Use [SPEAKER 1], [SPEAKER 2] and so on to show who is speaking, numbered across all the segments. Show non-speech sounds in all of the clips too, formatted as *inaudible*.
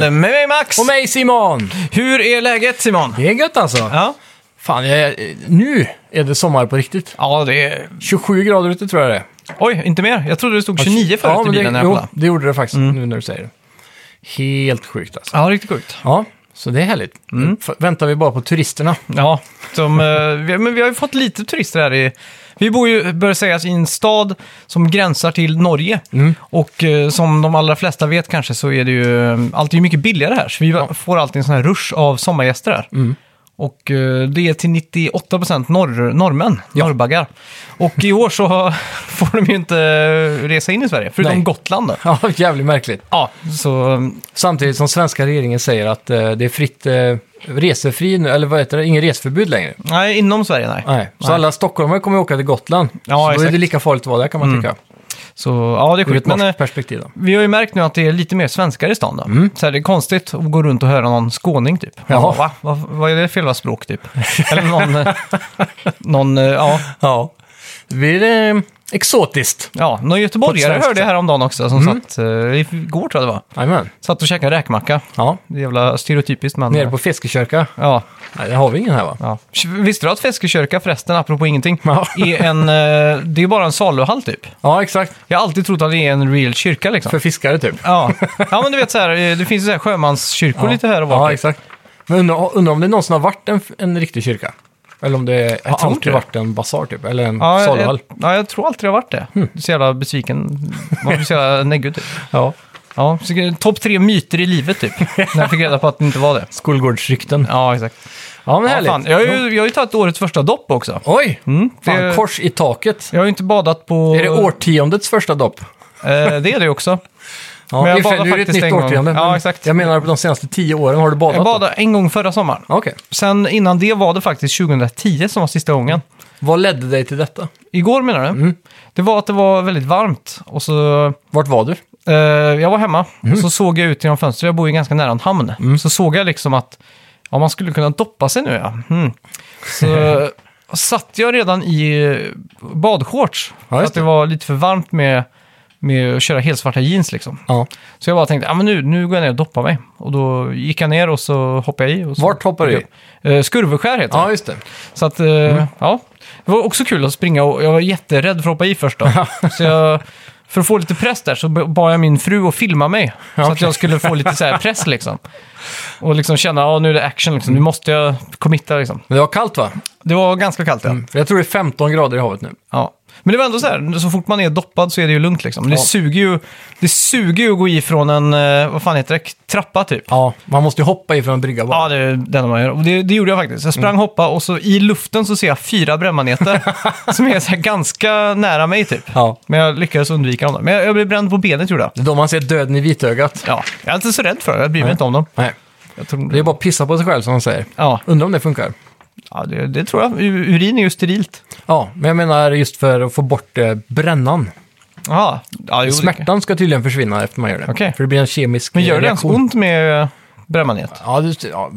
[SPEAKER 1] Med mig Max!
[SPEAKER 2] Och mig Simon!
[SPEAKER 1] Hur är läget Simon?
[SPEAKER 2] Det är gött alltså.
[SPEAKER 1] Ja,
[SPEAKER 2] Fan, jag, nu är det sommar på riktigt.
[SPEAKER 1] ja det är...
[SPEAKER 2] 27 grader ute tror jag det är.
[SPEAKER 1] Oj, inte mer. Jag trodde det stod 29 förut i
[SPEAKER 2] men
[SPEAKER 1] bilen när
[SPEAKER 2] det,
[SPEAKER 1] jag
[SPEAKER 2] jo,
[SPEAKER 1] kollade. Mm.
[SPEAKER 2] det gjorde det faktiskt nu när du säger det. Helt sjukt alltså.
[SPEAKER 1] Ja, riktigt sjukt.
[SPEAKER 2] Ja, så det är härligt.
[SPEAKER 1] Mm.
[SPEAKER 2] F- väntar vi bara på turisterna. *laughs*
[SPEAKER 1] Ja, de, eh, vi, men vi har ju fått lite turister här i... Vi bor ju, bör sägas, i en stad som gränsar till Norge.
[SPEAKER 2] Mm.
[SPEAKER 1] Och eh, som de allra flesta vet kanske så är det ju eh, allt är ju mycket billigare här. Så vi får alltid en sån här rush av sommargäster här.
[SPEAKER 2] Mm.
[SPEAKER 1] Och eh, det är till 98% norr, norrmän, norrbaggar. Och i år så *laughs* får de ju inte eh, resa in i Sverige, förutom
[SPEAKER 2] Nej.
[SPEAKER 1] Gotland då.
[SPEAKER 2] Ja, jävligt märkligt.
[SPEAKER 1] Ja, så eh,
[SPEAKER 2] Samtidigt som svenska regeringen säger att eh, det är fritt eh, resefri nu, eller vad heter det, ingen reseförbud längre.
[SPEAKER 1] nej, inom Sverige nej.
[SPEAKER 2] Nej. Så
[SPEAKER 1] Nej.
[SPEAKER 2] alla stockholmare kommer åka till Gotland.
[SPEAKER 1] Ja,
[SPEAKER 2] så då är
[SPEAKER 1] exakt.
[SPEAKER 2] det lika farligt att vara där kan man tycka.
[SPEAKER 1] Så ja, det är
[SPEAKER 2] Ur ett
[SPEAKER 1] sjukt. Men eh,
[SPEAKER 2] norskt perspektiv då.
[SPEAKER 1] Vi har ju märkt nu att det är lite mer svenskar i stan då. Så här, det är konstigt att gå runt och höra någon skåning typ.
[SPEAKER 2] Mm. Ja.
[SPEAKER 1] Ja. Va? Vad, vad är det för jävla språk
[SPEAKER 2] *laughs*
[SPEAKER 1] typ? Eller någon, eh, någon, eh, ja,
[SPEAKER 2] Ja, det blir eh, exotiskt.
[SPEAKER 1] ja, någon
[SPEAKER 2] På
[SPEAKER 1] göteborgare
[SPEAKER 2] ett svenskt Mm.
[SPEAKER 1] hörde jag häromdagen också som satt, eh, igår tror jag det var,
[SPEAKER 2] Jajamän.
[SPEAKER 1] satt och käkade räkmacka.
[SPEAKER 2] Ja,
[SPEAKER 1] Det är jävla stereotypiskt men... eh,
[SPEAKER 2] nere på Fiskekörka.
[SPEAKER 1] Ja,
[SPEAKER 2] Nej, det har vi ingen här va?
[SPEAKER 1] ja. Visste du att Feskekörka förresten, apropå ingenting,
[SPEAKER 2] Ja.
[SPEAKER 1] är en, eh, det är bara en saluhall typ.
[SPEAKER 2] Ja, exakt.
[SPEAKER 1] Jag har alltid trott att det är en real kyrka liksom.
[SPEAKER 2] För fiskare typ.
[SPEAKER 1] Ja. ja, men du vet så här, eh, det finns ju så här sjömanskyrkor lite här och var.
[SPEAKER 2] Ja,
[SPEAKER 1] typ.
[SPEAKER 2] exakt. Men undrar undra om det någonsin har varit en, en riktig kyrka? Eller om det har
[SPEAKER 1] tror
[SPEAKER 2] alltid
[SPEAKER 1] det.
[SPEAKER 2] varit en basar typ, eller en
[SPEAKER 1] Ja, jag,
[SPEAKER 2] saluhall.
[SPEAKER 1] jag, ja, jag tror alltid jag har varit det.
[SPEAKER 2] Hm.
[SPEAKER 1] Du är så jävla besviken. Man blir så jävla neggig typ.
[SPEAKER 2] Ja.
[SPEAKER 1] Ja, så- topp tre myter i livet typ. När jag fick reda på att det inte var det.
[SPEAKER 2] Skolgårdsrykten.
[SPEAKER 1] Ja, exakt.
[SPEAKER 2] Ja, men
[SPEAKER 1] Ja,
[SPEAKER 2] härligt.
[SPEAKER 1] fan. Jag, har ju, jag har ju tagit årets första dopp också.
[SPEAKER 2] Oj! fan,
[SPEAKER 1] det-
[SPEAKER 2] kors i taket.
[SPEAKER 1] Jag har ju inte badat på...
[SPEAKER 2] Är det årtiondets första dopp?
[SPEAKER 1] Eh, det är det också.
[SPEAKER 2] Ja,
[SPEAKER 1] Men jag
[SPEAKER 2] i och för sig,
[SPEAKER 1] badar
[SPEAKER 2] nu är det ett
[SPEAKER 1] faktiskt
[SPEAKER 2] nytt
[SPEAKER 1] en gång.
[SPEAKER 2] årtionde.
[SPEAKER 1] Ja,
[SPEAKER 2] men
[SPEAKER 1] exakt.
[SPEAKER 2] Jag menar på de senaste tio åren, har du badat?
[SPEAKER 1] Jag
[SPEAKER 2] då?
[SPEAKER 1] badade en gång förra sommaren.
[SPEAKER 2] Okej.
[SPEAKER 1] Sen innan det var det faktiskt 2010 som var sista gången.
[SPEAKER 2] Vad ledde dig till detta?
[SPEAKER 1] Igår menar du?
[SPEAKER 2] Mm.
[SPEAKER 1] Det var att det var väldigt varmt och så
[SPEAKER 2] Vart var du?
[SPEAKER 1] Eh, jag var hemma
[SPEAKER 2] Mm.
[SPEAKER 1] och så såg jag ut genom fönstret. Jag bor ju ganska nära en hamn. Så såg jag liksom att ja, man skulle kunna doppa sig nu. Ja. Mm.
[SPEAKER 2] *laughs*
[SPEAKER 1] Så satt jag redan i eh, badshorts.
[SPEAKER 2] Ja,
[SPEAKER 1] för
[SPEAKER 2] just
[SPEAKER 1] att det
[SPEAKER 2] det.
[SPEAKER 1] var lite för varmt med, med att köra helsvarta jeans. Liksom.
[SPEAKER 2] Ja.
[SPEAKER 1] Så jag bara tänkte, ja, men nu, nu går jag ner och doppar mig. Och då gick jag ner och så hoppade jag i. Och så,
[SPEAKER 2] Vart hoppade du i?
[SPEAKER 1] Eh, Skurveskär heter det.
[SPEAKER 2] Ja, just det.
[SPEAKER 1] Så att, eh, ja. Det var också kul att springa och jag var jätterädd för att hoppa i först då. så jag, för att få lite press där så bad jag min fru att filma mig. Så att jag skulle få lite så här press liksom. Och liksom känna, ja nu är det action liksom. Nu måste jag committa liksom.
[SPEAKER 2] Men det var kallt va?
[SPEAKER 1] Det var ganska kallt ja.
[SPEAKER 2] För jag tror det är 15 grader i havet nu.
[SPEAKER 1] ja. Men det var ändå så här, så fort man är doppad så är det ju lugnt liksom. Det,
[SPEAKER 2] Ja.
[SPEAKER 1] suger, ju, det suger ju att gå ifrån en, eh, vad fan heter det, trappa typ.
[SPEAKER 2] Ja, man måste ju hoppa Mm. ifrån en brygga bara.
[SPEAKER 1] Ja, det är det enda man gör. Och det, det gjorde jag faktiskt. Jag sprang, hoppa och så i luften så ser jag fyra
[SPEAKER 2] *laughs*
[SPEAKER 1] brännmaneter som är så här ganska nära mig typ.
[SPEAKER 2] Ja.
[SPEAKER 1] Men jag lyckades undvika dem. Men jag, jag blev bränd på benet gjorde jag.
[SPEAKER 2] Det är då man ser döden i vitögat.
[SPEAKER 1] Ja, jag är inte så rädd för det. Jag bryr mig inte om dem.
[SPEAKER 2] Nej,
[SPEAKER 1] Jag tror,
[SPEAKER 2] det är bara att pissa på sig själv som man säger.
[SPEAKER 1] Ja,
[SPEAKER 2] Undrar om det funkar.
[SPEAKER 1] ja det, det tror jag. U- Urin är ju sterilt.
[SPEAKER 2] Ja, men jag menar just för att få bort eh, brännan.
[SPEAKER 1] Ja, ja jo, det-
[SPEAKER 2] Smärtan ska tydligen försvinna efter man gör det.
[SPEAKER 1] Okej.
[SPEAKER 2] För det blir en kemisk
[SPEAKER 1] Men
[SPEAKER 2] eh,
[SPEAKER 1] gör det ens
[SPEAKER 2] reaktion.
[SPEAKER 1] ont med brännmanet?
[SPEAKER 2] Ja, det, ja.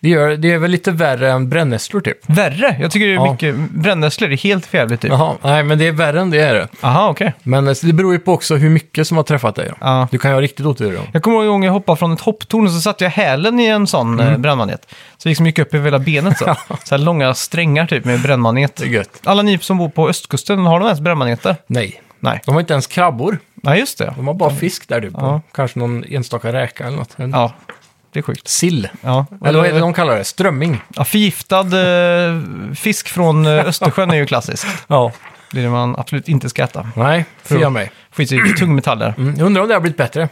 [SPEAKER 2] Det, gör, det är väl lite värre än brännässlor typ.
[SPEAKER 1] Värre? Jag tycker det är
[SPEAKER 2] Ja.
[SPEAKER 1] mycket... Brännässlor är helt förjävligt typ.
[SPEAKER 2] Jaha, nej men det är värre än det är det.
[SPEAKER 1] Aha, okej.
[SPEAKER 2] Men eh, så det beror ju på också hur mycket som har träffat dig. då.
[SPEAKER 1] Ja.
[SPEAKER 2] Du kan ju ha riktigt otur då.
[SPEAKER 1] Jag kommer ihåg en gång jag hoppade från ett hopptorn och så satte jag hälen i en sån mm. brännmanet. Så det liksom gick upp i hela benet så.
[SPEAKER 2] *laughs*
[SPEAKER 1] så här långa strängar typ med brännmanet.
[SPEAKER 2] Det är gött.
[SPEAKER 1] Alla ni som bor på östkusten, har de ens brännmaneter?
[SPEAKER 2] Nej.
[SPEAKER 1] Nej.
[SPEAKER 2] De har inte ens krabbor.
[SPEAKER 1] Nej, just det.
[SPEAKER 2] De har bara fisk där typ.
[SPEAKER 1] Ja.
[SPEAKER 2] Kanske någon enstaka räka eller något. En
[SPEAKER 1] Ja, det är sjukt.
[SPEAKER 2] Sill.
[SPEAKER 1] Ja.
[SPEAKER 2] Eller vad är det de kallar det? Strömming.
[SPEAKER 1] Ja, förgiftad eh, fisk från eh, Östersjön är ju klassiskt.
[SPEAKER 2] Ja.
[SPEAKER 1] Det är det man absolut inte ska äta.
[SPEAKER 2] Nej,
[SPEAKER 1] Prov.
[SPEAKER 2] fria mig.
[SPEAKER 1] Skit i tungmetaller.
[SPEAKER 2] Mm, Jag undrar om det har blivit bättre.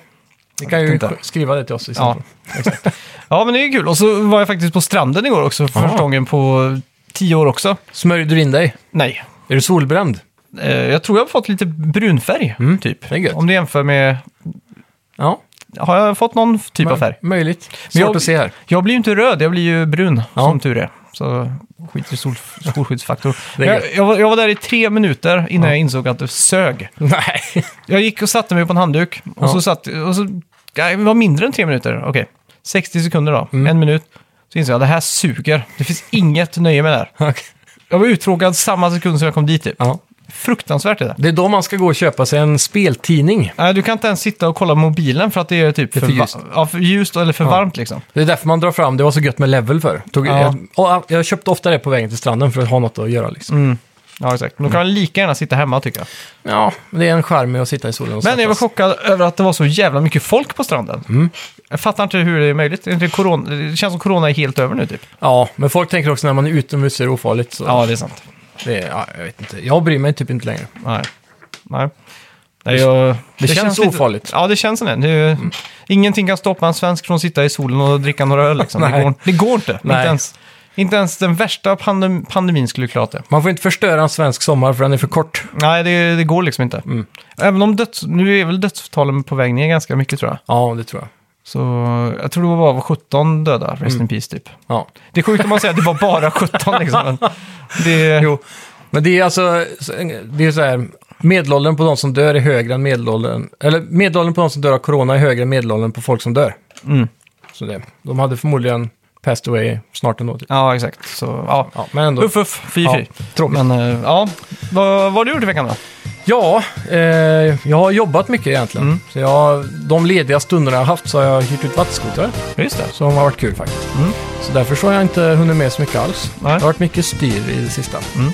[SPEAKER 2] Ni kan ju
[SPEAKER 1] inte.
[SPEAKER 2] sk- skriva det till oss i så
[SPEAKER 1] Ja,
[SPEAKER 2] fall.
[SPEAKER 1] exakt. Ja, men det är kul. Och så var jag faktiskt på stranden igår också, för
[SPEAKER 2] Aha.
[SPEAKER 1] första gången på tio år också.
[SPEAKER 2] Smörjde du in dig?
[SPEAKER 1] Nej,
[SPEAKER 2] Är du solbränd?
[SPEAKER 1] Eh, jag tror jag har fått lite brunfärg, typ.
[SPEAKER 2] Mm, det är gött.
[SPEAKER 1] Om du jämför med...
[SPEAKER 2] Ja,
[SPEAKER 1] Har jag fått någon typ av
[SPEAKER 2] men-
[SPEAKER 1] färg?
[SPEAKER 2] möjligt. Svårt
[SPEAKER 1] Men jag-
[SPEAKER 2] att se här.
[SPEAKER 1] Jag blir ju inte röd, jag blir ju brun,
[SPEAKER 2] Ja.
[SPEAKER 1] som tur är. Så skit i sol, solskyddsfaktor.
[SPEAKER 2] *laughs* Det är
[SPEAKER 1] Men
[SPEAKER 2] gött.
[SPEAKER 1] jag, jag, var, jag var där i tre minuter innan jag insåg att det sög.
[SPEAKER 2] Nej.
[SPEAKER 1] Jag gick och satte mig på en handduk och
[SPEAKER 2] Ja.
[SPEAKER 1] så satt... Och så, nej, det var mindre än tre minuter. Okej, 60 sekunder då.
[SPEAKER 2] Mm.
[SPEAKER 1] En minut. Så insåg jag att det här suger. Det finns inget nöje med det här.
[SPEAKER 2] Okej.
[SPEAKER 1] Jag var uttråkad samma sekund som jag kom dit typ.
[SPEAKER 2] ja.
[SPEAKER 1] Fruktansvärt är det.
[SPEAKER 2] Det är då man ska gå och köpa sig en speltidning.
[SPEAKER 1] Nej, du kan inte ens sitta och kolla mobilen för att det är typ
[SPEAKER 2] är
[SPEAKER 1] för,
[SPEAKER 2] för
[SPEAKER 1] va-
[SPEAKER 2] ljust.
[SPEAKER 1] Ja, för ljust eller för
[SPEAKER 2] Ja.
[SPEAKER 1] varmt liksom.
[SPEAKER 2] Det är därför man drar fram, det var så gött med level för. Tog,
[SPEAKER 1] Ja.
[SPEAKER 2] jag, och jag köpte ofta det på vägen till stranden för att ha något att göra liksom.
[SPEAKER 1] Mm. Ja, exakt. Men Då kan
[SPEAKER 2] Mm.
[SPEAKER 1] man lika gärna sitta hemma tycker jag.
[SPEAKER 2] Ja, men det är en charm med att sitta i solen och
[SPEAKER 1] Men jag var
[SPEAKER 2] svettas.
[SPEAKER 1] chockad över att det var så jävla mycket folk på stranden.
[SPEAKER 2] Mm.
[SPEAKER 1] Jag fattar inte hur det är möjligt. Det, är inte corona, det känns som corona är helt över nu typ.
[SPEAKER 2] Ja, men folk tänker också när man är utomhus är det ofarligt. Så
[SPEAKER 1] Ja, det är sant.
[SPEAKER 2] det är, ja, jag vet inte. Jag bryr mig typ inte längre.
[SPEAKER 1] Nej. Nej. Nej, jag, det,
[SPEAKER 2] känns
[SPEAKER 1] lite-
[SPEAKER 2] ofarligt. Mm.
[SPEAKER 1] Ja, det känns som det. det är, Ingenting kan stoppa en svensk från att sitta i solen och dricka några öl. Liksom. det,
[SPEAKER 2] *laughs* Nej.
[SPEAKER 1] går, det går inte. Inte
[SPEAKER 2] Nej.
[SPEAKER 1] ens, inte ens den värsta pandem, pandemin skulle klara det.
[SPEAKER 2] Man får inte förstöra en svensk sommar för den är för kort.
[SPEAKER 1] Nej, det, det går liksom inte. Även om döds, nu är väl dödstalen på väg ner ganska mycket tror jag.
[SPEAKER 2] Ja, det tror jag.
[SPEAKER 1] Så jag tror det var bara 17 döda, rest in peace typ.
[SPEAKER 2] Ja.
[SPEAKER 1] Det är sjukt om man säger att det var bara 17 liksom. Men det,
[SPEAKER 2] Jo, men det är alltså, det är så här, medelåldern på de som dör är högre än medelåldern, eller medelåldern på de som dör av corona är högre än medelåldern på folk som dör.
[SPEAKER 1] Mm.
[SPEAKER 2] Så det, de hade förmodligen passed away snart ändå. Typ.
[SPEAKER 1] Ja, exakt. Så ja.
[SPEAKER 2] Ja, men ändå.
[SPEAKER 1] Uff, uff, fy,
[SPEAKER 2] Ja,
[SPEAKER 1] fy.
[SPEAKER 2] tråkigt.
[SPEAKER 1] Men eh, ja, vad vad har du gjort i veckan då?
[SPEAKER 2] Ja, eh, jag har jobbat mycket egentligen.
[SPEAKER 1] Mm.
[SPEAKER 2] Så jag, de lediga stunderna jag har haft så har jag hyrt ut vattenskotrar.
[SPEAKER 1] Just det.
[SPEAKER 2] Som har varit kul faktiskt.
[SPEAKER 1] Mm.
[SPEAKER 2] Så därför så har jag inte hunnit med så mycket alls.
[SPEAKER 1] Nej.
[SPEAKER 2] Det har varit mycket styr i det sista.
[SPEAKER 1] Mm.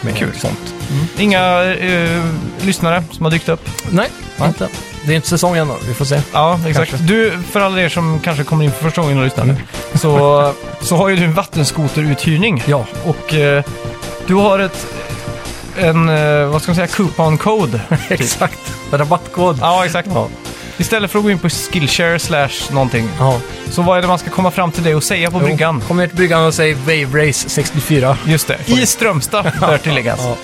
[SPEAKER 2] Med
[SPEAKER 1] Kul.
[SPEAKER 2] sånt.
[SPEAKER 1] Mm. Inga eh, lyssnare som har dykt upp.
[SPEAKER 2] Nej, inte. Det är inte säsong än då. Vi får se.
[SPEAKER 1] Ja, exakt.
[SPEAKER 2] Kanske.
[SPEAKER 1] Du, för alla er som kanske kommer in för första gången och lyssnar nu, så, så har ju du en vattenskoteruthyrning.
[SPEAKER 2] Ja,
[SPEAKER 1] Och eh, du har ett, en, eh, vad ska man säga, coupon code.
[SPEAKER 2] exakt. typ. Rabattkod.
[SPEAKER 1] *laughs* Ja, exakt.
[SPEAKER 2] Ja.
[SPEAKER 1] Istället för att gå in på Skillshare slash någonting,
[SPEAKER 2] Ja.
[SPEAKER 1] så vad är det man ska komma fram till dig och säga på bryggan?
[SPEAKER 2] Kom ner till bryggan och säg Wave Race 64.
[SPEAKER 1] Just det, i Strömstad bör tilläggas.
[SPEAKER 2] Ja.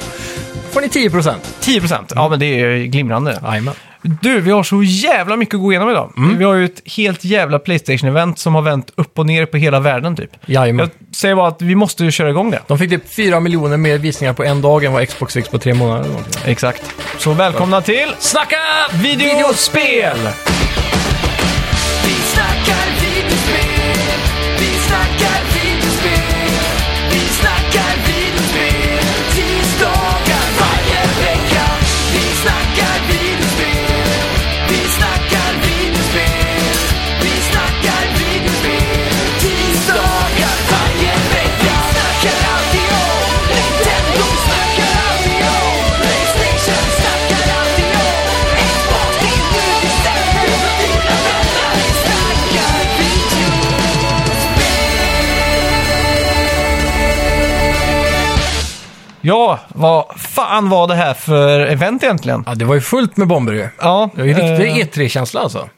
[SPEAKER 2] får ni 10 procent.
[SPEAKER 1] 10 procent, ja men det är ju glimrande.
[SPEAKER 2] Jajamän.
[SPEAKER 1] Du, vi har så jävla mycket att gå igenom idag. Vi har ju ett helt jävla Playstation-event som har vänt upp och ner på hela världen typ.
[SPEAKER 2] Jajamän.
[SPEAKER 1] Jag säger bara att vi måste ju köra igång det.
[SPEAKER 2] De fick typ 4 miljoner mer visningar på en dag än vad Xbox fick på tre månader. eller någonting.
[SPEAKER 1] Exakt. Så välkomna till
[SPEAKER 2] Snacka
[SPEAKER 1] videospel!
[SPEAKER 3] Vi snackar videospel, vi snackar videospel, vi snackar videospel, tisdagar varje vecka. Vi snackar videospel, vi snackar videospel, vi snackar videospel, tisdagar varje vecka. Vi snackar alltid om Nintendo, snackar alltid om Playstation, snackar alltid om Xbox, det är nu vi sätter för dina vänner. Vi snackar videospel.
[SPEAKER 1] Ja, vad fan var det här för event egentligen?
[SPEAKER 2] Ja, det var ju fullt med bomber ju.
[SPEAKER 1] Ja,
[SPEAKER 2] Det var ju
[SPEAKER 1] eh,
[SPEAKER 2] riktig E3-känsla alltså.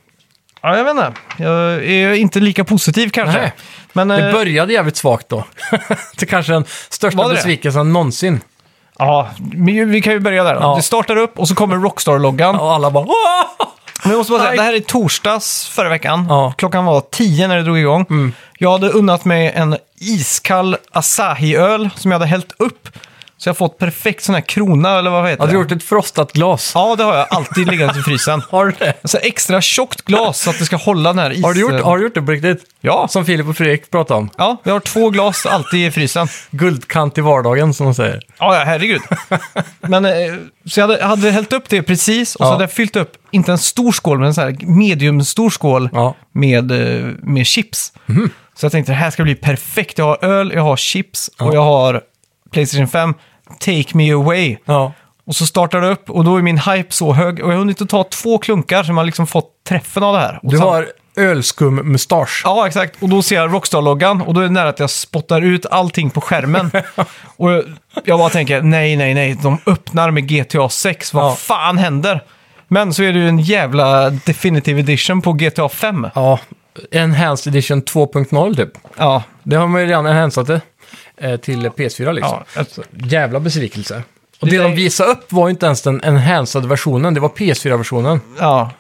[SPEAKER 1] ja, jag vet inte. Jag är inte lika positiv kanske.
[SPEAKER 2] Nej.
[SPEAKER 1] Men,
[SPEAKER 2] Det
[SPEAKER 1] eh,
[SPEAKER 2] började jävligt svagt då. *laughs* det kanske är den största
[SPEAKER 1] Var det det?
[SPEAKER 2] besvikelsen någonsin.
[SPEAKER 1] ja, men vi kan ju börja där då.
[SPEAKER 2] Ja.
[SPEAKER 1] Det startar upp och så kommer Rockstar-loggan.
[SPEAKER 2] Och alla bara Åh!
[SPEAKER 1] Men jag måste bara säga,
[SPEAKER 2] Nej.
[SPEAKER 1] det här är torsdags förra veckan.
[SPEAKER 2] Ja. Mm.
[SPEAKER 1] Klockan var tio när det drog igång. Jag hade unnat mig en iskall Asahi-öl som jag hade hällt upp. Så jag har fått perfekt sån här krona, eller vad heter
[SPEAKER 2] Har du
[SPEAKER 1] det?
[SPEAKER 2] gjort ett frostat glas?
[SPEAKER 1] Ja, det har jag. Alltid liggande i
[SPEAKER 2] *laughs*
[SPEAKER 1] frysen.
[SPEAKER 2] Har du det?
[SPEAKER 1] Alltså extra tjockt glas så att det ska hålla den här is...
[SPEAKER 2] Har du, gjort, har du gjort det på riktigt?
[SPEAKER 1] Ja.
[SPEAKER 2] Som Filip och Fredrik pratade om.
[SPEAKER 1] Ja, jag har två glas alltid i frysen.
[SPEAKER 2] Guldkant i vardagen som de säger.
[SPEAKER 1] Ja, ja, herregud. Men, eh, så jag hade, jag hade hällt upp det precis och
[SPEAKER 2] Ja.
[SPEAKER 1] så hade jag fyllt upp, inte en stor skål, men en sån här mediumstor skål
[SPEAKER 2] Ja. Mhm.
[SPEAKER 1] med, eh, med chips. Så jag tänkte det här ska bli perfekt. Jag har öl, jag har chips och jag har Playstation 5. Take me away.
[SPEAKER 2] Ja.
[SPEAKER 1] Och så startar det upp och då är min hype så hög. Och jag har hunnit att ta två klunkar som har liksom fått träffen av det här. Och
[SPEAKER 2] Du
[SPEAKER 1] sam-
[SPEAKER 2] har ölskum-mustasch.
[SPEAKER 1] Ja, exakt. Och då ser jag Rockstar-loggan och då är det nära att jag spottar ut allting på skärmen. och jag- jag bara tänker, nej, nej, nej, de öppnar med GTA 6, vad
[SPEAKER 2] Ja.
[SPEAKER 1] fan händer? Men så är det ju en jävla definitive edition på GTA 5.
[SPEAKER 2] Ja, Enhanced Edition 2.0 typ.
[SPEAKER 1] Ja,
[SPEAKER 2] Det har man ju redan enhancat det eh, till PS4 liksom.
[SPEAKER 1] ja. alltså,
[SPEAKER 2] Jävla besvikelse. Och
[SPEAKER 1] Det
[SPEAKER 2] det,
[SPEAKER 1] där-
[SPEAKER 2] de visade upp var ju inte ens den enhanced versionen, det var PS4-versionen
[SPEAKER 1] ja,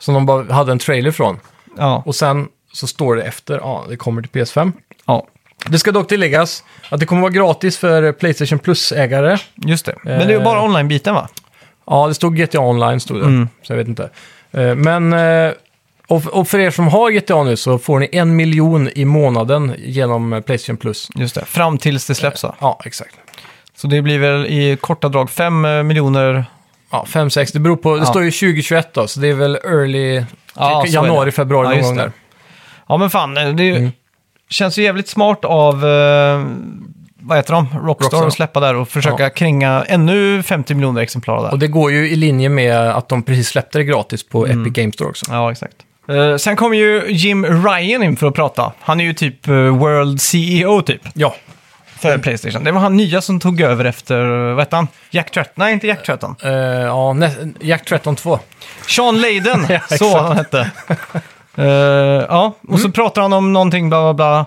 [SPEAKER 2] som de bara hade en trailer från.
[SPEAKER 1] ja,
[SPEAKER 2] Och sen så står det efter, ja, det kommer till PS5.
[SPEAKER 1] ja,
[SPEAKER 2] Det ska dock tilläggas att det kommer vara gratis för Playstation Plus-ägare.
[SPEAKER 1] just det. Men det är ju bara online-biten va?
[SPEAKER 2] Ja, det stod GTA Online, stod det.
[SPEAKER 1] Mm.
[SPEAKER 2] Så jag vet inte. Eh, Men, eh, och och för er som har GTA nu så får ni en miljon i månaden genom eh, Playstation Plus.
[SPEAKER 1] Just det, fram tills det släpps va?
[SPEAKER 2] Ja, exakt.
[SPEAKER 1] Så det blir väl i korta drag 5 miljoner.
[SPEAKER 2] Ja, 5-6. Det beror på. Det
[SPEAKER 1] Ja.
[SPEAKER 2] står ju 2021 då, så det är väl early...
[SPEAKER 1] Ja,
[SPEAKER 2] typ
[SPEAKER 1] så är det.
[SPEAKER 2] januari, februari
[SPEAKER 1] Ja,
[SPEAKER 2] någon
[SPEAKER 1] just
[SPEAKER 2] gång
[SPEAKER 1] det.
[SPEAKER 2] där.
[SPEAKER 1] Ja, men fan. eh, Det är ju-
[SPEAKER 2] Mm.
[SPEAKER 1] känns ju jävligt smart av... Eh, vad heter de? Rockstar,
[SPEAKER 2] Rockstar.
[SPEAKER 1] att släppa där och försöka
[SPEAKER 2] Ja.
[SPEAKER 1] kränga ännu 50 miljoner exemplar där.
[SPEAKER 2] Och det går ju i linje med att de precis släppte det gratis på
[SPEAKER 1] Mm.
[SPEAKER 2] Epic Games Store också.
[SPEAKER 1] Ja, exakt. Eh, sen kommer ju Jim Ryan in för att prata. Han är ju typ eh, World CEO typ
[SPEAKER 2] Ja,
[SPEAKER 1] för
[SPEAKER 2] Mm.
[SPEAKER 1] Playstation. Det var han nya som tog över efter, eh, vad hette han? Jack Tretton? Nej, inte Jack Tretton.
[SPEAKER 2] eh, ja nä- Jack 13 2.
[SPEAKER 1] Sean
[SPEAKER 2] *laughs*
[SPEAKER 1] Layden,
[SPEAKER 2] exakt. Mm.
[SPEAKER 1] så han hette. Eh, ja, och så pratar han om någonting, bla bla bla.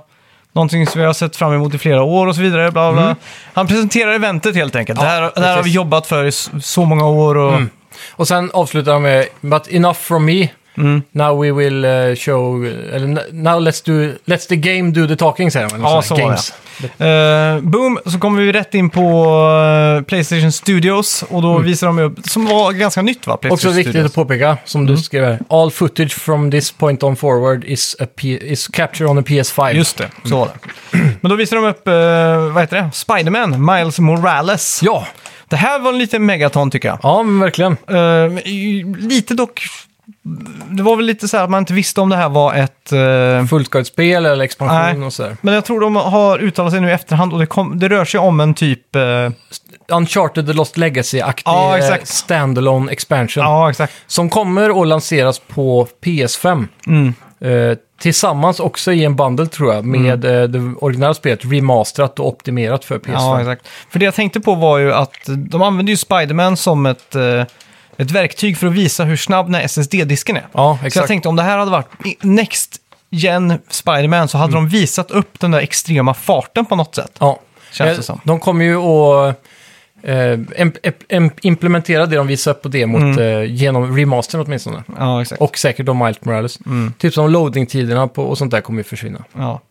[SPEAKER 1] Någonting som vi har sett fram emot i flera år och så vidare. Bla, bla. Han presenterar eventet helt enkelt.
[SPEAKER 2] Mm. Ja,
[SPEAKER 1] det, här, det här har vi
[SPEAKER 2] precis. Mm.
[SPEAKER 1] jobbat för i s- så många år. Och,
[SPEAKER 2] Och sen avslutar han med “But enough from me,
[SPEAKER 1] Mm.
[SPEAKER 2] now we will eh, show...” Eller “N- “Now let's, do, let's the game do the talking” säger Alltså, han.
[SPEAKER 1] Ja, så var det. Eh, boom, så kommer vi rätt in på eh, Playstation Studios och då visar de upp, som var ganska nytt va?
[SPEAKER 2] Mm. Också
[SPEAKER 1] Playstation
[SPEAKER 2] viktigt
[SPEAKER 1] Studios. Mm.
[SPEAKER 2] att påpeka, som du skrev här. “All footage from this point on forward is, a P- is captured on a PS5.”
[SPEAKER 1] Just det, så var det.
[SPEAKER 2] Mm.
[SPEAKER 1] Men då visar de upp, eh, vad heter det? Spiderman, Miles Morales.
[SPEAKER 2] Ja,
[SPEAKER 1] Det här var en liten megaton tycker jag.
[SPEAKER 2] ja men verkligen.
[SPEAKER 1] Eh, lite dock, det var väl lite så här att man inte visste om det här var ett... eh,
[SPEAKER 2] Fullskaligt-spel eller expansion
[SPEAKER 1] Nej.
[SPEAKER 2] och sådär.
[SPEAKER 1] men jag tror de har uttalat sig nu i efterhand och det, kom, det rör sig om en typ... eh,
[SPEAKER 2] Uncharted The Lost Legacy-aktig
[SPEAKER 1] Ja,
[SPEAKER 2] ja,
[SPEAKER 1] exakt.
[SPEAKER 2] standalone expansion.
[SPEAKER 1] ja, exakt.
[SPEAKER 2] Som kommer att lanseras på PS5. Eh, tillsammans också i en bundle tror jag, med eh, det originala spelet remasterat och optimerat för PS5.
[SPEAKER 1] Mm. Ja, exakt. För det jag tänkte på var ju att de använder ju Spiderman som ett, eh, ett verktyg för att visa hur snabb den här SSD-disken är.
[SPEAKER 2] Ja,
[SPEAKER 1] Så jag
[SPEAKER 2] exakt.
[SPEAKER 1] tänkte om det här hade varit i- Next Gen Spiderman så hade de visat upp den där extrema farten på något sätt.
[SPEAKER 2] Ja.
[SPEAKER 1] Känns
[SPEAKER 2] Eh,
[SPEAKER 1] det som.
[SPEAKER 2] De kommer ju att eh, em- em- em- implementera det de visar upp på demot
[SPEAKER 1] Mm.
[SPEAKER 2] eh, genom remastern åtminstone.
[SPEAKER 1] Ja, exakt.
[SPEAKER 2] Och säkert då Miles Morales.
[SPEAKER 1] Mm.
[SPEAKER 2] Typ som loading-tiderna på, och sånt där kommer ju försvinna.
[SPEAKER 1] Ja.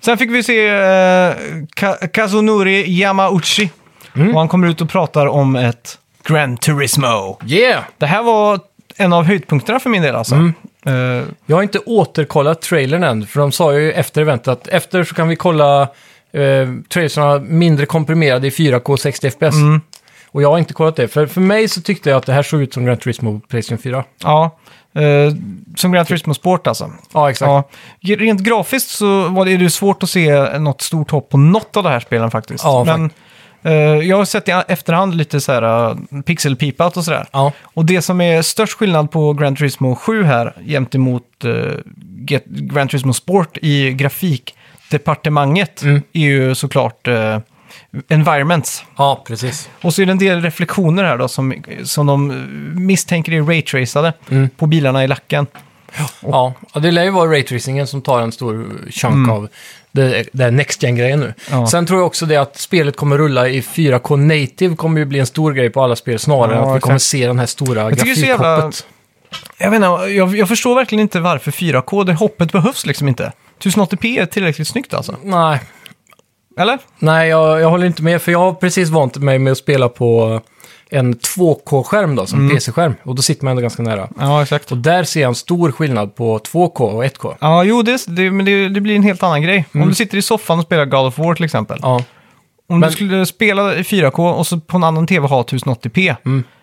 [SPEAKER 1] Sen fick vi se eh, Ka- Kazunori Yamauchi.
[SPEAKER 2] Mm.
[SPEAKER 1] Och han kommer ut och pratar om ett Gran Turismo.
[SPEAKER 2] Yeah!
[SPEAKER 1] Det här var en av höjdpunkterna för min del alltså.
[SPEAKER 2] Mm.
[SPEAKER 1] Eh,
[SPEAKER 2] Jag har inte återkollat trailern än, för de sa ju efter eventet att efter så kan vi kolla eh, trailersarna mindre komprimerade i 4K 60 FPS.
[SPEAKER 1] Mm.
[SPEAKER 2] Och jag har inte kollat det, för för mig så tyckte jag att det här såg ut som Gran Turismo på Playstation 4.
[SPEAKER 1] ja. Eh, som Gran Turismo Sport alltså.
[SPEAKER 2] Ja, exakt. Ja,
[SPEAKER 1] Ja. Rent grafiskt så var det, är det ju svårt att se något stort hopp på något av de här spelen faktiskt.
[SPEAKER 2] Ja,
[SPEAKER 1] Men eh, jag har sett i efterhand lite så här eh, pixelpipat och sådär.
[SPEAKER 2] ja.
[SPEAKER 1] Och det som är störst skillnad på Gran Turismo 7 här jämt emot eh, Get- Gran Turismo Sport i grafikdepartementet är ju såklart eh, environments.
[SPEAKER 2] precis.
[SPEAKER 1] Och så är det en del reflektioner här då som, som de eh, misstänker är raytracade på bilarna i lacken.
[SPEAKER 2] Ja, och det lär ju vara raytracingen som tar en stor chunk av det, det här Next Gen-grejen nu.
[SPEAKER 1] Mm. Ja.
[SPEAKER 2] Sen tror jag också det att spelet kommer rulla i 4K native kommer ju bli en stor grej på alla spel snarare
[SPEAKER 1] Ja,
[SPEAKER 2] än att vi
[SPEAKER 1] exakt.
[SPEAKER 2] kommer se den här stora
[SPEAKER 1] tycker det är så jävla-
[SPEAKER 2] grafikhoppet.
[SPEAKER 1] Jag, vet inte, jag, jag förstår verkligen inte varför 4K, det hoppet behövs liksom inte. 1080p är tillräckligt snyggt alltså.
[SPEAKER 2] Nej,
[SPEAKER 1] Eller?
[SPEAKER 2] Nej, jag, jag håller inte med, för jag har precis vant mig med att spela på en 2K-skärm då, som PC-skärm. Och då sitter man ändå ganska nära.
[SPEAKER 1] Ja, exakt.
[SPEAKER 2] Och där ser jag en stor skillnad på 2K och 1K.
[SPEAKER 1] Ja, jo, det, det, men det, det blir en helt annan grej. Om du sitter i soffan och spelar God of War till exempel.
[SPEAKER 2] Ja,
[SPEAKER 1] Om
[SPEAKER 2] men-
[SPEAKER 1] du skulle spela i 4K och så på en annan tv ha 1080p.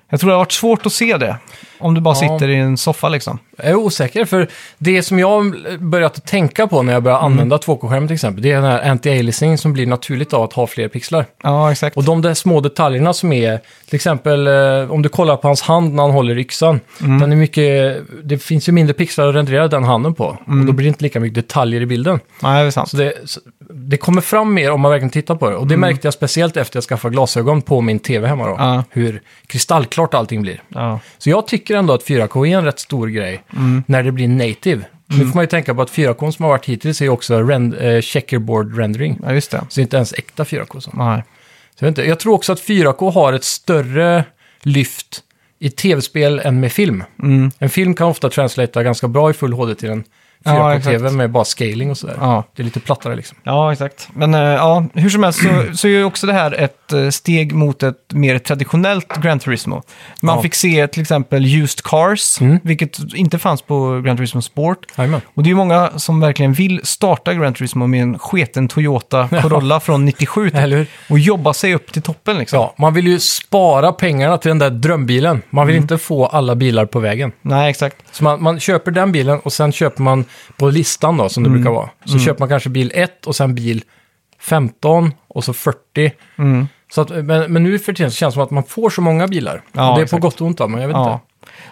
[SPEAKER 1] Jag tror det har varit svårt att se det. Om du bara
[SPEAKER 2] Mm. Ja.
[SPEAKER 1] sitter i en soffa liksom.
[SPEAKER 2] jag är osäker, för det som jag har börjat att tänka på när jag börjar använda 2K-skärmen till exempel, det är den här anti-aliasing som blir naturligt av att ha fler pixlar.
[SPEAKER 1] Ja, exakt.
[SPEAKER 2] Och de där små detaljerna som är, till exempel eh, om du kollar på hans hand när han håller yxan. Den är mycket, det finns ju mindre pixlar att rendera den handen på. Och då blir det inte lika mycket detaljer i bilden.
[SPEAKER 1] Nej, det är sant.
[SPEAKER 2] Så det, så det kommer fram mer om man verkligen tittar på det. Och det märkte jag speciellt efter jag skaffade glasögon på min tv hemma då.
[SPEAKER 1] Mm. Ja.
[SPEAKER 2] Hur kristallklart allting blir.
[SPEAKER 1] Ja.
[SPEAKER 2] Så jag tycker ändå att 4K är en rätt stor grej
[SPEAKER 1] Mm.
[SPEAKER 2] när det blir native. Nu får man ju tänka på att 4K som har varit hittills är ju också rend, eh, checkerboard rendering.
[SPEAKER 1] ja, just det.
[SPEAKER 2] Så det är inte ens äkta 4K. Så.
[SPEAKER 1] Nej.
[SPEAKER 2] Så jag, vet inte, jag tror också att 4K har ett större lyft i tv-spel än med film. En film kan ofta translatea ganska bra i full HD till en
[SPEAKER 1] Mm. Ja,
[SPEAKER 2] 4K-TV
[SPEAKER 1] exakt.
[SPEAKER 2] med bara scaling och sådär.
[SPEAKER 1] Ja.
[SPEAKER 2] Det är lite plattare liksom.
[SPEAKER 1] Ja, exakt. Men eh, ja, hur som helst så, så är ju också det här ett eh, steg mot ett mer traditionellt Gran Turismo. Man
[SPEAKER 2] Ja.
[SPEAKER 1] fick se till exempel Used Cars,
[SPEAKER 2] Mm.
[SPEAKER 1] vilket inte fanns på Gran Turismo Sport.
[SPEAKER 2] Jajamän.
[SPEAKER 1] Och det är ju många som verkligen vill starta Gran Turismo med en sketen
[SPEAKER 2] *laughs*
[SPEAKER 1] Toyota Corolla från 97 typ,
[SPEAKER 2] Eller hur?
[SPEAKER 1] och jobba sig upp till toppen liksom.
[SPEAKER 2] Ja, man vill ju spara pengarna till den där drömbilen. Man
[SPEAKER 1] Mm.
[SPEAKER 2] vill inte få alla bilar på vägen.
[SPEAKER 1] Nej, exakt.
[SPEAKER 2] Så man, man köper den bilen och sen köper man på listan då,
[SPEAKER 1] Mm.
[SPEAKER 2] som det brukar vara. Så köper man kanske bil 1 och sen bil 15 och så 40.
[SPEAKER 1] Mm.
[SPEAKER 2] Så att, men, men nu för tiden så känns det som att man får så många bilar.
[SPEAKER 1] Ja,
[SPEAKER 2] och det är
[SPEAKER 1] exakt.
[SPEAKER 2] på gott och ont, då, men jag vet
[SPEAKER 1] Ja.
[SPEAKER 2] inte.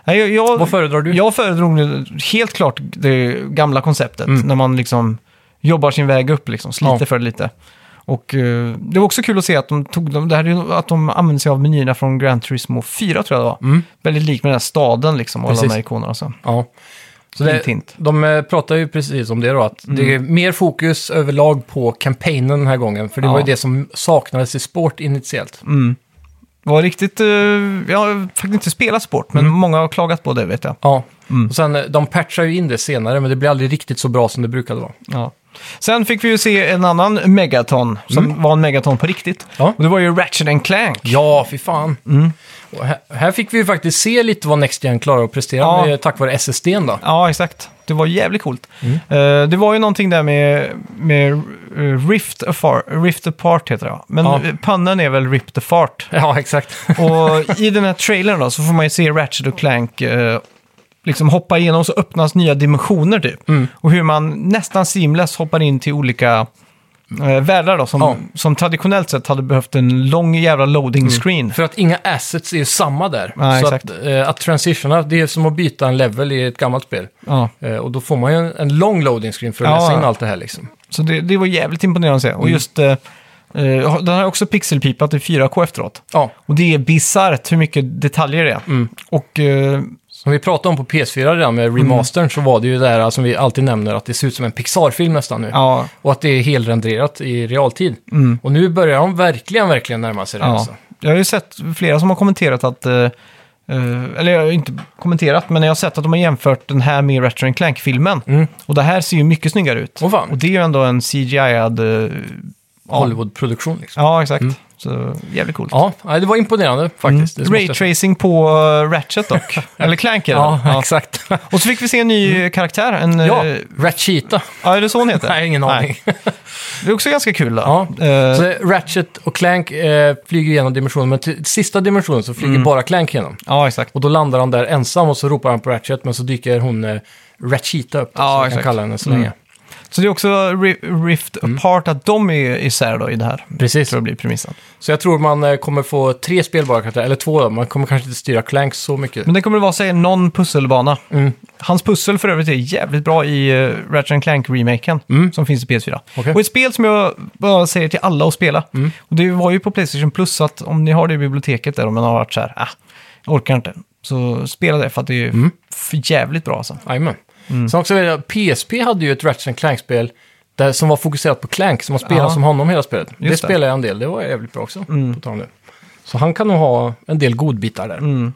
[SPEAKER 1] Nej, jag, jag,
[SPEAKER 2] Vad föredrar du?
[SPEAKER 1] Jag föredrog nu helt klart det gamla konceptet, när man liksom jobbar sin väg upp, liksom, sliter
[SPEAKER 2] Mm. Ja.
[SPEAKER 1] för det lite. Och eh, det var också kul att se att de, tog de, det här, är ju att de använde sig av menyerna från Gran Turismo 4, tror jag det var. Väldigt lik med den här staden liksom, och alla
[SPEAKER 2] Mm.
[SPEAKER 1] de
[SPEAKER 2] Precis.
[SPEAKER 1] här ikonerna. och Så.
[SPEAKER 2] Ja. Så
[SPEAKER 1] Hint,
[SPEAKER 2] det,
[SPEAKER 1] hint.
[SPEAKER 2] de eh, pratar ju precis om det då, att
[SPEAKER 1] Mm.
[SPEAKER 2] det är mer fokus överlag på kampanjen den här gången. För det
[SPEAKER 1] Ja.
[SPEAKER 2] var ju det som saknades i sport initiellt.
[SPEAKER 1] Var riktigt, eh, jag har faktiskt inte spelat sport,
[SPEAKER 2] Mm.
[SPEAKER 1] men många har klagat på det vet jag.
[SPEAKER 2] Ja, och sen eh, de patchar ju in det senare, men det blir aldrig riktigt så bra som det brukade vara.
[SPEAKER 1] Ja. Sen fick vi ju se en annan megaton, som var en megaton på riktigt.
[SPEAKER 2] Mm. Ja.
[SPEAKER 1] Och det var ju Ratchet and Clank.
[SPEAKER 2] Ja, fy fan. Och här, här fick vi ju faktiskt se lite vad Next Gen klarar att prestera
[SPEAKER 1] Ja.
[SPEAKER 2] med, tack vare SSD då.
[SPEAKER 1] Ja, exakt. Det var jävligt coolt.
[SPEAKER 2] Mm.
[SPEAKER 1] Eh, det var ju någonting där med, med eh, Rift, afar, Rift Apart heter det va? Men
[SPEAKER 2] Ja.
[SPEAKER 1] ja. pannan är väl Ripped Apart.
[SPEAKER 2] Ja, *laughs* exakt.
[SPEAKER 1] Och
[SPEAKER 2] *laughs*
[SPEAKER 1] i den här trailern då så får man ju se Ratchet och Clank eh, liksom hoppa igenom så öppnas nya dimensioner typ.
[SPEAKER 2] Mm.
[SPEAKER 1] Och hur man nästan seamless hoppar in till olika eh, världar då som,
[SPEAKER 2] Ja. Mm.
[SPEAKER 1] som traditionellt sett hade behövt en lång jävla loading screen.
[SPEAKER 2] För att inga assets är ju samma där.
[SPEAKER 1] Nej,
[SPEAKER 2] så
[SPEAKER 1] exakt.
[SPEAKER 2] att, eh, att transitiona, det är som att byta en level i ett gammalt spel.
[SPEAKER 1] Ja.
[SPEAKER 2] Eh, och då får man ju en, en lång loading screen för att
[SPEAKER 1] Ja,
[SPEAKER 2] läsa in
[SPEAKER 1] ja.
[SPEAKER 2] allt det här liksom.
[SPEAKER 1] Så det, det var jävligt imponerande att se.
[SPEAKER 2] Mm.
[SPEAKER 1] Och just, eh, eh, den har också pixelpipat i 4K efteråt.
[SPEAKER 2] Ja,
[SPEAKER 1] Och det är bisarrt hur mycket detaljer det är.
[SPEAKER 2] Mm.
[SPEAKER 1] Och eh,
[SPEAKER 2] som vi pratade om på PS4 redan med remastern så var det ju det här som vi alltid nämner att det ser ut som en Pixar-film nästan nu.
[SPEAKER 1] ja,
[SPEAKER 2] Och att det är helrenderat i realtid. Och nu börjar de verkligen, verkligen närma sig det.
[SPEAKER 1] Mm. ja.
[SPEAKER 2] Alltså.
[SPEAKER 1] jag har ju sett flera som har kommenterat att, eh, eh, eller jag har ju inte kommenterat, men jag har sett att de har jämfört den här med Ratchet Clank-filmen.
[SPEAKER 2] Mm.
[SPEAKER 1] Och det här ser ju mycket snyggare ut.
[SPEAKER 2] Åh, fan.
[SPEAKER 1] Och det är ju ändå en CGI-ad... Eh, ja.
[SPEAKER 2] Hollywood-produktion liksom.
[SPEAKER 1] ja, exakt. Så jävligt coolt.
[SPEAKER 2] Ja, nej, det var imponerande
[SPEAKER 1] Mm.
[SPEAKER 2] faktiskt. Det måste jag säga.
[SPEAKER 1] Raytracing på eh, Ratchet
[SPEAKER 2] *laughs*
[SPEAKER 1] dock. eller Clank är det
[SPEAKER 2] Ja,
[SPEAKER 1] väl? *laughs*
[SPEAKER 2] exakt. Mm.
[SPEAKER 1] Och så fick vi se en ny karaktär. En,
[SPEAKER 2] ja,
[SPEAKER 1] eh,
[SPEAKER 2] Ratchita.
[SPEAKER 1] ja, är det så hon heter?
[SPEAKER 2] *laughs* Nej, ingen aning.
[SPEAKER 1] Det är också ganska kul då.
[SPEAKER 2] Ja.
[SPEAKER 1] Eh,
[SPEAKER 2] Så Ratchet och Clank eh, flyger genom dimensionen, men till sista dimensionen så
[SPEAKER 1] Mm.
[SPEAKER 2] flyger bara Clank genom.
[SPEAKER 1] ja, exakt.
[SPEAKER 2] Och då landar han där ensam och så ropar han på Ratchet, men så dyker hon eh, Ratchita upp, då,
[SPEAKER 1] Ja,
[SPEAKER 2] som vi kan
[SPEAKER 1] exakt.
[SPEAKER 2] kalla henne så
[SPEAKER 1] Mm.
[SPEAKER 2] länge.
[SPEAKER 1] Så det är också ri- Rift Apart, att de är isär då i det här.
[SPEAKER 2] Mm. Precis.
[SPEAKER 1] Tror jag blir premissen.
[SPEAKER 2] Så jag tror man eh, kommer få tre spelbara karaktärer, eller två, då. man kommer kanske inte styra Clank så mycket.
[SPEAKER 1] Men det kommer att vara sig någon pusselbana.
[SPEAKER 2] Mm.
[SPEAKER 1] Hans pussel för övrigt är jävligt bra i uh, Ratchet Clank-remaken som finns i PS4.
[SPEAKER 2] Mm. Okej. Mm.
[SPEAKER 1] Och ett spel som jag bara säger till alla att spela. Och det var ju på Playstation Plus, så att om ni har det i biblioteket där och man har varit så här, ah, jag orkar inte. Så spela det för att det är ju
[SPEAKER 2] Mm.
[SPEAKER 1] f- jävligt bra alltså.
[SPEAKER 2] Jajamän. Sen också, vet jag, PSP hade ju ett Ratchet Clank-spel där, som var fokuserat på Clank, som man spelade
[SPEAKER 1] Ja.
[SPEAKER 2] som honom hela spelet. det
[SPEAKER 1] det. Mm.
[SPEAKER 2] spelade jag en del, det var jävligt bra också. På tal om det. Så han kan nog ha en del godbitar där.
[SPEAKER 1] Mm.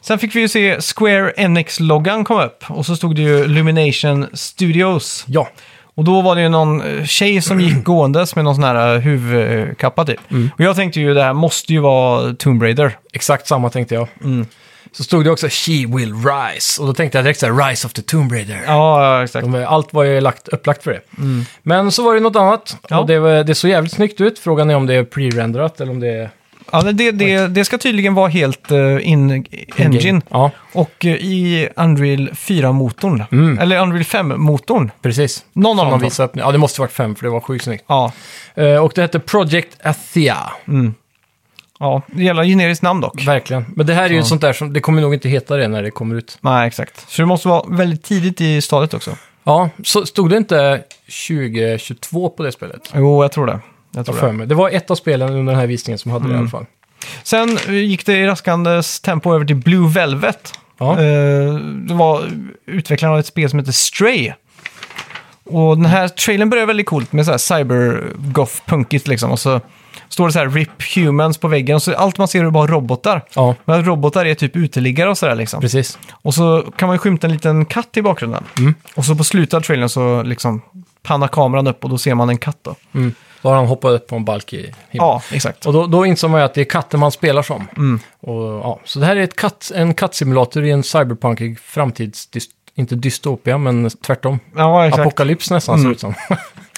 [SPEAKER 1] Sen fick vi ju se Square Enix-loggan komma upp och så stod det ju Lumination Studios.
[SPEAKER 2] Ja,
[SPEAKER 1] Och då var det ju någon eh, tjej som gick gåendes med någon sån här eh, huvudkappa typ. Och jag tänkte ju det här måste ju vara Tomb Raider.
[SPEAKER 2] exakt samma tänkte jag.
[SPEAKER 1] Mm.
[SPEAKER 2] Så stod det också “She will rise” och då tänkte jag direkt så här, “Rise of the Tomb Raider”.
[SPEAKER 1] Ja, ja, exakt.
[SPEAKER 2] De, allt var ju lagt, upplagt för det. Men så var det något annat.
[SPEAKER 1] Ja.
[SPEAKER 2] Och det, var- det såg jävligt snyggt ut. Frågan är om det är pre-renderat eller om det är...
[SPEAKER 1] Ja, men det, det, det ska tydligen vara helt eh, in engine.
[SPEAKER 2] Ja,
[SPEAKER 1] Och eh, i Unreal 4-motorn, eller Unreal 5-motorn.
[SPEAKER 2] precis.
[SPEAKER 1] Någon av
[SPEAKER 2] Som de
[SPEAKER 1] dem. då.
[SPEAKER 2] visade upp. Ja, det måste varit fem för det var sjukt snyggt.
[SPEAKER 1] Ja.
[SPEAKER 2] Eh, och det hette Project Athea.
[SPEAKER 1] Mm. ja, det gäller generiskt namn dock.
[SPEAKER 2] Verkligen. Men det här är ju sånt där som, det kommer nog inte heta det när det kommer ut.
[SPEAKER 1] Nej, exakt. Så det måste vara väldigt tidigt i stadiet också.
[SPEAKER 2] Ja, så stod det inte 2022 på det spelet?
[SPEAKER 1] Jo, jag tror det. Jag
[SPEAKER 2] Jag
[SPEAKER 1] tror Mm.
[SPEAKER 2] har för
[SPEAKER 1] det.
[SPEAKER 2] mig. Det var ett av spelen under den här visningen som hade det i alla fall.
[SPEAKER 1] Sen eh, gick det i raskande tempo över till Blue Velvet.
[SPEAKER 2] Ja.
[SPEAKER 1] Eh, Det var utvecklaren av ett spel som heter Stray. Och den här trailern börjar väldigt coolt med så här cyber-goth-punkigt liksom. Och så, står det så här RIP Humans på väggen. Och så allt man ser är bara robotar.
[SPEAKER 2] Ja,
[SPEAKER 1] Men robotar är typ uteliggare och sådär liksom.
[SPEAKER 2] precis.
[SPEAKER 1] Och så kan man ju skymta en liten katt i bakgrunden.
[SPEAKER 2] Mm.
[SPEAKER 1] Och så på slutet av trailern så liksom pannar kameran upp och då ser man en katt då.
[SPEAKER 2] Mm. Då har han hoppat upp på en balk i himlen.
[SPEAKER 1] Ja, Mm. exakt.
[SPEAKER 2] Och då, då insåg man ju att det är katten man spelar som. Och, ja, så det här är ett katt, en kattsimulator i en cyberpunkig framtids... Inte dystopia, men tvärtom.
[SPEAKER 1] Ja, exakt. Mm.
[SPEAKER 2] Apokalyps nästan ser det ut som.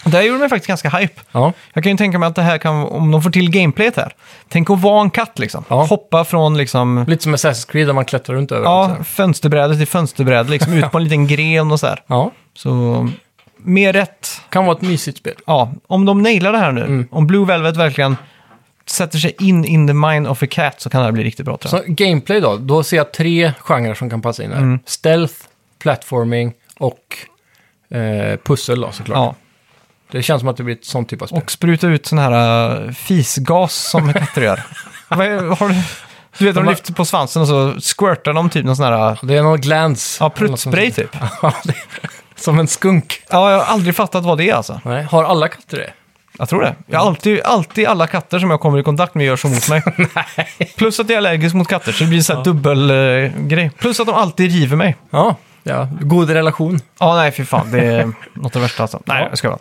[SPEAKER 1] Det här gjorde mig faktiskt ganska hype.
[SPEAKER 2] *laughs* ja.
[SPEAKER 1] Jag kan ju tänka mig att det här kan, om de får till gameplayet här, tänk att vara en katt liksom.
[SPEAKER 2] Ja.
[SPEAKER 1] Hoppa från liksom,
[SPEAKER 2] Lite som Assassin's Creed där man klättrar runt över.
[SPEAKER 1] ja, fönsterbräde till fönsterbräde, liksom ut på en liten gren och så här.
[SPEAKER 2] ja.
[SPEAKER 1] Så, mer rätt.
[SPEAKER 2] Kan vara ett mysigt spel.
[SPEAKER 1] Ja, om de nailar det här nu,
[SPEAKER 2] Mm.
[SPEAKER 1] om Blue Velvet verkligen sätter sig in in the mind of a cat så kan det här bli riktigt bra tror jag.
[SPEAKER 2] Så gameplay då, då ser jag tre genrer som kan passa in här.
[SPEAKER 1] Mm.
[SPEAKER 2] Stealth, platforming och eh, pussel då såklart.
[SPEAKER 1] Ja,
[SPEAKER 2] Det känns som att det blir ett sånt typ av spel.
[SPEAKER 1] och spruta ut sån här äh, fisgas som katter
[SPEAKER 2] *laughs*
[SPEAKER 1] gör. Vad är- har du, du vet, de
[SPEAKER 2] har-
[SPEAKER 1] lyfter på svansen och så squirtar de typ någon sån här äh,
[SPEAKER 2] Det är någon glans.
[SPEAKER 1] ja, pruttspray typ.
[SPEAKER 2] *laughs* Ja, det- som en skunk.
[SPEAKER 1] Ja, jag har aldrig fattat vad det är alltså.
[SPEAKER 2] Nej, har alla katter det?
[SPEAKER 1] Jag tror det. Jag har alltid, alltid alla katter som jag kommer i kontakt med gör så mot mig. Plus att jag är allergisk mot katter, så det blir en sån här dubbel eh, grej. Plus att de alltid river mig.
[SPEAKER 2] Ja, ja. god relation.
[SPEAKER 1] Ja, nej, fy fan. Det är något av det värsta alltså. Nej,
[SPEAKER 2] Ja.
[SPEAKER 1] jag ska vara.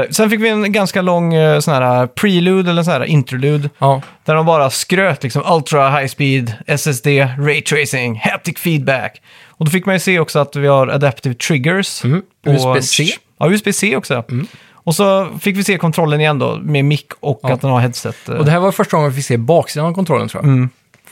[SPEAKER 1] Eh, sen fick vi en ganska lång eh, sån här prelude, eller sån här interlude,
[SPEAKER 2] Ja,
[SPEAKER 1] där de bara skröt liksom ultra high speed, SSD, ray tracing, haptic feedback. Och då fick man ju se också att vi har adaptive triggers.
[SPEAKER 2] Mm.
[SPEAKER 1] på-
[SPEAKER 2] USB-C.
[SPEAKER 1] Ja, USB-C också.
[SPEAKER 2] Mhm.
[SPEAKER 1] Och så fick vi se kontrollen igen då, med mick och att den har headset. eh,
[SPEAKER 2] och det här var första gången vi fick se baksidan av kontrollen tror
[SPEAKER 1] Mm.
[SPEAKER 2] jag.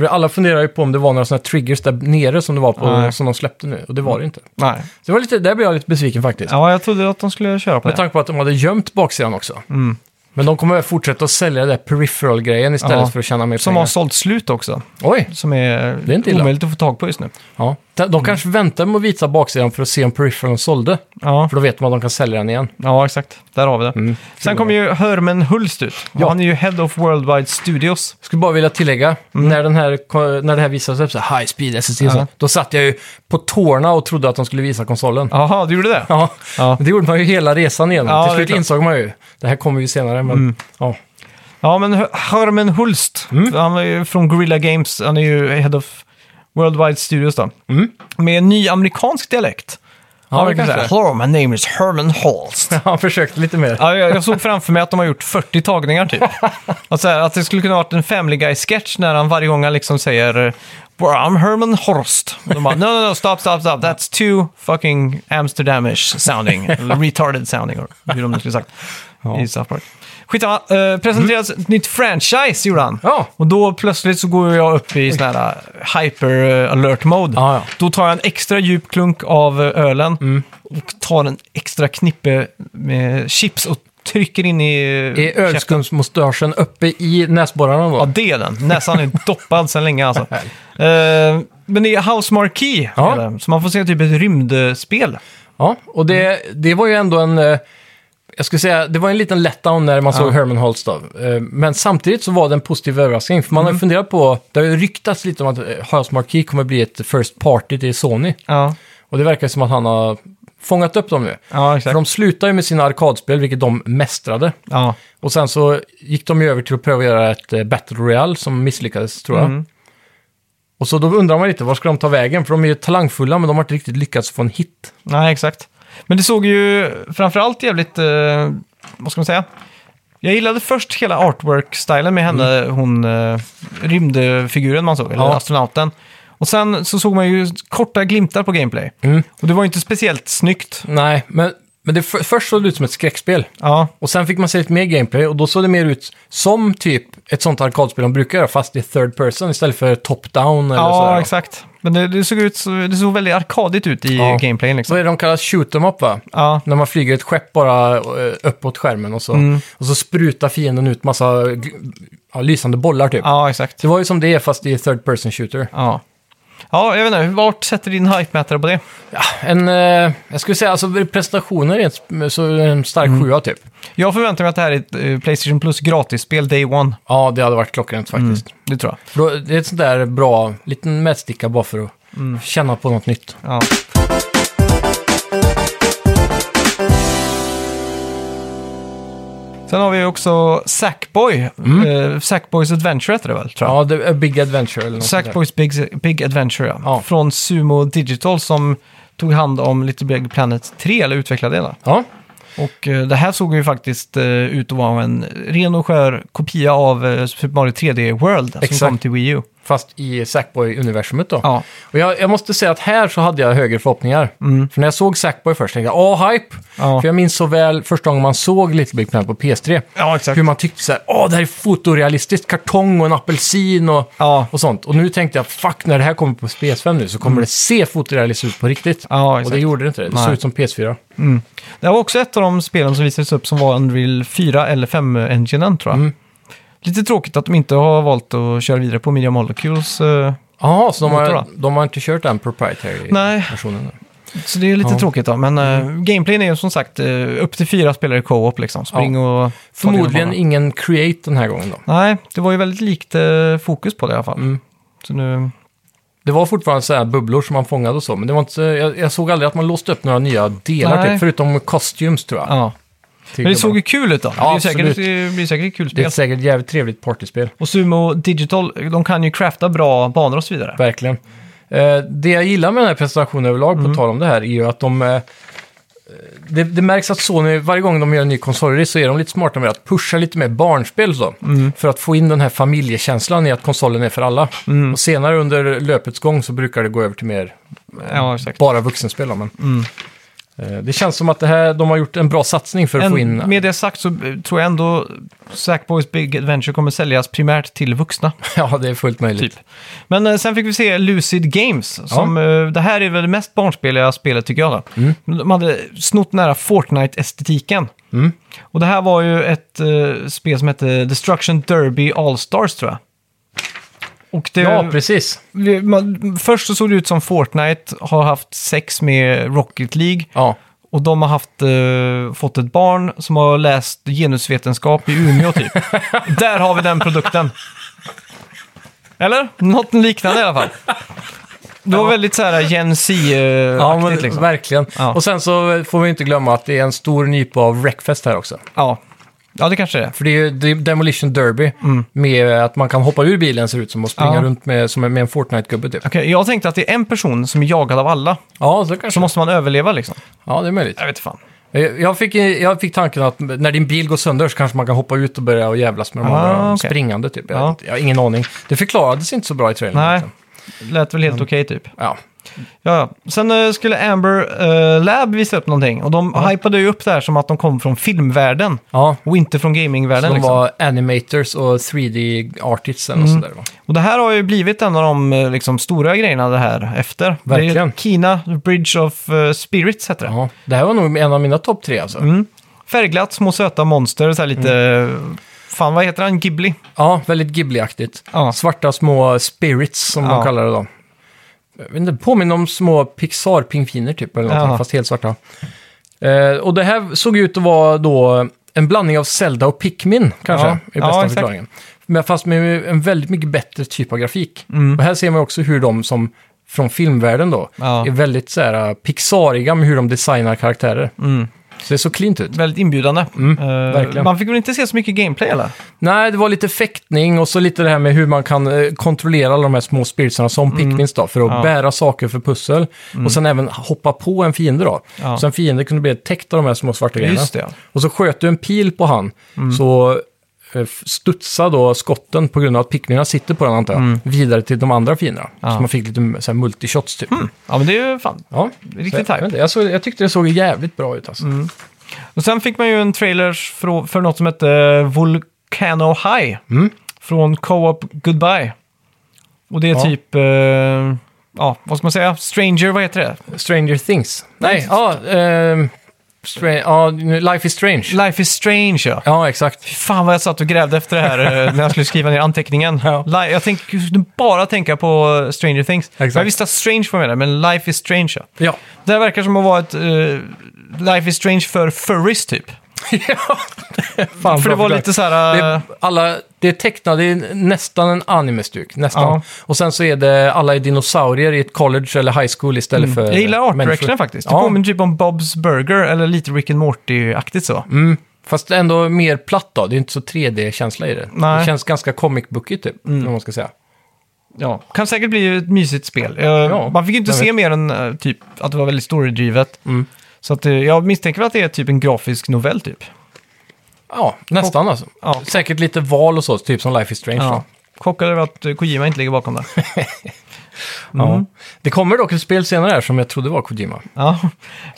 [SPEAKER 2] För alla funderar ju på om det var några sådana triggers där nere som det var på,
[SPEAKER 1] Nej. Mm.
[SPEAKER 2] som de släppte nu. Och det var det inte.
[SPEAKER 1] Nej.
[SPEAKER 2] Så det var lite, där blev jag lite besviken faktiskt.
[SPEAKER 1] Ja, jag trodde att de skulle köra på
[SPEAKER 2] Med
[SPEAKER 1] det.
[SPEAKER 2] tanke på att de hade gömt baksidan också.
[SPEAKER 1] Mm.
[SPEAKER 2] Men de kommer fortsätta att sälja den där peripheral-grejen istället
[SPEAKER 1] Ja.
[SPEAKER 2] för att tjäna mer
[SPEAKER 1] Som
[SPEAKER 2] pengar.
[SPEAKER 1] har sålt slut också,
[SPEAKER 2] Oj!
[SPEAKER 1] som är,
[SPEAKER 2] Det är inte illa.
[SPEAKER 1] omöjligt att få tag på just nu.
[SPEAKER 2] Ja. De de kanske väntar med att visa baksidan för att se om peripheralen sålde.
[SPEAKER 1] Ja.
[SPEAKER 2] För då vet man att de kan sälja den igen.
[SPEAKER 1] Ja, exakt. Där har vi det. Sen kom ju Herman Hulst ut. Och
[SPEAKER 2] Mm. Ja.
[SPEAKER 1] Han är ju Head of Worldwide Studios.
[SPEAKER 2] Skulle bara vilja tillägga, när, den här, ko- när det här visades upp, så här, high speed SSD,
[SPEAKER 1] Mm. Ja.
[SPEAKER 2] så, då satt jag ju på tårna och trodde att de skulle visa konsolen. Ja.
[SPEAKER 1] Jaha, du gjorde det? Ja.
[SPEAKER 2] Men det gjorde man ju hela resan igenom.
[SPEAKER 1] Ja, det är
[SPEAKER 2] Till slut
[SPEAKER 1] klart. Mm.
[SPEAKER 2] insåg man ju, det här kommer ju senare, men ja. *laughs*
[SPEAKER 1] Ja, men H- Herman Hulst,
[SPEAKER 2] Mm.
[SPEAKER 1] han är ju från Guerrilla Games. Han är ju Head of Worldwide Studios då. Med en ny amerikansk dialekt.
[SPEAKER 2] Mm. Ja, det
[SPEAKER 1] verkar
[SPEAKER 2] kanske.
[SPEAKER 1] så här, Hello, my name is Herman Hulst.
[SPEAKER 2] Han försökte lite mer.
[SPEAKER 1] Ja, jag, jag såg framför mig att de har gjort 40 tagningar typ. Och så här, att det skulle kunna varit en Family Guy-sketch när han varje gång han liksom säger "Well, I'm Herman Horst. Och De bara, no, no, no, stop, stop, stop. That's too fucking Amsterdamish sounding. Eller retarded sounding, eller hur de nu skulle sagt. I South Park. Skitsamma, uh, presenteras ett nytt franchise gjorde han.
[SPEAKER 2] Ja.
[SPEAKER 1] Och då plötsligt så går jag upp i sån här eh, hyper eh, alert mode.
[SPEAKER 2] Ja, Mm. ja.
[SPEAKER 1] Då tar jag en extra djup klunk av eh, ölen och tar en extra knippe med chips och trycker in i... eh,
[SPEAKER 2] Är
[SPEAKER 1] käften.
[SPEAKER 2] ölskumsmustaschen uppe i näsborrarna då?
[SPEAKER 1] Ja, det är den. Näsan
[SPEAKER 2] *laughs*
[SPEAKER 1] är doppad sedan länge alltså. Eh, men det är House Marquee,
[SPEAKER 2] Ja.
[SPEAKER 1] heter det. så man får se typ ett rymdspel.
[SPEAKER 2] Ja, och det,
[SPEAKER 1] Mm.
[SPEAKER 2] det var ju ändå en... eh, Jag skulle säga, det var en liten letdown när man såg Herman Holst då. Eh, Men samtidigt så var det en positiv överraskning. För man
[SPEAKER 1] Mm.
[SPEAKER 2] har ju funderat på, det har ju ryktats lite om att eh, House Marquee kommer bli ett first party till Sony.
[SPEAKER 1] Ja,
[SPEAKER 2] Och det verkar som att han har fångat upp dem nu.
[SPEAKER 1] ja
[SPEAKER 2] För
[SPEAKER 1] exakt.
[SPEAKER 2] de slutar ju med sina arkadspel, vilket de mästrade.
[SPEAKER 1] Ja.
[SPEAKER 2] Och sen så gick de ju över till att pröva att göra ett eh, Battle Royale som misslyckades tror jag.
[SPEAKER 1] Mm.
[SPEAKER 2] Och så då undrar man lite, var ska de ta vägen? För de är ju talangfulla, men de har inte riktigt lyckats få en hit.
[SPEAKER 1] Nej, exakt. Men det såg ju framförallt jävligt, eh, vad ska man säga? Jag gillade först hela artwork-stilen med henne, hon eh, rymdfiguren man såg, eller
[SPEAKER 2] Mm. Ja.
[SPEAKER 1] astronauten. Och sen så såg man ju korta glimtar på gameplay.
[SPEAKER 2] Mm.
[SPEAKER 1] Och det var ju inte speciellt snyggt.
[SPEAKER 2] Nej, men, men det, för, först såg det ut som ett skräckspel.
[SPEAKER 1] Ja,
[SPEAKER 2] Och sen fick man se lite mer gameplay och då såg det mer ut som typ ett sånt arkadspel de brukar göra, fast i third person istället för top-down eller sådär.
[SPEAKER 1] ja exakt. Men det, det, såg ut, så- det såg väldigt arkadigt ut i
[SPEAKER 2] Ja.
[SPEAKER 1] gameplayen
[SPEAKER 2] Så
[SPEAKER 1] liksom.
[SPEAKER 2] är det de kallar shoot 'em up va?
[SPEAKER 1] Ja,
[SPEAKER 2] När man flyger ett skepp bara eh, uppåt skärmen och så, och så sprutar fienden ut massa gl- ja, lysande bollar typ.
[SPEAKER 1] ja exakt.
[SPEAKER 2] Det var ju som det är fast i third person shooter.
[SPEAKER 1] Ja. ja, jag vet inte, vart sätter din hype-mätare på det?
[SPEAKER 2] Ja, en, eh, jag skulle säga alltså prestationer är en, så en stark sjua typ.
[SPEAKER 1] Jag förväntar mig att det här är ett eh, Playstation Plus gratisspel day one.
[SPEAKER 2] Ja, det hade varit klockrent faktiskt.
[SPEAKER 1] Det tror jag.
[SPEAKER 2] För då, det är ett sånt där bra, liten mätsticka bara för att
[SPEAKER 1] Mm.
[SPEAKER 2] känna på något nytt.
[SPEAKER 1] Ja. Sen har vi också Sackboy.
[SPEAKER 2] Mm.
[SPEAKER 1] Eh, Sackboys Adventure heter det väl, tror jag.
[SPEAKER 2] Ja, The, A Big Adventure eller något sånt där.
[SPEAKER 1] Sackboys Big, Big Adventure, ja.
[SPEAKER 2] Ja.
[SPEAKER 1] Från Sumo Digital som tog hand om Little Big Planet 3, eller utvecklade det. då.
[SPEAKER 2] Ja,
[SPEAKER 1] Och eh, det här såg ju faktiskt eh, ut att vara en ren och skör kopia av eh, Super Mario 3D World som
[SPEAKER 2] Exakt.
[SPEAKER 1] kom till Wii U.
[SPEAKER 2] fast i Sackboy-universumet då.
[SPEAKER 1] Ja.
[SPEAKER 2] Och jag, jag måste säga att här så hade jag högre förhoppningar. För när jag såg Sackboy först tänkte jag, åh, hype!
[SPEAKER 1] Mm. Ja.
[SPEAKER 2] För jag minns så väl första gången man såg Little Big Planet på PS3.
[SPEAKER 1] Ja, exakt.
[SPEAKER 2] Hur man tyckte så här, åh, det här är fotorealistiskt, kartong och en apelsin och,
[SPEAKER 1] Ja.
[SPEAKER 2] och sånt. Och nu tänkte jag, fuck, när det här kommer på PS5 nu så kommer det se fotorealistiskt ut på riktigt.
[SPEAKER 1] Mm. Ja,
[SPEAKER 2] och
[SPEAKER 1] exakt.
[SPEAKER 2] det gjorde det inte, det såg
[SPEAKER 1] Nej.
[SPEAKER 2] ut som PS4.
[SPEAKER 1] Det här var också ett av de spelen som visades upp som var Unreal 4 eller 5-enginen tror jag.
[SPEAKER 2] Mm.
[SPEAKER 1] Lite tråkigt att de inte har valt att köra vidare på Media Molecules. eh,
[SPEAKER 2] Jaha, så de
[SPEAKER 1] Motor,
[SPEAKER 2] har, de har inte kört den proprietary
[SPEAKER 1] Nej.
[SPEAKER 2] versionen? där.
[SPEAKER 1] Så det är lite
[SPEAKER 2] Ja. Mm.
[SPEAKER 1] tråkigt då. Men uh, gameplayen är ju som sagt eh, upp till fyra spelare i co-op liksom. Spring och...
[SPEAKER 2] Förmodligen
[SPEAKER 1] ta dig
[SPEAKER 2] ingen create den här gången då.
[SPEAKER 1] om banan. Nej, det var ju väldigt likt eh, fokus på det i alla fall.
[SPEAKER 2] Mm.
[SPEAKER 1] Så nu...
[SPEAKER 2] Det var fortfarande så här bubblor som man fångade och så, men det var inte, så- jag, jag såg aldrig att man låste upp några nya delar,
[SPEAKER 1] Nej.
[SPEAKER 2] typ, förutom costumes tror jag.
[SPEAKER 1] Ja.
[SPEAKER 2] till
[SPEAKER 1] Men det
[SPEAKER 2] gubbarna.
[SPEAKER 1] såg ju kul ut då.
[SPEAKER 2] Ja,
[SPEAKER 1] det, är ju säkert,
[SPEAKER 2] absolut.
[SPEAKER 1] det blir säkert ett kul
[SPEAKER 2] det är
[SPEAKER 1] spel.
[SPEAKER 2] ett säkert jävligt trevligt partyspel,
[SPEAKER 1] Och Sumo Digital, de kan ju crafta bra banor och så vidare.
[SPEAKER 2] verkligen. Eh, det jag gillar med den här presentationen överlag,
[SPEAKER 1] Mm.
[SPEAKER 2] på tal om det här, är ju att de... Eh, det, det märks att Sony, varje gång de gör en ny konsolrelease så är de lite smarta med att pusha lite mer barnspel och så.
[SPEAKER 1] Mm.
[SPEAKER 2] För att få in den här familjekänslan i att konsolen är för alla.
[SPEAKER 1] Mm.
[SPEAKER 2] Och senare under löpets gång så brukar det gå över till mer
[SPEAKER 1] Ja, exakt.
[SPEAKER 2] bara vuxenspel. då, Men,
[SPEAKER 1] Mm.
[SPEAKER 2] Eh, Det känns som att det här, de har gjort en bra satsning för att få in...
[SPEAKER 1] En, med det sagt så eh, tror jag ändå Sackboys Big Adventure kommer säljas primärt till vuxna.
[SPEAKER 2] *laughs* Ja, det är fullt möjligt.
[SPEAKER 1] Typ. Men eh, sen fick vi se Lucid Games. Som, eh, det här är väl det mest barnspeliga spelet tycker jag. Då.
[SPEAKER 2] Mm.
[SPEAKER 1] De hade snott nära Fortnite-estetiken.
[SPEAKER 2] Mm.
[SPEAKER 1] Och det här var ju ett eh, spel som hette Destruction Derby All-Stars tror jag. Och det,
[SPEAKER 2] Ja, precis.
[SPEAKER 1] vi- man, först så såg det ut som Fortnite har haft sex med Rocket League.
[SPEAKER 2] Ja.
[SPEAKER 1] Och de har haft, eh, fått ett barn som har läst genusvetenskap i Umeå typ. Där har vi den produkten. Eller? Något liknande i alla fall. Det var väldigt så här Gen
[SPEAKER 2] Ja,
[SPEAKER 1] Z-aktigt
[SPEAKER 2] men
[SPEAKER 1] liksom.
[SPEAKER 2] verkligen.
[SPEAKER 1] Ja.
[SPEAKER 2] Och sen så får vi inte glömma att det är en stor nypa av Wreckfest här också.
[SPEAKER 1] Ja. ja, det kanske det är.
[SPEAKER 2] För det är ju det är Demolition Derby med att man kan hoppa ur bilen ser ut som och springa
[SPEAKER 1] Mm. Ja.
[SPEAKER 2] runt med, som en- med en Fortnite-gubbe typ.
[SPEAKER 1] Okej, jag tänkte att det är en person som är jagad av alla.
[SPEAKER 2] Ja, så kanske.
[SPEAKER 1] Så måste man överleva liksom.
[SPEAKER 2] Ja, det är möjligt.
[SPEAKER 1] Jag vet fan.
[SPEAKER 2] Jag jag fick, eh, jag fick tanken att när din bil går sönder så kanske man kan hoppa ut och börja och jävlas med de
[SPEAKER 1] Ah,
[SPEAKER 2] andra
[SPEAKER 1] okej.
[SPEAKER 2] springande typ. Jag,
[SPEAKER 1] Ja.
[SPEAKER 2] vet inte. jag har ingen aning. Det förklarades inte så bra i trailern.
[SPEAKER 1] Nej,
[SPEAKER 2] egentligen.
[SPEAKER 1] lät väl helt okej typ.
[SPEAKER 2] Ja.
[SPEAKER 1] Ja, ja. Sen eh, skulle Amber eh, Lab visa upp någonting. Och de hypade ju upp det här som att de kom från filmvärlden.
[SPEAKER 2] ja.
[SPEAKER 1] Och inte från
[SPEAKER 2] Så
[SPEAKER 1] gamingvärlden.
[SPEAKER 2] de
[SPEAKER 1] liksom. Mm.
[SPEAKER 2] var animators och 3D-artists och sådär va?
[SPEAKER 1] Och det här har ju blivit en av de eh, liksom, stora grejerna det här efter. Det är
[SPEAKER 2] Verkligen.
[SPEAKER 1] Kina Bridge of eh, Spirits heter det.
[SPEAKER 2] Ja. Det här var nog en av mina topp tre
[SPEAKER 1] Mm.
[SPEAKER 2] alltså.
[SPEAKER 1] Färgglatt, små söta monster, så här lite...
[SPEAKER 2] Mm.
[SPEAKER 1] eh, Fan, vad heter han? Ghibli?
[SPEAKER 2] Ja, väldigt Ghibli-aktigt.
[SPEAKER 1] Ja.
[SPEAKER 2] Svarta små spirits som
[SPEAKER 1] Ja.
[SPEAKER 2] de kallar det då. Jag vet inte, påminner om små Pixar-pingviner typ, eller någonting,
[SPEAKER 1] Ja.
[SPEAKER 2] fast helt svarta. Eh, och det här såg ut att vara då en blandning av Zelda och Pikmin, kanske,
[SPEAKER 1] Ja.
[SPEAKER 2] i bästa
[SPEAKER 1] Ja, exakt.
[SPEAKER 2] förklaringen. Men fast med en väldigt mycket bättre typ av grafik. Och här ser man också hur de som från filmvärlden då,
[SPEAKER 1] Mm. Ja.
[SPEAKER 2] är väldigt så här, eh, pixariga med hur de designar karaktärer.
[SPEAKER 1] Mm.
[SPEAKER 2] Så det såg klint ut.
[SPEAKER 1] Väldigt inbjudande. Eh,
[SPEAKER 2] Mm, verkligen.
[SPEAKER 1] man fick väl inte se så mycket gameplay eller?
[SPEAKER 2] Nej, det var lite fäktning och så lite det här med hur man kan eh, kontrollera alla de här små spiritsarna som picknins då, för att
[SPEAKER 1] Mm. Ja. Mm.
[SPEAKER 2] bära saker för pussel. Och sen även hoppa på en fiende då.
[SPEAKER 1] Ja.
[SPEAKER 2] Så en fiende kunde bli täckt av de här små svarta grejerna.
[SPEAKER 1] Just det, ja. Mm.
[SPEAKER 2] Och så sköt du en pil på han, så eh, f- studsade då skotten på grund av att picknarna sitter på den antar jag, vidare till de andra fienderna.
[SPEAKER 1] Mm. Ja.
[SPEAKER 2] Så man fick lite så här multishots typ.
[SPEAKER 1] Ja, men det är ju fan
[SPEAKER 2] Ja. Så
[SPEAKER 1] riktigt
[SPEAKER 2] jag, jag,
[SPEAKER 1] hype. Mm.
[SPEAKER 2] vet inte, jag, såg, jag tyckte det såg jävligt bra ut alltså.
[SPEAKER 1] Och sen fick man ju en trailer för, för något som hette Volcano High.
[SPEAKER 2] Mm.
[SPEAKER 1] Från Co-op Goodbye. Och det är
[SPEAKER 2] Ja.
[SPEAKER 1] typ... eh, ja, vad ska man säga? Stranger, vad heter det?
[SPEAKER 2] Stranger Things. Nej, ja. ehm, stra- ja, nu- Life is Strange.
[SPEAKER 1] Life is Strange, ja.
[SPEAKER 2] Ja, exakt.
[SPEAKER 1] Fan vad jag satt och grävde efter det här eh, när jag skulle skriva ner anteckningen.
[SPEAKER 2] Ja.
[SPEAKER 1] Li- Jag tänkte jag skulle bara tänka på eh, Stranger Things.
[SPEAKER 2] Exakt.
[SPEAKER 1] Jag visste att Strange var med där, men Life is Strange. Ja.
[SPEAKER 2] *laughs* Ja,
[SPEAKER 1] Det här verkar som att vara ett eh, Life is Strange för furries typ.
[SPEAKER 2] fan
[SPEAKER 1] för det
[SPEAKER 2] bra
[SPEAKER 1] var
[SPEAKER 2] förklarat.
[SPEAKER 1] lite så här...
[SPEAKER 2] Det
[SPEAKER 1] eh,
[SPEAKER 2] är, alla, det är tecknat, det är nästan en anime-stuk. Nästan.
[SPEAKER 1] Ja.
[SPEAKER 2] Och sen så är det alla är dinosaurier i ett college eller high school istället för...
[SPEAKER 1] Mm. jag gillar art
[SPEAKER 2] människor.
[SPEAKER 1] directionen faktiskt. Det
[SPEAKER 2] Ja. Mm.
[SPEAKER 1] påminner typ om Bob's Burger eller lite Rick and Morty-aktigt så.
[SPEAKER 2] Fast ändå mer platt då, det är inte så 3D-känsla i det.
[SPEAKER 1] Nej. Mm.
[SPEAKER 2] Det känns ganska comic bookigt typ, om man ska säga.
[SPEAKER 1] Ja, kan säkert bli ett mysigt spel. Eh, man fick ju inte
[SPEAKER 2] jag
[SPEAKER 1] se
[SPEAKER 2] vet. Mm.
[SPEAKER 1] mer än eh, typ att det var väldigt storydrivet. Så att, eh, jag misstänker väl att det är typ en grafisk novell typ.
[SPEAKER 2] Ja, nästan alltså.
[SPEAKER 1] Ja.
[SPEAKER 2] Säkert lite val och så, typ som Life is Strange.
[SPEAKER 1] Ja.
[SPEAKER 2] då.
[SPEAKER 1] Chockad över att eh, Kojima inte ligger bakom det. Mm.
[SPEAKER 2] Ja. Det kommer dock ett spel senare här som jag trodde var Kojima.
[SPEAKER 1] Ja.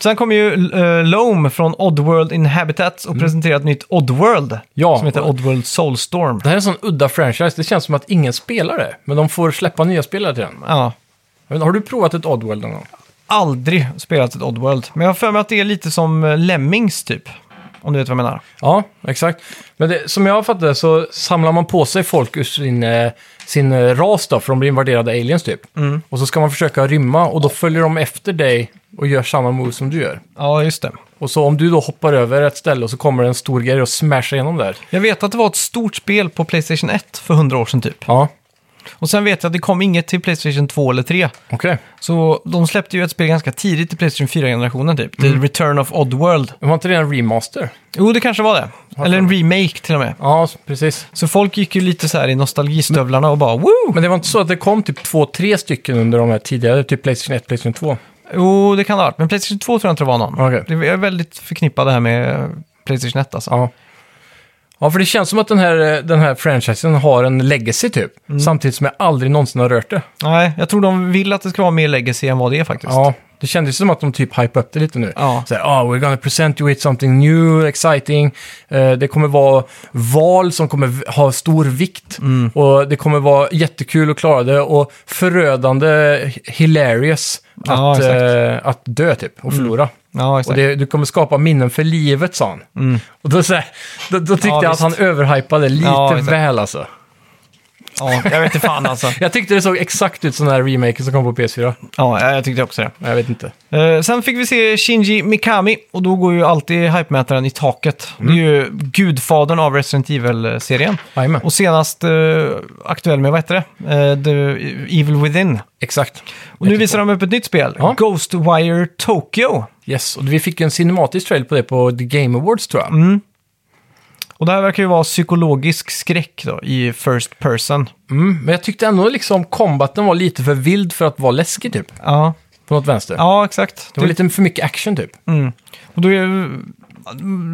[SPEAKER 1] Sen kom ju eh, Loam från Oddworld Inhabitats och presenterade ett nytt Oddworld.
[SPEAKER 2] Ja.
[SPEAKER 1] Som heter Oddworld Soulstorm.
[SPEAKER 2] Det här är en sån udda franchise, det känns som att ingen spelar det. Men de får släppa nya spelare till den.
[SPEAKER 1] Ja.
[SPEAKER 2] Jag vet inte, Har du provat ett Oddworld någon gång?
[SPEAKER 1] Aldrig spelat ett Oddworld. Men jag har för mig att det är lite som eh, Lemmings typ. Om du vet vad jag menar.
[SPEAKER 2] Ja, exakt. Men det, som jag fattar det så samlar man på sig folk ur sin, eh, sin eh, ras då, för de blir invaderade av aliens typ. Och så ska man försöka rymma och då följer de efter dig och gör samma move som du gör.
[SPEAKER 1] Ja, just det.
[SPEAKER 2] Och så om du då hoppar över ett ställe och så kommer en stor grej och smashar igenom där.
[SPEAKER 1] Jag vet att det var ett stort spel på Playstation 1 för 100 år sedan typ.
[SPEAKER 2] Ja,
[SPEAKER 1] Och sen vet jag att det kom inget till Playstation 2 eller 3.
[SPEAKER 2] okej.
[SPEAKER 1] Så de släppte ju ett spel ganska tidigt i Playstation 4-generationen typ. The Return of Oddworld.
[SPEAKER 2] Men Var inte det en remaster?
[SPEAKER 1] Jo, det kanske var det. Eller en remake till och med.
[SPEAKER 2] Ja, precis.
[SPEAKER 1] Så folk gick ju lite så här i nostalgistövlarna och bara woo!
[SPEAKER 2] Men det var inte så att det kom typ två, tre stycken under de här tidigare, typ Playstation 1, Playstation 2?
[SPEAKER 1] Jo, det kan det ha varit. Men Playstation 2 tror jag inte det var någon.
[SPEAKER 2] Okej.
[SPEAKER 1] Det är väldigt förknippat det här med Playstation 1 alltså.
[SPEAKER 2] Ja. Ja, för det känns som att den här, eh, den här franchisen har en legacy typ.
[SPEAKER 1] Mm.
[SPEAKER 2] Samtidigt som jag aldrig någonsin har rört det.
[SPEAKER 1] Nej, jag tror de vill att det ska vara mer legacy än vad det är faktiskt.
[SPEAKER 2] Ja, det kändes som att de typ hype upp det lite nu.
[SPEAKER 1] Ja.
[SPEAKER 2] Så här, oh, we're gonna present you with something new, exciting. Eh, det kommer vara val som kommer v- ha stor vikt.
[SPEAKER 1] Mm.
[SPEAKER 2] Och det kommer vara jättekul att klara det och förödande hilarious
[SPEAKER 1] Ja,
[SPEAKER 2] att,
[SPEAKER 1] exakt. Mm.
[SPEAKER 2] eh, att dö typ och förlora.
[SPEAKER 1] ja
[SPEAKER 2] Och
[SPEAKER 1] exakt.
[SPEAKER 2] det, du kommer skapa minnen för livet, sa han. Och då, så här, då, då tyckte
[SPEAKER 1] Mm. Ja,
[SPEAKER 2] jag att
[SPEAKER 1] visst.
[SPEAKER 2] han överhypade lite
[SPEAKER 1] Ja, exakt.
[SPEAKER 2] väl alltså.
[SPEAKER 1] Ja, jag vet inte fan alltså.
[SPEAKER 2] Jag tyckte det såg exakt ut som den här remaken som kom på PS4.
[SPEAKER 1] Ja, jag tyckte också det.
[SPEAKER 2] Jag vet inte.
[SPEAKER 1] Eh, sen fick vi se Shinji Mikami och då går ju alltid hypemätaren i taket. Det är ju gudfadern av Resident Evil-serien.
[SPEAKER 2] Mm. Jajamän.
[SPEAKER 1] Och senast eh, aktuell med, vad heter det? Eh, The Evil Within.
[SPEAKER 2] Exakt.
[SPEAKER 1] Och nu visar de upp ett nytt spel,
[SPEAKER 2] Ja.
[SPEAKER 1] Ghostwire Tokyo.
[SPEAKER 2] Yes, och vi fick ju en cinematisk trail på det på The Game Awards tror jag.
[SPEAKER 1] Mm. Och det här verkar ju vara psykologisk skräck då, i first person.
[SPEAKER 2] Mm, Men jag tyckte ändå liksom combaten var lite för vild för att vara läskig typ.
[SPEAKER 1] Ja,
[SPEAKER 2] På något vänster.
[SPEAKER 1] ja Mm. exakt.
[SPEAKER 2] Det var lite för mycket action typ.
[SPEAKER 1] Och då är ju-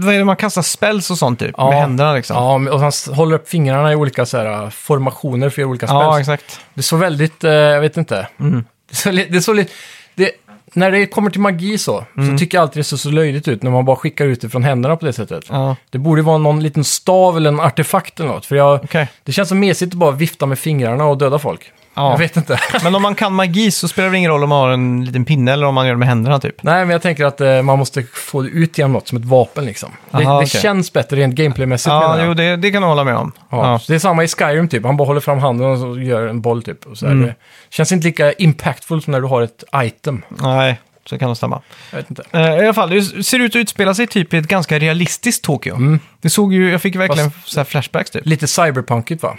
[SPEAKER 1] vad är det, man kastar spells och sånt typ,
[SPEAKER 2] Ja.
[SPEAKER 1] med händerna liksom.
[SPEAKER 2] Ja, men- och han s- håller upp fingrarna i olika så här, uh, formationer för olika spel.
[SPEAKER 1] ja exakt.
[SPEAKER 2] Det såg väldigt, eh, jag vet inte.
[SPEAKER 1] Mm.
[SPEAKER 2] Det såg, li- det såg lite, det, när det kommer till magi så,
[SPEAKER 1] Mm.
[SPEAKER 2] så tycker jag alltid det ser så löjligt ut när man bara skickar ut det från händerna på det sättet.
[SPEAKER 1] Ja.
[SPEAKER 2] Det borde vara någon liten stav eller en artefakt eller något. För jag,
[SPEAKER 1] Okej.
[SPEAKER 2] det känns så mesigt att bara vifta med fingrarna och döda folk.
[SPEAKER 1] Ja.
[SPEAKER 2] Jag vet inte. *laughs*
[SPEAKER 1] Men om man kan magi så spelar det ingen roll om man har en liten pinne eller om man gör det med händerna typ.
[SPEAKER 2] Nej, men jag tänker att eh, man måste få det ut genom något som ett vapen liksom. det
[SPEAKER 1] Aha,
[SPEAKER 2] det
[SPEAKER 1] okej.
[SPEAKER 2] känns bättre rent gameplaymässigt menar
[SPEAKER 1] Ja,
[SPEAKER 2] jag.
[SPEAKER 1] jo, det, det kan jag hålla med om.
[SPEAKER 2] Ja,
[SPEAKER 1] Ja.
[SPEAKER 2] så Det är samma i Skyrim typ. Han bara håller fram handen och så gör en boll typ. Och så här.
[SPEAKER 1] Mm.
[SPEAKER 2] Det känns inte lika impactful som när du har ett item.
[SPEAKER 1] Nej, så kan det stämma.
[SPEAKER 2] Jag vet inte.
[SPEAKER 1] Eh, I alla fall, det ser ut att utspela sig typ i ett ganska realistiskt Tokyo.
[SPEAKER 2] Mm.
[SPEAKER 1] Det såg ju, jag fick verkligen så här flashbacks typ.
[SPEAKER 2] Lite cyberpunkigt va?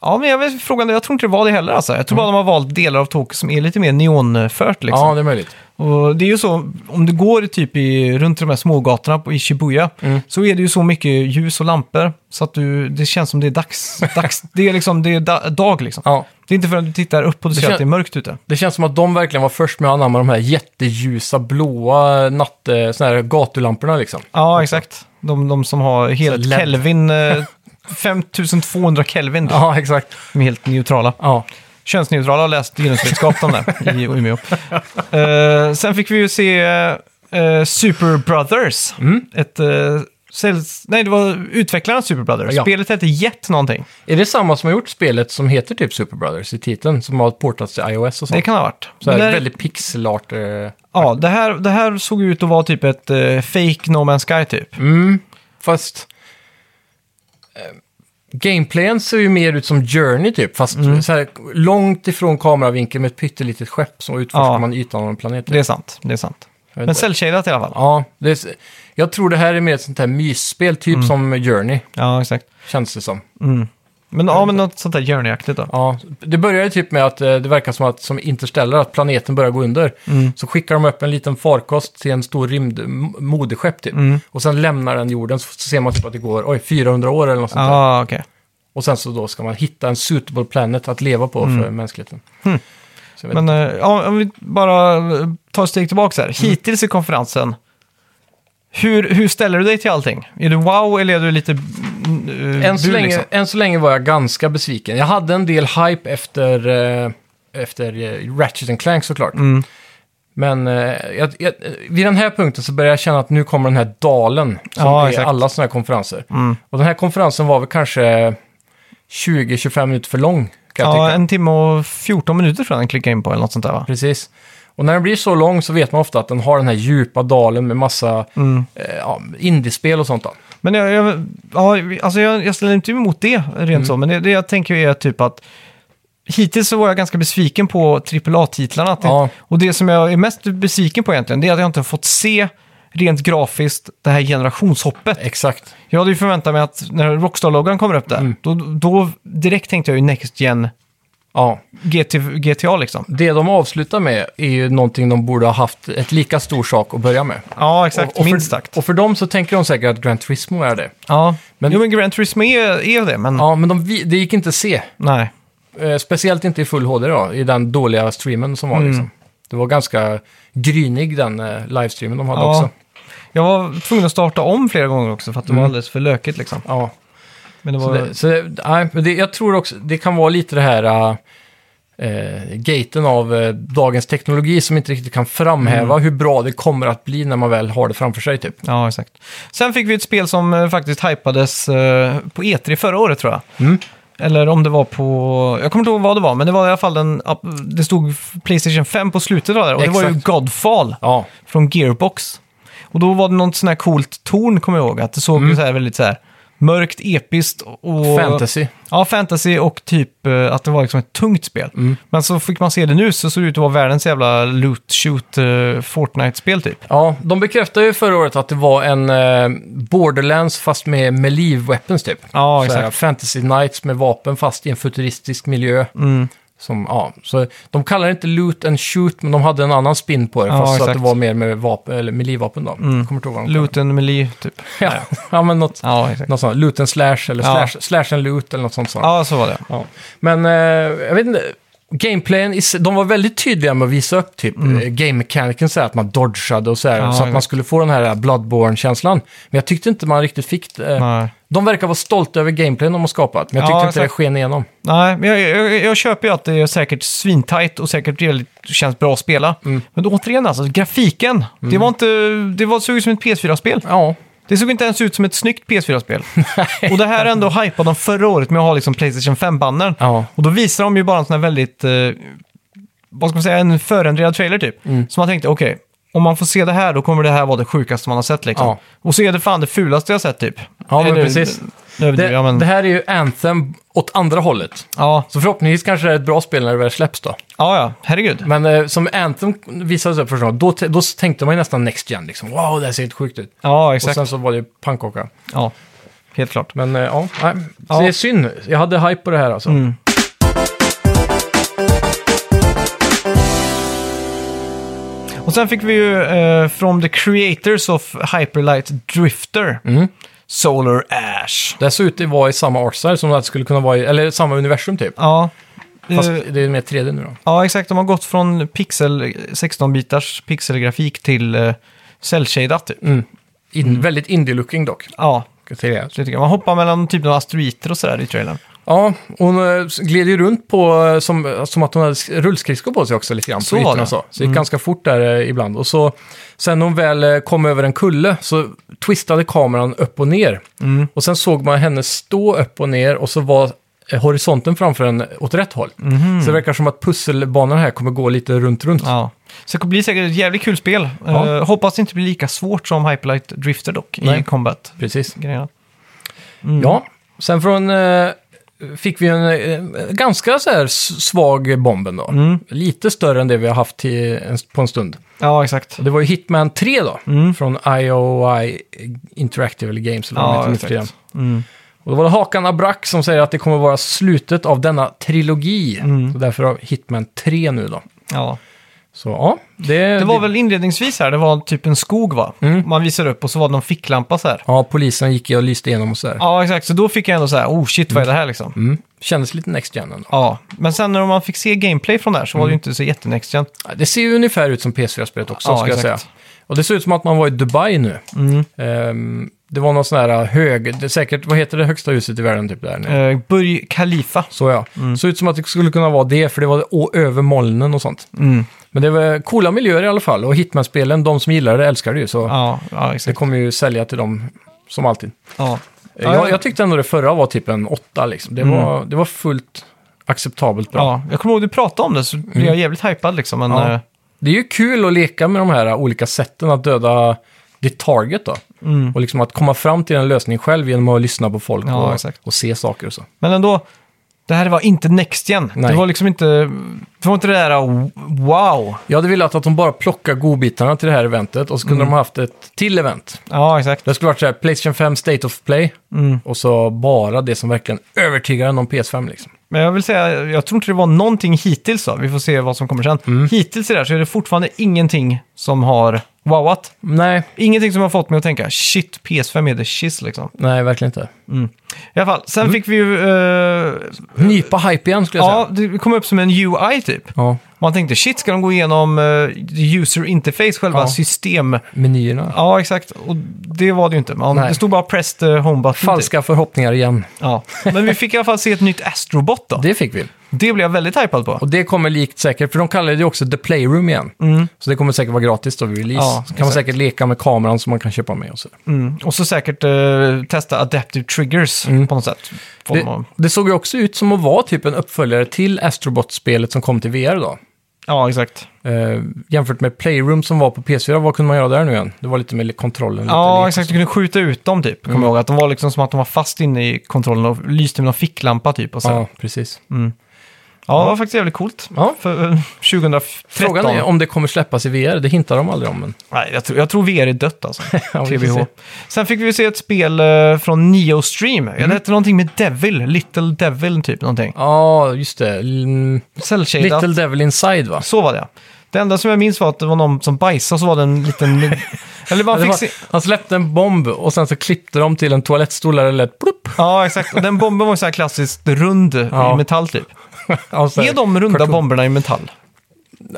[SPEAKER 1] Ja, men jag vet frågan, jag tror inte det var det heller alltså. Jag tror bara de har valt delar av Tokyo som är lite mer neonfört liksom.
[SPEAKER 2] Mm. Ja, det är möjligt.
[SPEAKER 1] Och det är ju så, om du går typ i, runt de här smågatorna på, i Shibuya,
[SPEAKER 2] Mm.
[SPEAKER 1] så är det ju så mycket ljus och lampor så att du, det känns som det är
[SPEAKER 2] *laughs*
[SPEAKER 1] dags. dags det är liksom, det är da, dag liksom.
[SPEAKER 2] Ja.
[SPEAKER 1] Det är inte förrän du tittar upp och du ser
[SPEAKER 2] kän-
[SPEAKER 1] att det är mörkt ute.
[SPEAKER 2] Det känns som att de verkligen var först med att anamma de här jätteljusa blåa natt, eh, såna här gatulamporna liksom.
[SPEAKER 1] Ja, exakt. De, de som har helt
[SPEAKER 2] LED.
[SPEAKER 1] Kelvin,
[SPEAKER 2] *laughs*
[SPEAKER 1] eh, 5200 Kelvin, ja.
[SPEAKER 2] Ja, *laughs* exakt.
[SPEAKER 1] de är helt neutrala.
[SPEAKER 2] Ja.
[SPEAKER 1] Könsneutrala har läst genusvetenskap de där i Umeå. Eh, sen fick vi ju se eh, Super Brothers.
[SPEAKER 2] Mm.
[SPEAKER 1] Ett, eh, säljs- nej, det var utvecklaren av Super Brothers.
[SPEAKER 2] Ja.
[SPEAKER 1] Spelet hette Jet någonting.
[SPEAKER 2] Är det samma som har gjort spelet som heter typ Super Brothers i titeln? Som har portats till iOS och
[SPEAKER 1] Det
[SPEAKER 2] sånt?
[SPEAKER 1] kan ha varit.
[SPEAKER 2] Så här,
[SPEAKER 1] Men det,
[SPEAKER 2] väldigt pixelart. Eh,
[SPEAKER 1] ja, det, här, det här såg ut att vara typ ett eh, fake No Man's Sky typ.
[SPEAKER 2] Mm. fast... eh, Gameplayen ser ju mer ut som Journey typ, fast
[SPEAKER 1] Mm.
[SPEAKER 2] så här, långt ifrån kameravinkeln med ett pyttelitet skepp så utforskar
[SPEAKER 1] Ja.
[SPEAKER 2] man ytan av en planet. typ.
[SPEAKER 1] Det är sant. Det är sant.
[SPEAKER 2] Jag vet
[SPEAKER 1] Men
[SPEAKER 2] inte.
[SPEAKER 1] cellshadat i alla fall.
[SPEAKER 2] Ja, det är, jag tror det här är mer ett sånt här mysspel, typ som Journey,
[SPEAKER 1] Ja, exakt.
[SPEAKER 2] känns det som.
[SPEAKER 1] Men ja, men något sånt där journeyaktigt då.
[SPEAKER 2] Ja, det börjar ju typ med att eh, det verkar som att, som Interstellar, att planeten börjar gå under. Så skickar de upp en liten farkost till en stor rymd, m- moderskepp typ. Och sen lämnar den jorden, så, så ser man typ att det går, oj, 400 år eller något sånt
[SPEAKER 1] Ja,
[SPEAKER 2] där.
[SPEAKER 1] ah, okej.
[SPEAKER 2] Och sen så då ska man hitta en suitable planet att leva på för mänskligheten. Så jag vet
[SPEAKER 1] Men eh, ja, om vi bara eh, tar ett steg tillbaka här.
[SPEAKER 2] Mm.
[SPEAKER 1] Hittills i konferensen, hur, hur ställer du dig till allting? Är du wow eller är du lite uh,
[SPEAKER 2] Än så, länge, än så länge var jag ganska besviken. Jag hade en del hype efter, eh, efter eh, Ratchet and Clank såklart.
[SPEAKER 1] Mm.
[SPEAKER 2] Men eh, jag, jag, vid den här punkten så började jag känna att nu kommer den här dalen som
[SPEAKER 1] Ja,
[SPEAKER 2] är
[SPEAKER 1] exakt. Mm.
[SPEAKER 2] alla sådana här konferenser. Och den här konferensen var väl kanske 20-25 minuter för lång. Kan jag
[SPEAKER 1] Ja,
[SPEAKER 2] tycka.
[SPEAKER 1] en timme och 14 minuter tror jag den klickade in på eller något sånt där va?
[SPEAKER 2] Precis. Och när den blir så lång så vet man ofta att den har den här djupa dalen med massa
[SPEAKER 1] Mm.
[SPEAKER 2] eh, ja, indiespel och sånt. Då.
[SPEAKER 1] Men jag, jag, ja, alltså jag, jag ställer inte emot det rent
[SPEAKER 2] Mm.
[SPEAKER 1] så, men det, det jag tänker är typ att hittills så var jag ganska besviken på AAA-titlarna. Att det-
[SPEAKER 2] Ja.
[SPEAKER 1] Och det som jag är mest besviken på egentligen, det är att jag inte har fått se rent grafiskt det här generationshoppet.
[SPEAKER 2] Exakt.
[SPEAKER 1] Jag hade ju förväntat mig att när Rockstar-loggan kommer upp där,
[SPEAKER 2] Mm.
[SPEAKER 1] då, då direkt tänkte jag ju Next Gen
[SPEAKER 2] Ja.
[SPEAKER 1] GT, GTA liksom.
[SPEAKER 2] Det de avslutar med är ju någonting de borde ha haft ett lika stor sak att börja med.
[SPEAKER 1] Ja, exakt.
[SPEAKER 2] och, och
[SPEAKER 1] minst
[SPEAKER 2] för,
[SPEAKER 1] sagt.
[SPEAKER 2] Och för dem så tänker de säkert att Gran Turismo är det.
[SPEAKER 1] Ja, men,
[SPEAKER 2] men-
[SPEAKER 1] jo, men Grand Turismo är, är det, men
[SPEAKER 2] Ja, men de, vi- det gick inte att se.
[SPEAKER 1] nej.
[SPEAKER 2] Eh, speciellt inte i full HD då, i den dåliga streamen som var
[SPEAKER 1] Mm.
[SPEAKER 2] liksom. Det var ganska grynig den eh, livestreamen de hade
[SPEAKER 1] Ja.
[SPEAKER 2] också.
[SPEAKER 1] Jag var tvungen att starta om flera gånger också för att det var alldeles för lökigt liksom.
[SPEAKER 2] Ja,
[SPEAKER 1] Men det
[SPEAKER 2] så
[SPEAKER 1] var...
[SPEAKER 2] det, så det, nej, men det, jag tror också, det kan vara lite det här eh, eh, gaten av eh, dagens teknologi som inte riktigt kan framhäva
[SPEAKER 1] Mm.
[SPEAKER 2] hur bra det kommer att bli när man väl har det framför sig typ.
[SPEAKER 1] Ja, exakt. Sen fick vi ett spel som eh, faktiskt hypades eh, på E3 förra året tror jag.
[SPEAKER 2] Mm.
[SPEAKER 1] Eller om det var på... Jag kommer inte ihåg vad det var, men det var i alla fall en... app- Det stod Playstation 5 på slutet av det här, och det var ju
[SPEAKER 2] Exakt.
[SPEAKER 1] Godfall.
[SPEAKER 2] Ja,
[SPEAKER 1] från Gearbox. Och då var det något sån här coolt torn, kommer jag ihåg. Att det såg ju så här väldigt så här mörkt, episkt och...
[SPEAKER 2] Mm. fantasy.
[SPEAKER 1] Ja, fantasy och typ eh, att det var liksom ett tungt spel.
[SPEAKER 2] Mm.
[SPEAKER 1] Men så fick man se det nu så såg det ut att vara världens jävla loot shoot eh, Fortnite-spel typ.
[SPEAKER 2] Ja, de bekräftade ju förra året att det var en eh, Borderlands fast med melee weapons typ.
[SPEAKER 1] Ja,
[SPEAKER 2] Så här,
[SPEAKER 1] exakt.
[SPEAKER 2] Fantasy Knights med vapen fast i en futuristisk miljö.
[SPEAKER 1] Mm.
[SPEAKER 2] Som, ja, så de kallar det inte loot and shoot, men de hade en annan spin på det.
[SPEAKER 1] Ja,
[SPEAKER 2] Fast så att
[SPEAKER 1] exakt. Mm.
[SPEAKER 2] det var mer med vapen, eller melee-vapen då. Jag kommer inte ihåg vad de kallar
[SPEAKER 1] Loot and melee typ.
[SPEAKER 2] det. *laughs* ja, ja, men något,
[SPEAKER 1] Ja, exakt.
[SPEAKER 2] något sånt. Loot and slash, eller
[SPEAKER 1] Ja.
[SPEAKER 2] slash, slash and loot, eller något sånt. sånt.
[SPEAKER 1] Ja, så var det.
[SPEAKER 2] Ja. Men eh, jag vet inte, gameplayen, i sig- de var väldigt tydliga med att visa upp typ eh, game mechaniken så här, att man dodgade och så här,
[SPEAKER 1] Mm. Ja,
[SPEAKER 2] så att man
[SPEAKER 1] exakt.
[SPEAKER 2] skulle få den här eh, Bloodborne-känslan. Men jag tyckte inte man riktigt fick det. eh,
[SPEAKER 1] Nej.
[SPEAKER 2] De verkar vara stolta över gameplayen de har skapat, men jag tyckte
[SPEAKER 1] Ja,
[SPEAKER 2] inte det
[SPEAKER 1] exakt.
[SPEAKER 2] sken igenom.
[SPEAKER 1] Nej, men jag, jag, jag köper ju att det är säkert svintajt och säkert jävligt- känns bra att spela.
[SPEAKER 2] Mm.
[SPEAKER 1] Men återigen alltså, grafiken. Det var inte... Det var, såg ut som ett PS4-spel.
[SPEAKER 2] Ja,
[SPEAKER 1] Det såg inte ens ut som ett snyggt
[SPEAKER 2] *laughs*
[SPEAKER 1] PS4-spel. och det här ändå hypade de förra året med att ha liksom Playstation 5-bannern.
[SPEAKER 2] ja.
[SPEAKER 1] Och då visar de ju bara en sån här väldigt, eh, vad ska man säga, en förändrad trailer typ.
[SPEAKER 2] Mm.
[SPEAKER 1] Så man tänkte, okej, om man får se det här då kommer det här vara det sjukaste man har sett liksom.
[SPEAKER 2] Ja.
[SPEAKER 1] Och så är det fan det fulaste jag sett typ.
[SPEAKER 2] Ja, men
[SPEAKER 1] Eller,
[SPEAKER 2] precis.
[SPEAKER 1] Nu,
[SPEAKER 2] Det,
[SPEAKER 1] det, ja, men,
[SPEAKER 2] det här är ju Anthem åt andra hållet.
[SPEAKER 1] ja,
[SPEAKER 2] Så förhoppningsvis kanske det är ett bra spel när det väl släpps då.
[SPEAKER 1] ja, ja, herregud.
[SPEAKER 2] Men eh, som Anthem visades upp första gången, då, t- då tänkte man ju nästan Next Gen liksom. Wow, det här ser helt sjukt ut.
[SPEAKER 1] Ja, exakt.
[SPEAKER 2] Och sen så var det ju pannkaka.
[SPEAKER 1] Ja, helt klart.
[SPEAKER 2] Men eh, ja, nej. Så
[SPEAKER 1] Ja.
[SPEAKER 2] det är synd. Jag hade hype på det här alltså.
[SPEAKER 1] Och sen fick vi ju eh, från the creators of Hyperlight Drifter,
[SPEAKER 2] Mm.
[SPEAKER 1] Solar Ash.
[SPEAKER 2] Det såg ut att vara i samma artstyle som det skulle kunna vara i, eller samma universum typ.
[SPEAKER 1] Ja.
[SPEAKER 2] Fast
[SPEAKER 1] Eh,
[SPEAKER 2] det är mer 3D nu då.
[SPEAKER 1] Ja, exakt. De har gått från pixel 16-bitars pixelgrafik till uh, cell-shadat typ.
[SPEAKER 2] Mm. In, Väldigt indie-looking dock.
[SPEAKER 1] Ja,
[SPEAKER 2] till det.
[SPEAKER 1] lite grann. Man hoppar mellan typ några asteroider och sådär i trailern.
[SPEAKER 2] Ja, hon eh, gled ju runt på eh, som, som att hon hade sk- rullskridskor på sig också lite grann. på
[SPEAKER 1] Så var
[SPEAKER 2] ytorna
[SPEAKER 1] det. Mm.
[SPEAKER 2] Så, så det gick ganska fort där eh, ibland. Och så sen när hon väl eh, kom över en kulle så twistade kameran upp och ner.
[SPEAKER 1] Mm.
[SPEAKER 2] Och sen såg man henne stå upp och ner och så var eh, horisonten framför en åt rätt håll. Så det verkar som att pusselbanan här kommer gå lite runt, runt.
[SPEAKER 1] Mm-hmm. Ja. Så det blir säkert ett jävligt kul spel.
[SPEAKER 2] Ja.
[SPEAKER 1] Eh, hoppas det inte blir lika svårt som Hyperlight Drifter dock i
[SPEAKER 2] Nej.
[SPEAKER 1] combat.
[SPEAKER 2] Precis.
[SPEAKER 1] Grejerna. Mm.
[SPEAKER 2] Ja, sen från... eh, Fick vi en eh, ganska så här s- svag bomben då.
[SPEAKER 1] Mm.
[SPEAKER 2] Lite större än det vi har haft till, en- på en stund.
[SPEAKER 1] Ja, exakt.
[SPEAKER 2] Och Det var ju Hitman
[SPEAKER 1] Mm.
[SPEAKER 2] 3 då, från IOI Interactive eller Games eller vad
[SPEAKER 1] Ja,
[SPEAKER 2] de heter nu för tiden.
[SPEAKER 1] exakt. Mm.
[SPEAKER 2] Och då var det Hakan Abrac som säger att det kommer vara slutet av denna trilogi.
[SPEAKER 1] Mm.
[SPEAKER 2] Så därför har Hitman 3 nu då.
[SPEAKER 1] Ja.
[SPEAKER 2] Så ja, det...
[SPEAKER 1] Det var väl inledningsvis här, det var typ en skog va?
[SPEAKER 2] Mm.
[SPEAKER 1] Man visar upp och så var det någon ficklampa så här.
[SPEAKER 2] Ja, polisen gick och lyste igenom och sådär.
[SPEAKER 1] Ja, exakt. Så då fick jag ändå så här, oh shit, vad är det här liksom?
[SPEAKER 2] Mm. Kändes lite next gen ändå.
[SPEAKER 1] Ja, men sen när man fick se gameplay från det här så
[SPEAKER 2] Mm.
[SPEAKER 1] var det ju inte så jättenext gen.
[SPEAKER 2] Ja, Det ser ju ungefär ut som PS4-spelet också,
[SPEAKER 1] Ja,
[SPEAKER 2] skulle jag
[SPEAKER 1] exakt. Mm.
[SPEAKER 2] säga. Och det ser ut som att man var i Dubai nu. Ehm, det var någon sån här hög... Det är säkert, vad heter det högsta huset i världen typ där? nu?
[SPEAKER 1] Eh, Burj Khalifa.
[SPEAKER 2] Så ja.
[SPEAKER 1] Mm.
[SPEAKER 2] Såg ut som att det skulle kunna vara det, för det var å- över molnen och sånt.
[SPEAKER 1] Mm.
[SPEAKER 2] Men det var coola miljöer i alla fall. Och Hitman-spelen, de som gillar det älskar det ju. Så
[SPEAKER 1] Ja, ja
[SPEAKER 2] det
[SPEAKER 1] exakt.
[SPEAKER 2] kommer ju sälja till dem, som alltid.
[SPEAKER 1] Ja. Mm.
[SPEAKER 2] Ja, jag, jag tyckte ändå det förra var typ en åtta liksom. Det, var, det var fullt acceptabelt bra. Mm.
[SPEAKER 1] Ja, jag kommer ihåg du pratade om det så blev jag jävligt hypad liksom. Men,
[SPEAKER 2] Ja.
[SPEAKER 1] eh,
[SPEAKER 2] Det är ju kul att leka med de här olika sätten att döda ditt target då. Och liksom att komma fram till en lösning själv genom att lyssna på folk
[SPEAKER 1] Mm. Ja,
[SPEAKER 2] och,
[SPEAKER 1] exakt.
[SPEAKER 2] och se saker och så.
[SPEAKER 1] men ändå, det här var inte next gen.
[SPEAKER 2] Nej.
[SPEAKER 1] Det var liksom inte, det var inte det där oh, wow.
[SPEAKER 2] Jag hade velat att de bara plockar godbitarna till det här eventet och så
[SPEAKER 1] Mm.
[SPEAKER 2] kunde de haft ett till event.
[SPEAKER 1] Ja, exakt.
[SPEAKER 2] Det skulle varit så här Playstation 5 State of Play och så bara det som verkligen övertygar en om PS5 liksom.
[SPEAKER 1] Men jag vill säga, jag tror inte det var någonting hittills då. Vi får se vad som kommer sen.
[SPEAKER 2] Mm.
[SPEAKER 1] Hittills i det här så är det fortfarande ingenting som har wowat.
[SPEAKER 2] Nej,
[SPEAKER 1] Ingenting som har fått mig att tänka shit, PS5 är det shiz liksom.
[SPEAKER 2] nej verkligen inte.
[SPEAKER 1] I alla fall, sen
[SPEAKER 2] Mm.
[SPEAKER 1] fick vi ju... eh,
[SPEAKER 2] Nypa hype igen skulle jag
[SPEAKER 1] ja,
[SPEAKER 2] säga.
[SPEAKER 1] det kom upp som en UI typ.
[SPEAKER 2] Ja,
[SPEAKER 1] Man tänkte shit, ska de gå igenom eh, user interface, själva
[SPEAKER 2] Ja.
[SPEAKER 1] system...
[SPEAKER 2] menyerna.
[SPEAKER 1] Ja, exakt. Och det var det ju inte. Man,
[SPEAKER 2] Nej.
[SPEAKER 1] det stod bara pressed eh, home button. typ.
[SPEAKER 2] Falska förhoppningar igen.
[SPEAKER 1] Ja. Men vi fick i alla fall se ett nytt Astrobot då. Det,
[SPEAKER 2] Det fick vi.
[SPEAKER 1] blev jag väldigt hypad på.
[SPEAKER 2] Och det kommer likt säkert, för de kallar det ju också The Playroom igen. Så det kommer säkert vara gratis då vid release.
[SPEAKER 1] Ja,
[SPEAKER 2] så kan man
[SPEAKER 1] exakt.
[SPEAKER 2] säkert leka med kameran som man kan köpa med och så.
[SPEAKER 1] Mm. Och så säkert eh, testa adaptive triggers på något sätt. Form
[SPEAKER 2] Mm. Det,
[SPEAKER 1] av-
[SPEAKER 2] det såg ju också ut som att vara typ en uppföljare till Astrobot-spelet som kom till VR då.
[SPEAKER 1] Ja, exakt.
[SPEAKER 2] Eh, jämfört med Playroom som var på PS4, vad kunde man göra där nu igen? Det var lite med kontrollen. Lite Mm.
[SPEAKER 1] Ja,
[SPEAKER 2] lek.
[SPEAKER 1] exakt. Du kunde skjuta ut dem typ. Kommer jag ihåg. Att de var liksom som att de var fast inne i kontrollen och lyste med någon ficklampa typ. Och så. Ja.
[SPEAKER 2] Ja, precis.
[SPEAKER 1] det var faktiskt jävligt coolt.
[SPEAKER 2] Ja.
[SPEAKER 1] För eh, 2013.
[SPEAKER 2] Frågan är om det kommer släppas i VR, det hintar de aldrig om. Men...
[SPEAKER 1] Nej, jag tror, jag tror VR är dött alltså.
[SPEAKER 2] Ja, vi får
[SPEAKER 1] TBH.
[SPEAKER 2] se.
[SPEAKER 1] Sen fick vi se ett spel eh, från Neo Stream.
[SPEAKER 2] Mm.
[SPEAKER 1] Det hette någonting med Devil, Little Devil typ någonting.
[SPEAKER 2] Ja, just det. Mm,
[SPEAKER 1] cell
[SPEAKER 2] Little Devil Inside va?
[SPEAKER 1] Så var det ja. Det enda som jag minns var att det var någon som bajsade och så var det en liten...
[SPEAKER 2] *laughs*
[SPEAKER 1] Eller man
[SPEAKER 2] Ja, det
[SPEAKER 1] fick
[SPEAKER 2] var,
[SPEAKER 1] se...
[SPEAKER 2] Han släppte en bomb och sen så klippte de till en toalettstol där det lät plupp.
[SPEAKER 1] Ja, exakt. Och den bomben var ju så här klassiskt rund
[SPEAKER 2] Ja.
[SPEAKER 1] i metall typ.
[SPEAKER 2] Ja, så här-
[SPEAKER 1] Är de runda
[SPEAKER 2] kartong.
[SPEAKER 1] bomberna i metall?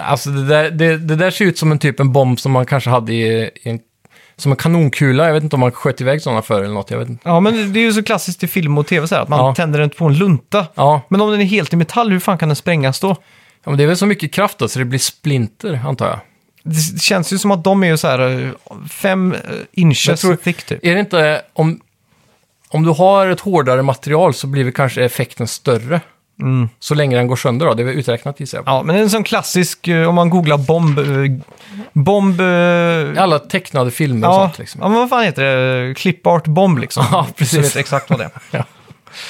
[SPEAKER 2] Alltså det där, det, det där ser ut som en typ en bomb som man kanske hade i, i en, som en kanonkula. Jag vet inte om man sköt iväg sådana förr eller något. Jag vet inte.
[SPEAKER 1] Ja, men det är ju så klassiskt i film och tv så här, att man
[SPEAKER 2] Ja.
[SPEAKER 1] tänder den på en lunta.
[SPEAKER 2] Ja,
[SPEAKER 1] Men om den är helt i metall, hur fan kan den sprängas då?
[SPEAKER 2] ja, men det är väl så mycket kraft då, så det blir splinter antar jag.
[SPEAKER 1] Det känns ju som att de är ju så här eh, fem eh,
[SPEAKER 2] Jag
[SPEAKER 1] inches
[SPEAKER 2] tror-
[SPEAKER 1] thick typ.
[SPEAKER 2] Är det inte om, om du har ett hårdare material så blir väl kanske effekten större. Så länge den går sönder då. Det är väl uträknat gissar jag.
[SPEAKER 1] Mm. Ja, men det är en sån klassisk, eh, om man googlar bomb... eh, Bomb... eh,
[SPEAKER 2] I Alla tecknade filmer och
[SPEAKER 1] ja,
[SPEAKER 2] sånt liksom.
[SPEAKER 1] ja, men vad fan heter det? Clipart bomb liksom.
[SPEAKER 2] *laughs* Ja, precis.
[SPEAKER 1] Så vet jag exakt vad det är.
[SPEAKER 2] *laughs* Ja.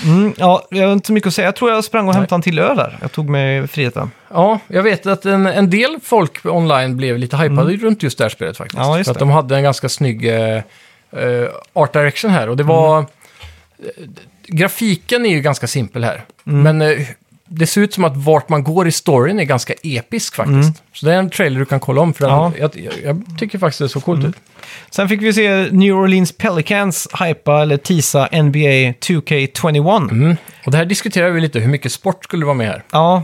[SPEAKER 1] Mm, ja, jag har inte så mycket att säga. Jag tror jag sprang och hämtade en till öl där. Jag tog mig friheten.
[SPEAKER 2] Ja, jag vet att en, en del folk online blev lite hypade runt just det här spelet faktiskt.
[SPEAKER 1] Mm. Ja, just
[SPEAKER 2] för att
[SPEAKER 1] det.
[SPEAKER 2] de hade en ganska snygg eh, eh, art direction här. Och det var...
[SPEAKER 1] Mm.
[SPEAKER 2] eh, d- grafiken är ju ganska simpel här.
[SPEAKER 1] Mm.
[SPEAKER 2] Men eh, det ser ut som att vart man går i storyn är ganska episk faktiskt. Så det är en trailer du kan kolla om. För den,
[SPEAKER 1] Mm. Ja. Mm.
[SPEAKER 2] jag, jag, jag tycker faktiskt det såg coolt ut.
[SPEAKER 1] Sen fick vi se New Orleans Pelicans hypa eller tisa NBA 2K21.
[SPEAKER 2] Mm. Och det här diskuterar vi lite, hur mycket sport skulle vara med här?
[SPEAKER 1] Ja,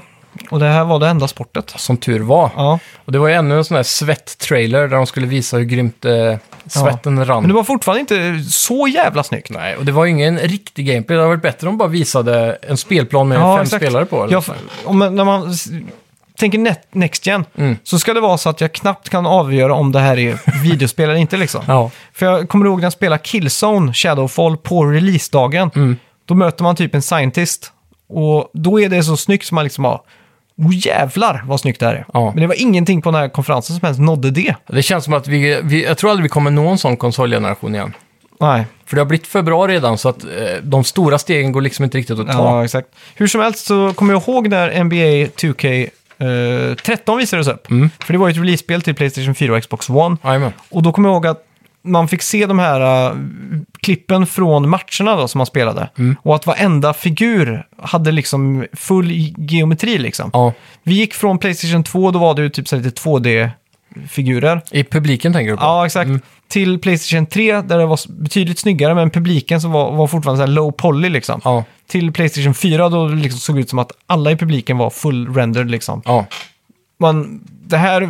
[SPEAKER 1] och det här var det enda sportet.
[SPEAKER 2] Som tur var.
[SPEAKER 1] Ja.
[SPEAKER 2] Och det var ju ännu en sån här svett-trailer där de skulle visa hur grymt eh, svetten rann.
[SPEAKER 1] Men det var fortfarande inte så jävla snyggt.
[SPEAKER 2] Nej, och det var ju ingen riktig gameplay. Det hade varit bättre om de bara visade en spelplan med fem spelare på. Eller
[SPEAKER 1] Ja,
[SPEAKER 2] så.
[SPEAKER 1] om, man- när man s- tänker net, Next Gen
[SPEAKER 2] Mm.
[SPEAKER 1] så ska det vara så att jag knappt kan avgöra om det här är videospel eller inte. Liksom.
[SPEAKER 2] *laughs* Ja.
[SPEAKER 1] För jag kommer ihåg när jag spelade Killzone Shadowfall på releasedagen.
[SPEAKER 2] Mm.
[SPEAKER 1] Då möter man typ en scientist och då är det så snyggt som man liksom har Oh, jävlar vad snyggt det här är.
[SPEAKER 2] Ja.
[SPEAKER 1] Men det var ingenting på den här konferensen som ens nådde det.
[SPEAKER 2] Det känns som att vi, vi... Jag tror aldrig vi kommer nå en sån konsolgeneration igen.
[SPEAKER 1] Nej,
[SPEAKER 2] För det har blivit för bra redan så att eh, de stora stegen går liksom inte riktigt att ta.
[SPEAKER 1] ja, exakt. Hur som helst så kommer jag ihåg när NBA 2K Mm. eh, 13 visades upp. För det var ju ett release-spel till Playstation 4 och Xbox One.
[SPEAKER 2] Jajamän.
[SPEAKER 1] Och då kommer jag ihåg att man fick se de här eh, klippen från matcherna då, som man spelade. Och att varenda figur hade liksom full i- geometri liksom.
[SPEAKER 2] Ja.
[SPEAKER 1] Vi gick från Playstation 2, då var det ju typ så här lite 2D-figurer.
[SPEAKER 2] I publiken tänker du på?
[SPEAKER 1] Ja, Mm. exakt. Till Playstation 3, där det var s- betydligt snyggare, men publiken som var, var fortfarande så här low poly liksom.
[SPEAKER 2] Ja.
[SPEAKER 1] Till Playstation 4, då det liksom såg ut som att alla i publiken var full rendered liksom.
[SPEAKER 2] ja.
[SPEAKER 1] Man, det här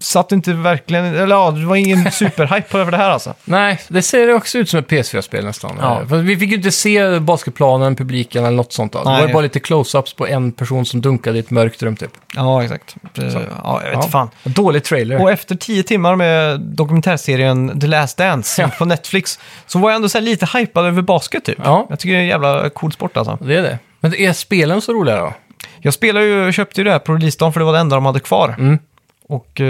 [SPEAKER 1] satt inte verkligen... Eller ja, det var *laughs* ingen superhype över det här alltså.
[SPEAKER 2] Nej, det ser också ut som ett PS4-spel nästan.
[SPEAKER 1] Ja.
[SPEAKER 2] Eh, För vi fick ju inte se basketplanen, publiken eller något sånt. Då. Det
[SPEAKER 1] Nej.
[SPEAKER 2] var ju bara lite close-ups på en person som dunkade i ett mörkt rum typ.
[SPEAKER 1] Ja, exakt. Det- Ja, jag vet fan.
[SPEAKER 2] Dålig trailer.
[SPEAKER 1] Och efter tio timmar med dokumentärserien The Last Dance på Netflix så var jag ändå så här lite hypad över basket typ.
[SPEAKER 2] Ja.
[SPEAKER 1] Jag tycker det är en jävla cool sport alltså.
[SPEAKER 2] Det är det. Men är spelen så roliga då?
[SPEAKER 1] Jag spelar ju, köpte ju det här på releasedagen för det var det enda de hade kvar. Och eh,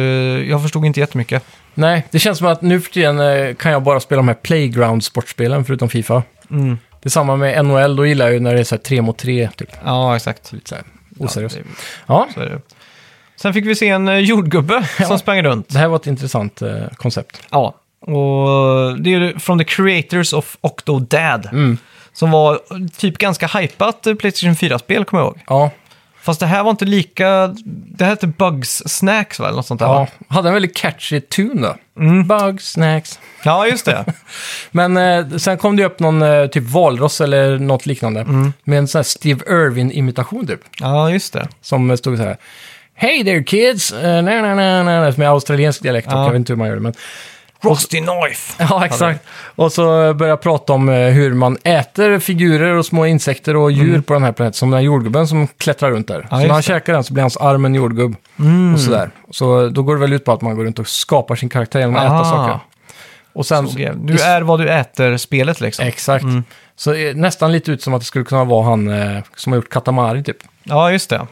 [SPEAKER 1] jag förstod inte jättemycket.
[SPEAKER 2] Mm. Nej, det känns som att nu för tiden eh, kan jag bara spela de här Playground-sportspelen förutom Fifa.
[SPEAKER 1] Mm.
[SPEAKER 2] Det är samma med NHL, då gillar jag ju när det är så här 3 mot 3, typ.
[SPEAKER 1] Ja, exakt.
[SPEAKER 2] Lite så här oseriöst.
[SPEAKER 1] Ja, det-
[SPEAKER 2] Ja,
[SPEAKER 1] så är det. Sen fick vi se en eh, *laughs* jordgubbe som sprang runt.
[SPEAKER 2] det här var ett intressant eh, koncept.
[SPEAKER 1] Ja. Och det är ju från The Creators of Octodad. Som var typ ganska hypat eh, Playstation 4-spel, kommer jag ihåg.
[SPEAKER 2] Ja,
[SPEAKER 1] Fast det här var inte lika... Det här hette Bugs Snacks, va? Eller något sånt där,
[SPEAKER 2] ja.
[SPEAKER 1] va?
[SPEAKER 2] hade en väldigt catchy tune då.
[SPEAKER 1] Mm.
[SPEAKER 2] Bugs, snacks.
[SPEAKER 1] Ja, just det.
[SPEAKER 2] Men eh, sen kom det ju upp någon eh, typ valross eller något liknande.
[SPEAKER 1] Mm.
[SPEAKER 2] Med en sån här Steve Irwin-imitation typ.
[SPEAKER 1] Ja, just det.
[SPEAKER 2] Som stod så här. Hey there kids! Eh, na, na, na, na, na, som är australiensk dialekt,
[SPEAKER 1] Ja.
[SPEAKER 2] jag vet inte hur man gör det. Men...
[SPEAKER 1] *laughs* Rusty Knife!
[SPEAKER 2] Ja, exakt. Och så började jag prata om eh, hur man äter figurer och små insekter och djur på den här planeten. Som den här jordgubben som klättrar runt där. så
[SPEAKER 1] Mm. just
[SPEAKER 2] när han
[SPEAKER 1] det. Mm.
[SPEAKER 2] käkar den så blir hans arm en jordgubb. Och sådär. Så då går det väl ut på att man går runt och skapar sin karaktär genom att
[SPEAKER 1] Aha.
[SPEAKER 2] äta saker. Och sen...
[SPEAKER 1] Såg jag. eh, Du är vad du äter-spelet, liksom.
[SPEAKER 2] Exakt. Så eh, nästan lite ut som att det skulle kunna vara han eh, som har gjort Katamari typ.
[SPEAKER 1] Ja, just det.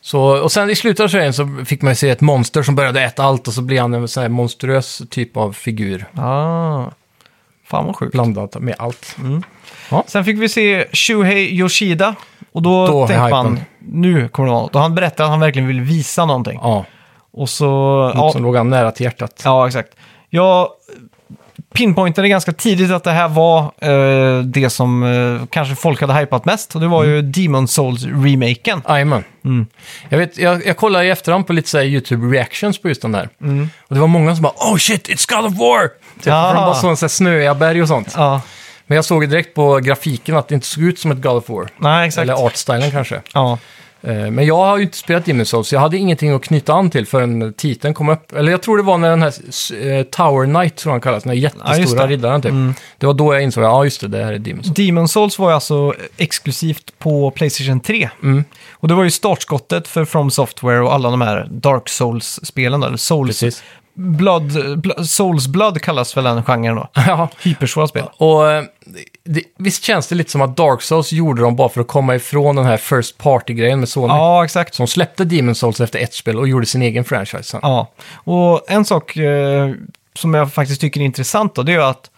[SPEAKER 2] Så, och sen i slutet av serien så fick man ju se ett monster som började äta allt och så blev han en sån här monstruös typ av figur.
[SPEAKER 1] Ah. Fan vad sjukt.
[SPEAKER 2] Blandat med allt.
[SPEAKER 1] Mm. Sen fick vi se Shuhei Yoshida. Och då,
[SPEAKER 2] Då är
[SPEAKER 1] tänkte man,
[SPEAKER 2] hypen.
[SPEAKER 1] nu kommer det vara något. Och han berättade att han verkligen vill visa någonting.
[SPEAKER 2] Ja,
[SPEAKER 1] Och så...
[SPEAKER 2] något
[SPEAKER 1] Ja,
[SPEAKER 2] som låg han nära till hjärtat.
[SPEAKER 1] ja, exakt. Jag pinpointade ganska tidigt att det här var eh, det som eh, kanske folk hade hypat mest. Och det var
[SPEAKER 2] Mm.
[SPEAKER 1] ju Demon Souls-remaken.
[SPEAKER 2] Jajamän.
[SPEAKER 1] Mm.
[SPEAKER 2] Jag, vet, jag, jag kollade i efterhand på lite så här YouTube reactions på just den där. Och det var många som bara “Oh shit, it's God of War!” typ,
[SPEAKER 1] Mm. Ja.
[SPEAKER 2] för De bara såg så här snöiga berg och sånt.
[SPEAKER 1] Ja,
[SPEAKER 2] Men jag såg ju direkt på grafiken att det inte såg ut som ett God of War.
[SPEAKER 1] nej exakt.
[SPEAKER 2] Eller artstylen kanske.
[SPEAKER 1] Ja.
[SPEAKER 2] Eh, Men jag har ju inte spelat Demon's Souls, så jag hade ingenting att knyta an till förrän titeln kom upp. Eller jag tror det var när den här s- eh, Tower Knight, tror jag han kallas, den här
[SPEAKER 1] Ja, just
[SPEAKER 2] jättestora
[SPEAKER 1] det. Mm.
[SPEAKER 2] riddaren typ. Det var då jag insåg, ja just det, det här är Demon's Souls. *laughs*
[SPEAKER 1] Demon Souls var ju alltså exklusivt på Playstation 3.
[SPEAKER 2] Mm.
[SPEAKER 1] Och det var ju startskottet för From Software och alla de här Dark Souls-spelen. Eller Souls
[SPEAKER 2] Precis.
[SPEAKER 1] Blood, Bl- Souls Blood kallas väl den genren
[SPEAKER 2] *laughs*
[SPEAKER 1] då.
[SPEAKER 2] ja.
[SPEAKER 1] Hypersvåra spel.
[SPEAKER 2] Och eh, det, visst känns det lite som att Dark Souls gjorde dem bara för att komma ifrån den här First Party-grejen med Sony.
[SPEAKER 1] Ja, exakt.
[SPEAKER 2] Som släppte Demon's Souls efter ett spel och gjorde sin egen franchise sen.
[SPEAKER 1] Ja. Och en sak eh, som jag faktiskt tycker är intressant då, det är ju att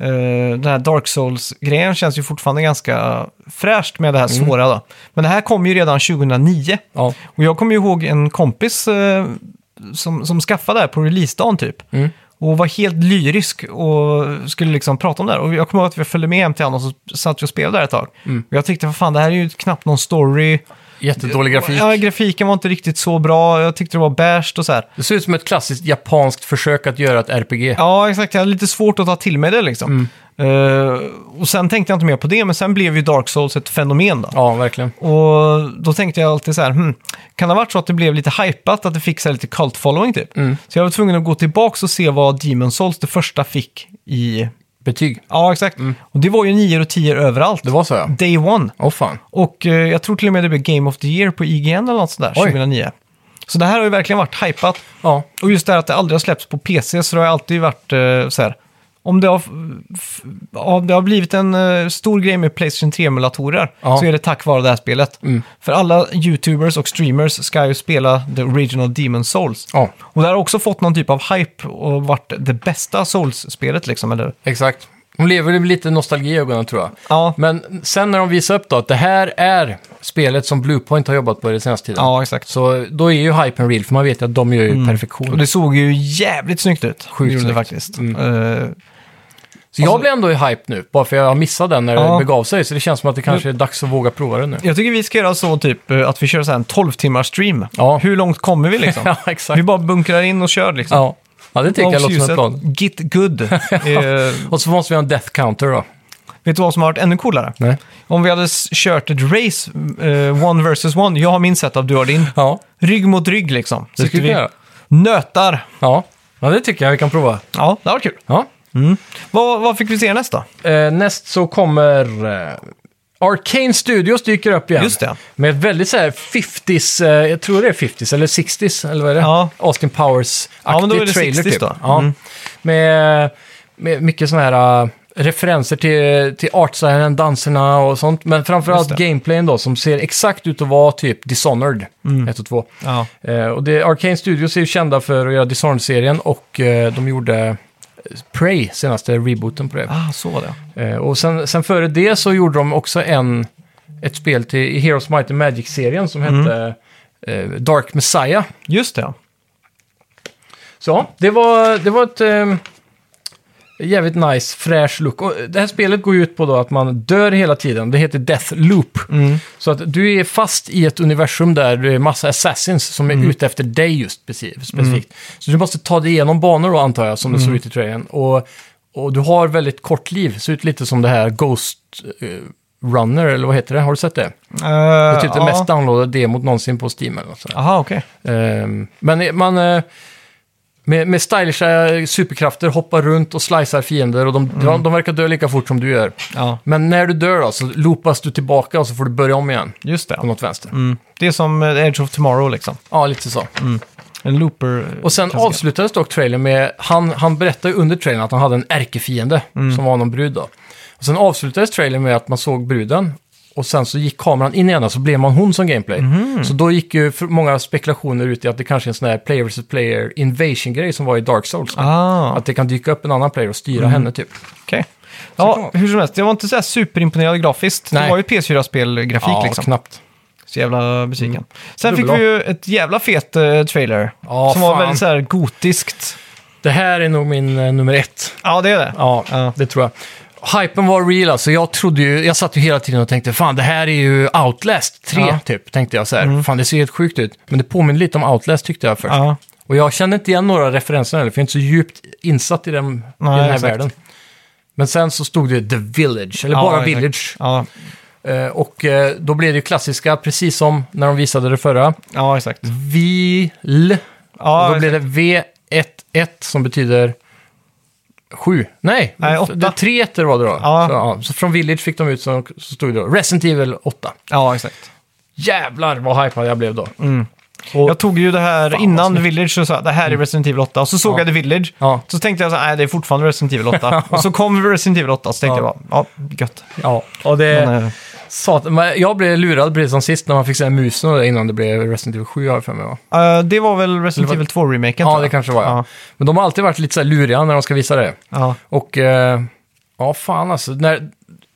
[SPEAKER 1] eh, den här Dark Souls-grejen känns ju fortfarande ganska fräscht med det här
[SPEAKER 2] Mm.
[SPEAKER 1] svåra då. Men det här kom ju redan 2009.
[SPEAKER 2] Ja.
[SPEAKER 1] Och jag kommer ju ihåg en kompis eh, som, som skaffade det här på releasedagen typ.
[SPEAKER 2] Mm.
[SPEAKER 1] Och var helt lyrisk och skulle liksom prata om det här. Och jag kommer ihåg att vi följde med hem till honom och så satt vi och spelade där ett tag.
[SPEAKER 2] Mm.
[SPEAKER 1] Och jag tyckte, vad fan, det här är ju knappt någon story.
[SPEAKER 2] Jättedålig grafik.
[SPEAKER 1] Ja, grafiken var inte riktigt så bra. Jag tyckte det var beige och så här.
[SPEAKER 2] Det ser ut som ett klassiskt japanskt försök att göra ett RPG.
[SPEAKER 1] Ja, exakt. Jag hade lite svårt att ta till mig det liksom.
[SPEAKER 2] Mm.
[SPEAKER 1] Eh, och sen tänkte jag inte mer på det, men sen blev ju Dark Souls ett fenomen då.
[SPEAKER 2] Ja, verkligen.
[SPEAKER 1] Och då tänkte jag alltid så här, hmm, kan det ha varit så att det blev lite hypat, att det fick så här lite cult following typ? Så jag var tvungen att gå tillbaka och se vad Demon Souls, det första, fick i...
[SPEAKER 2] Betyg.
[SPEAKER 1] Ja, exakt. Och det var ju 9 och 10 överallt.
[SPEAKER 2] Det var så ja.
[SPEAKER 1] Day one.
[SPEAKER 2] Åh fan.
[SPEAKER 1] Och eh, jag tror till och med det blev Game of the Year på IGN eller något sådär,
[SPEAKER 2] Oj.
[SPEAKER 1] 2009. Så det här har ju verkligen varit hypat.
[SPEAKER 2] Ja.
[SPEAKER 1] Och just det här att det aldrig har släppts på PC, så det har alltid varit eh, så här. Om det, har, f- f- om det har blivit en eh, stor grej med Playstation 3-emulatorer
[SPEAKER 2] Ja. Mm.
[SPEAKER 1] så är det tack vare det här spelet. För alla YouTubers och streamers ska ju spela The Original Demon Souls.
[SPEAKER 2] Ja,
[SPEAKER 1] Och det har också fått någon typ av hype och varit det bästa Souls-spelet liksom. Eller?
[SPEAKER 2] exakt. De lever med lite nostalgi i ögonen tror jag.
[SPEAKER 1] Ja,
[SPEAKER 2] Men sen när de visar upp då att det här är spelet som Bluepoint har jobbat på den senaste tiden.
[SPEAKER 1] ja exakt. Mm.
[SPEAKER 2] Så då är ju hypen real, för man vet ju att de gör ju perfektion.
[SPEAKER 1] Och det såg ju jävligt snyggt ut.
[SPEAKER 2] Sjukt
[SPEAKER 1] Det gjorde det
[SPEAKER 2] snyggt.
[SPEAKER 1] faktiskt.
[SPEAKER 2] Mm.
[SPEAKER 1] Eh,
[SPEAKER 2] Så jag
[SPEAKER 1] Alltså-
[SPEAKER 2] blir ändå i hype nu, bara för jag missade den när
[SPEAKER 1] Ja.
[SPEAKER 2] det begav sig. Så det känns som att det kanske är dags att våga prova den nu.
[SPEAKER 1] jag tycker vi ska göra så typ eh, att vi kör så här en 12 timmars stream.
[SPEAKER 2] Ja.
[SPEAKER 1] Hur långt kommer vi liksom?
[SPEAKER 2] *laughs* *laughs* ja,
[SPEAKER 1] Vi
[SPEAKER 2] exakt.
[SPEAKER 1] bara bunkrar in och kör liksom.
[SPEAKER 2] Ja. ja, det tycker jag låter som ett plan.
[SPEAKER 1] Get good.
[SPEAKER 2] *laughs*
[SPEAKER 1] Eh,
[SPEAKER 2] Och så måste vi ha en death counter då.
[SPEAKER 1] vet du vad som har varit ännu coolare?
[SPEAKER 2] Nej.
[SPEAKER 1] Om vi hade s- kört ett race, eh, one versus one. Jag har min setup, du har din.
[SPEAKER 2] Ja,
[SPEAKER 1] Rygg mot rygg liksom.
[SPEAKER 2] det skulle vi göra.
[SPEAKER 1] nötar.
[SPEAKER 2] Ja. ja, det tycker jag vi kan prova.
[SPEAKER 1] Ja, det var kul.
[SPEAKER 2] Ja.
[SPEAKER 1] Vad, vad fick vi se nästa?
[SPEAKER 2] Eh, näst så kommer... Eh, Arcane Studios dyker upp igen.
[SPEAKER 1] Just det.
[SPEAKER 2] Med ett väldigt så här 50s, eh, jag tror det är 50s eller 60s, eller vad är det?
[SPEAKER 1] Ja.
[SPEAKER 2] Austin Powers-aktig
[SPEAKER 1] Ja, men då är det
[SPEAKER 2] trailer
[SPEAKER 1] 60s
[SPEAKER 2] typ.
[SPEAKER 1] då. Mm.
[SPEAKER 2] Ja. Med, med mycket sådana här eh, referenser till, till artstylen, danserna och sånt. Men framförallt
[SPEAKER 1] Just det.
[SPEAKER 2] gameplayen då, som ser exakt ut att vara typ Dishonored
[SPEAKER 1] Mm.
[SPEAKER 2] 1 och 2.
[SPEAKER 1] Ja.
[SPEAKER 2] Eh, och det, Arcane Studios är ju kända för att göra Dishonored-serien och eh, de gjorde Prey, senaste rebooten på det.
[SPEAKER 1] Ah, så var det.
[SPEAKER 2] Eh, och sen, sen före det så gjorde de också en, ett spel till i Heroes Might and Magic-serien som hette eh, Dark Messiah.
[SPEAKER 1] Just det.
[SPEAKER 2] Så ja, det var, det var ett eh, jävligt nice, fräsch look. Och det här spelet går ju ut på då att man dör hela tiden. Det heter Death Loop. Så att du är fast i ett universum där det är massa assassins som är ute efter dig just speci- specifikt. Så du måste ta dig igenom banor då antar jag, som det såg ut i trailern. Och, och du har väldigt kort liv. ser ut lite som det här Ghost eh, Runner, eller vad heter det? Har du sett det?
[SPEAKER 1] Eh,
[SPEAKER 2] Det är typ det
[SPEAKER 1] ja.
[SPEAKER 2] mest downloadade demot någonsin på Steam eller något sånt.
[SPEAKER 1] Aha, okej.
[SPEAKER 2] Ehm, men man... eh, Med, med stylisha superkrafter hoppar runt och slicear fiender och de, de, de verkar dö lika fort som du gör.
[SPEAKER 1] Ja,
[SPEAKER 2] Men när du dör då så loopas du tillbaka och så får du börja om igen
[SPEAKER 1] just det.
[SPEAKER 2] på något vänster.
[SPEAKER 1] Mm. Det är som eh, Edge of Tomorrow liksom.
[SPEAKER 2] Ja, lite så.
[SPEAKER 1] En looper. eh,
[SPEAKER 2] Och sen
[SPEAKER 1] klassiker.
[SPEAKER 2] avslutades dock trailern med, han, han berättade ju under trailern att han hade en ärkefiende
[SPEAKER 1] Mm.
[SPEAKER 2] som var någon brud då. Och sen avslutades trailern med att man såg bruden och sen så gick kameran in i henne så blev man hon som gameplay.
[SPEAKER 1] Mhm.
[SPEAKER 2] Så då gick ju för- många spekulationer ut i att det kanske är en sån här player vs player invasion-grej som var i Dark Souls.
[SPEAKER 1] Ah, Mhm.
[SPEAKER 2] Att det kan dyka upp en annan player och styra henne typ.
[SPEAKER 1] okej.
[SPEAKER 2] kan
[SPEAKER 1] Ja,
[SPEAKER 2] man-
[SPEAKER 1] hur som helst. Jag var inte så här superimponerad grafiskt. Det
[SPEAKER 2] Nej.
[SPEAKER 1] var ju PS4-spelgrafik liksom.
[SPEAKER 2] knappt.
[SPEAKER 1] Så jävla besviken. Sen
[SPEAKER 2] Dubbel
[SPEAKER 1] fick vi ju ett jävla fet eh, trailer.
[SPEAKER 2] Mm. Ja,
[SPEAKER 1] som var
[SPEAKER 2] fan.
[SPEAKER 1] väldigt så här gotiskt.
[SPEAKER 2] Det här är nog min eh, nummer ett.
[SPEAKER 1] Ja, det är det.
[SPEAKER 2] Ja,
[SPEAKER 1] Ja.
[SPEAKER 2] det tror jag. Hypen var real alltså. Jag trodde ju, jag satt ju hela tiden och tänkte fan det här är ju Outlast 3
[SPEAKER 1] Ja. Mm.
[SPEAKER 2] typ. Tänkte jag så här, fan det ser helt sjukt ut. Men det påminner lite om Outlast tyckte jag först.
[SPEAKER 1] Ja.
[SPEAKER 2] Och jag kände inte igen några referenser heller, för jag är inte så djupt insatt i, den i den
[SPEAKER 1] Nej,
[SPEAKER 2] här
[SPEAKER 1] exakt.
[SPEAKER 2] världen. Men sen så stod det The Village, eller
[SPEAKER 1] Ja,
[SPEAKER 2] bara
[SPEAKER 1] exakt.
[SPEAKER 2] Village.
[SPEAKER 1] Ja,
[SPEAKER 2] Eh, och eh, då blev det ju klassiska, precis som när de visade det förra.
[SPEAKER 1] ja exakt.
[SPEAKER 2] Vil.
[SPEAKER 1] Ja,
[SPEAKER 2] Mm. och då blev det V11 som betyder sju. Nej,
[SPEAKER 1] Nej, åtta.
[SPEAKER 2] det är tre ettor var det då.
[SPEAKER 1] Ja.
[SPEAKER 2] Så, ja. så från Village fick de ut så, så stod det då Resident Evil 8.
[SPEAKER 1] ja, exakt.
[SPEAKER 2] Jävlar vad hypad jag blev då.
[SPEAKER 1] Och Mm. jag tog ju det här
[SPEAKER 2] vad
[SPEAKER 1] innan
[SPEAKER 2] snyggt. Mm.
[SPEAKER 1] Village och sa det här är Resident Evil 8. Och så såg
[SPEAKER 2] Ja.
[SPEAKER 1] jag The Village.
[SPEAKER 2] Ja.
[SPEAKER 1] Så tänkte jag så här, nej det är fortfarande Resident Evil
[SPEAKER 2] *laughs*
[SPEAKER 1] 8. och så kom Resident Evil 8 så tänkte
[SPEAKER 2] Ja.
[SPEAKER 1] jag bara, ja, gött.
[SPEAKER 2] Ja, och det...
[SPEAKER 1] Men, eh,
[SPEAKER 2] satan, men jag blev lurad precis som sist när man fick se musen och det innan det blev Resident Evil 7 har jag för mig va?
[SPEAKER 1] eh, det var väl Resident
[SPEAKER 2] det var-
[SPEAKER 1] Evil 2-remaken?
[SPEAKER 2] Ja, det kanske var ja.
[SPEAKER 1] Ja.
[SPEAKER 2] Men de har alltid varit lite så här luriga när de ska visa det.
[SPEAKER 1] Ja.
[SPEAKER 2] Och eh, ja, fan alltså. När,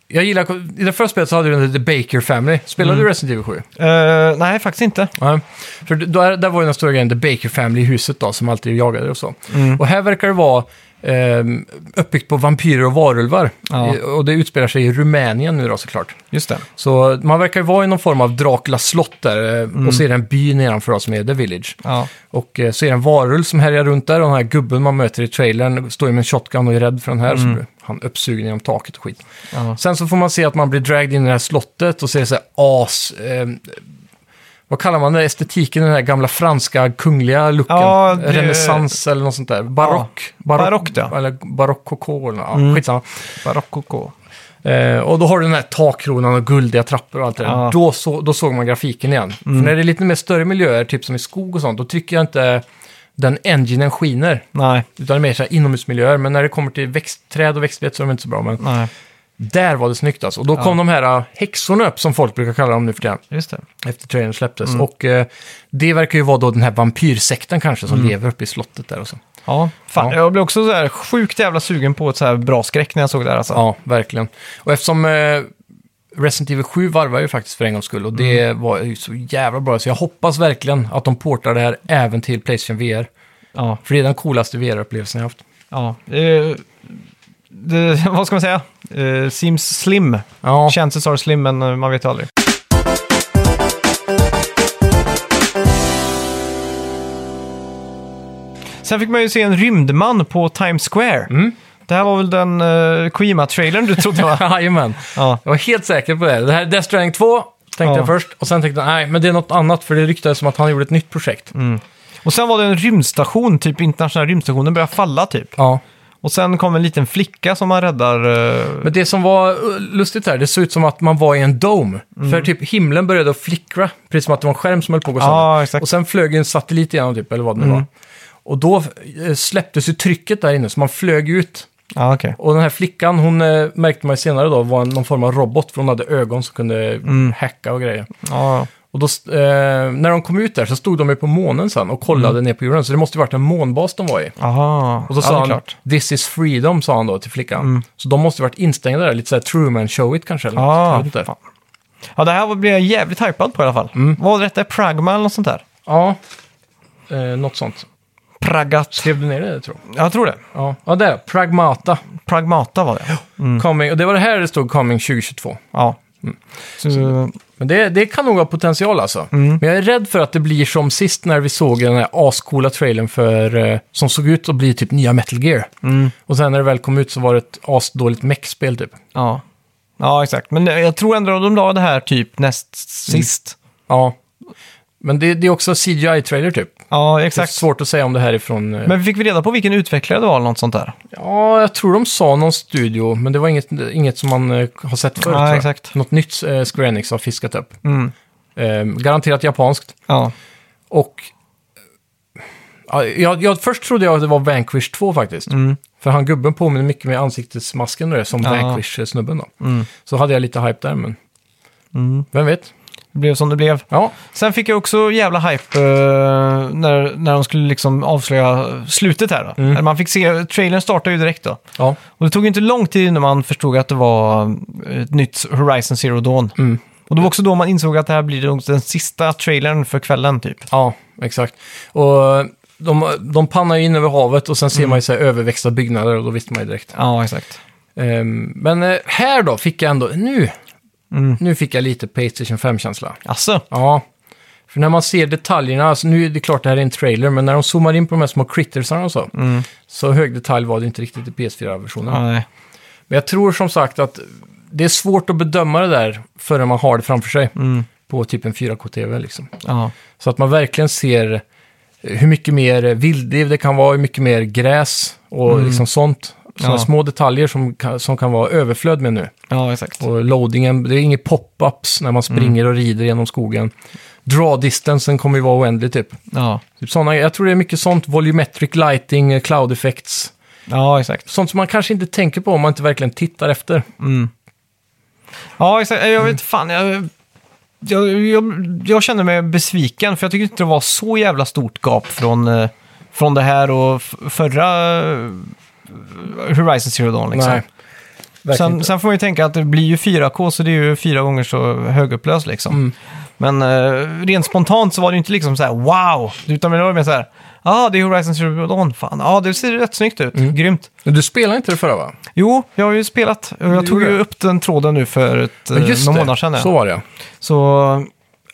[SPEAKER 2] jag gillar, I det första spelet så hade du The Baker Family. Spelade
[SPEAKER 1] Mm.
[SPEAKER 2] du Resident Evil 7?
[SPEAKER 1] Eh, nej, faktiskt inte.
[SPEAKER 2] Nej. För där, där var ju den stora grejen, The Baker Family i huset då, som alltid jagade och så. Och här verkar det vara eh, uppbyggt på vampyrer och varulvar.
[SPEAKER 1] Ja.
[SPEAKER 2] Eh, Och det utspelar sig i Rumänien nu då såklart.
[SPEAKER 1] Just det.
[SPEAKER 2] Så man verkar ju vara i någon form av Dracula slott där. eh, Och så är det en by nedanför oss som är The Village.
[SPEAKER 1] Ja.
[SPEAKER 2] Och eh, så är det en varulv som härjar runt där och den här gubben man möter i trailern står ju med en shotgun och är rädd för den här. Så blir han uppsugen genom taket och skit.
[SPEAKER 1] Ja.
[SPEAKER 2] Sen så får man se att man blir dragged in i det här slottet och ser så här as... Eh, vad kallar man det? Estetiken, den här gamla franska kungliga looken.
[SPEAKER 1] Ja, det-
[SPEAKER 2] Renässans eller något sånt där. Barock.
[SPEAKER 1] Barockt, ja. Mm.
[SPEAKER 2] Eller barockoko eller något. Ja, Skitsamma.
[SPEAKER 1] Barocco.
[SPEAKER 2] Eh, och då har du den här takkronan och guldiga trappor och allt det där.
[SPEAKER 1] Ja. Mm.
[SPEAKER 2] Då, så, då såg man grafiken igen. För när det är lite mer större miljöer, typ som i skog och sånt, då tycker jag inte den enginen skiner.
[SPEAKER 1] Nej,
[SPEAKER 2] Utan det är mer så här inomhusmiljöer. Men när det kommer till växtträd och växtlighet så är de inte så bra. Men
[SPEAKER 1] nej.
[SPEAKER 2] där var det snyggt alltså. Och då kom de här äh, häxorna upp, som folk brukar kalla dem nu för tiden,
[SPEAKER 1] Just det.
[SPEAKER 2] efter trailern äh, släpptes. Och eh, det verkar ju vara då den här vampyrsekten kanske som lever uppe i slottet där och så.
[SPEAKER 1] Ja, fan.
[SPEAKER 2] Ja.
[SPEAKER 1] Jag blev också så här sjukt jävla sugen på ett så här bra skräck när jag såg det här. Alltså.
[SPEAKER 2] Ja, verkligen. Och eftersom eh, Resident Evil 7 varvar ju faktiskt för en gångs skull och det var ju så jävla bra. Så jag hoppas verkligen att de portar det här även till Playstation VR.
[SPEAKER 1] Ja,
[SPEAKER 2] För det är den coolaste VR-upplevelsen jag haft.
[SPEAKER 1] ja. Eh, det, *laughs* vad ska man säga? Eh, seems slim. *laughs*
[SPEAKER 2] Ja, *laughs*
[SPEAKER 1] Chances are slim, men eh, man vet ju aldrig. Sen fick man ju se en rymdman på Times Square. Det här var väl den uh, Kojima-trailern du trodde
[SPEAKER 2] *laughs*
[SPEAKER 1] va?
[SPEAKER 2] jajamän.
[SPEAKER 1] ja.
[SPEAKER 2] Jag var helt säker på det. Det här är Death Stranding 2, tänkte
[SPEAKER 1] Ja.
[SPEAKER 2] jag först. Och sen tänkte jag, nej, men det är något annat, för det ryktades som att han gjorde ett nytt projekt.
[SPEAKER 1] Och sen var det en rymdstation, typ internationella rymdstationen började falla typ.
[SPEAKER 2] Ja.
[SPEAKER 1] Och sen kom en liten flicka som man räddar. eh,
[SPEAKER 2] Men det som var eh, lustigt här, det såg ut som att man var i en dome.
[SPEAKER 1] Mm.
[SPEAKER 2] För typ himlen började att flickra, precis som att det var en skärm som höll på att gå sönder.
[SPEAKER 1] Ja, exakt. Mm.
[SPEAKER 2] Och sen flög en satellit igenom typ, eller vad det nu var. Och då eh, släpptes ju trycket där inne, så man flög ut.
[SPEAKER 1] Ja, okej.
[SPEAKER 2] Och den här flickan, hon eh, märkte man ju senare då, var en- någon form av robot, för hon hade ögon som kunde
[SPEAKER 1] Mm.
[SPEAKER 2] hacka och grejer.
[SPEAKER 1] Ja,
[SPEAKER 2] Och då, eh, när de kom ut där så stod de ju på månen sen och kollade
[SPEAKER 1] Mm.
[SPEAKER 2] ner på jorden, så det måste ju varit en månbas de var i.
[SPEAKER 1] aha.
[SPEAKER 2] Och så
[SPEAKER 1] ja, det
[SPEAKER 2] sa
[SPEAKER 1] är
[SPEAKER 2] han,
[SPEAKER 1] klart. Mm.
[SPEAKER 2] this is freedom, sa han då till flickan. Så de måste ju varit instängda där, lite såhär Truman-showigt kanske. Eller något. Jag
[SPEAKER 1] Ah,
[SPEAKER 2] vet inte.
[SPEAKER 1] fan. Ja, det här var- blev jag jävligt hypad på i alla fall. Vad detta? Pragma eller något sånt där?
[SPEAKER 2] Ja, eh, något sånt.
[SPEAKER 1] Pragat.
[SPEAKER 2] Skrev du ner det, tror jag.
[SPEAKER 1] Jag tror det.
[SPEAKER 2] Ja, ja där. Pragmata.
[SPEAKER 1] Pragmata var det.
[SPEAKER 2] Coming, och det var det här det stod Coming 2022.
[SPEAKER 1] Ja. Mm. Så,
[SPEAKER 2] Men det, det kan nog ha potential alltså.
[SPEAKER 1] Mm.
[SPEAKER 2] Men jag är rädd för att det blir som sist när vi såg den här ascoola trailern för, eh, som såg ut att bli typ nya Metal Gear.
[SPEAKER 1] Mm.
[SPEAKER 2] Och sen när det väl kom ut så var det ett asdåligt mech-spel typ.
[SPEAKER 1] ja. ja, exakt. Men eh, jag tror ändå de la det här typ näst sist.
[SPEAKER 2] Ja. Men det, det är också CGI-trailer typ.
[SPEAKER 1] Ja,
[SPEAKER 2] Det är
[SPEAKER 1] exakt.
[SPEAKER 2] svårt att säga om det här är från... eh,
[SPEAKER 1] Men fick vi reda på vilken utvecklare det var eller något sånt där?
[SPEAKER 2] Ja, jag tror de sa någon studio, men det var inget, inget som man eh, har sett förut.
[SPEAKER 1] Ja,
[SPEAKER 2] tror jag.
[SPEAKER 1] exakt.
[SPEAKER 2] Något nytt eh, Square Enix har fiskat upp.
[SPEAKER 1] Mm.
[SPEAKER 2] Eh, garanterat japanskt.
[SPEAKER 1] Ja.
[SPEAKER 2] Och... Ja, jag, jag, först trodde jag att det var Vanquish 2 faktiskt. För han gubben påminner mycket med ansiktesmasken och det, som
[SPEAKER 1] Mm. Ja. Mm.
[SPEAKER 2] Vanquish-snubben då. Så hade jag lite hype där, men... Vem vet?
[SPEAKER 1] Det blev som det blev.
[SPEAKER 2] Ja,
[SPEAKER 1] Sen fick jag också jävla hype eh, när, när de skulle liksom avslöja slutet här. Då. Eller Man fick se, trailern startade ju direkt då.
[SPEAKER 2] ja.
[SPEAKER 1] Och det tog ju inte lång tid innan man förstod att det var eh, ett nytt Horizon Zero Dawn.
[SPEAKER 2] Mm.
[SPEAKER 1] Och det var också då man insåg att det här blir nog den sista trailern för kvällen typ.
[SPEAKER 2] Ja, exakt. Och de, de pannar ju in över havet och sen ser man ju så här överväxta byggnader och då visste man ju direkt.
[SPEAKER 1] Ja, exakt.
[SPEAKER 2] Ehm, men eh, här då fick jag ändå, nu, nu fick jag lite Playstation 5-känsla.
[SPEAKER 1] Alltså,
[SPEAKER 2] Ja, för när man ser detaljerna, alltså nu är det klart det här är en trailer, men när de zoomar in på de här små crittersarna och så, så hög detalj var det inte riktigt i PS4-versionen.
[SPEAKER 1] nej.
[SPEAKER 2] Men jag tror som sagt att det är svårt att bedöma det där förrän man har det framför sig. På typ en 4K-TV liksom.
[SPEAKER 1] Ja.
[SPEAKER 2] Så att man verkligen ser eh, hur mycket mer vildliv det kan vara, hur mycket mer gräs och liksom sånt. Sådana
[SPEAKER 1] Mm. Ja.
[SPEAKER 2] små detaljer som kan, som kan vara överflöd med nu.
[SPEAKER 1] ja, exakt.
[SPEAKER 2] Och loadingen, det är inget pop-ups
[SPEAKER 1] Mm.
[SPEAKER 2] när man springer och rider genom skogen. Draw-distansen kommer ju vara oändlig typ.
[SPEAKER 1] Ja,
[SPEAKER 2] typ såna, jag tror det är mycket sånt, volumetric lighting, eh, cloud effects.
[SPEAKER 1] ja exakt.
[SPEAKER 2] Sånt som man kanske inte tänker på om man inte verkligen tittar efter.
[SPEAKER 1] Ja, exakt. Jag vet fan, jag, jag, jag, jag känner mig besviken för jag tycker inte det var så jävla stort gap från, eh, från det här och f- förra eh, Horizon Zero Dawn. Liksom.
[SPEAKER 2] Nej, verkligen
[SPEAKER 1] Sen,
[SPEAKER 2] inte.
[SPEAKER 1] sen får man ju tänka att det blir ju 4K, så det är ju fyra gånger så högupplöst liksom.
[SPEAKER 2] Mm.
[SPEAKER 1] Men eh, rent spontant så var det ju inte liksom så här wow, utan det var mer så här, ja ah, det är Horizon Zero Dawn, fan, ja ah, det ser rätt snyggt ut,
[SPEAKER 2] Mm.
[SPEAKER 1] grymt.
[SPEAKER 2] Men Du spelar inte det förra va?
[SPEAKER 1] Jo, jag har ju spelat, och jag
[SPEAKER 2] Du
[SPEAKER 1] tog
[SPEAKER 2] gjorde
[SPEAKER 1] ju
[SPEAKER 2] det.
[SPEAKER 1] upp den tråden nu för ett, eh,
[SPEAKER 2] Just
[SPEAKER 1] några
[SPEAKER 2] det,
[SPEAKER 1] månader sedan. ja.
[SPEAKER 2] så var det ja.
[SPEAKER 1] Så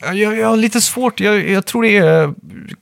[SPEAKER 1] eh, jag, jag har lite svårt, jag, jag tror det är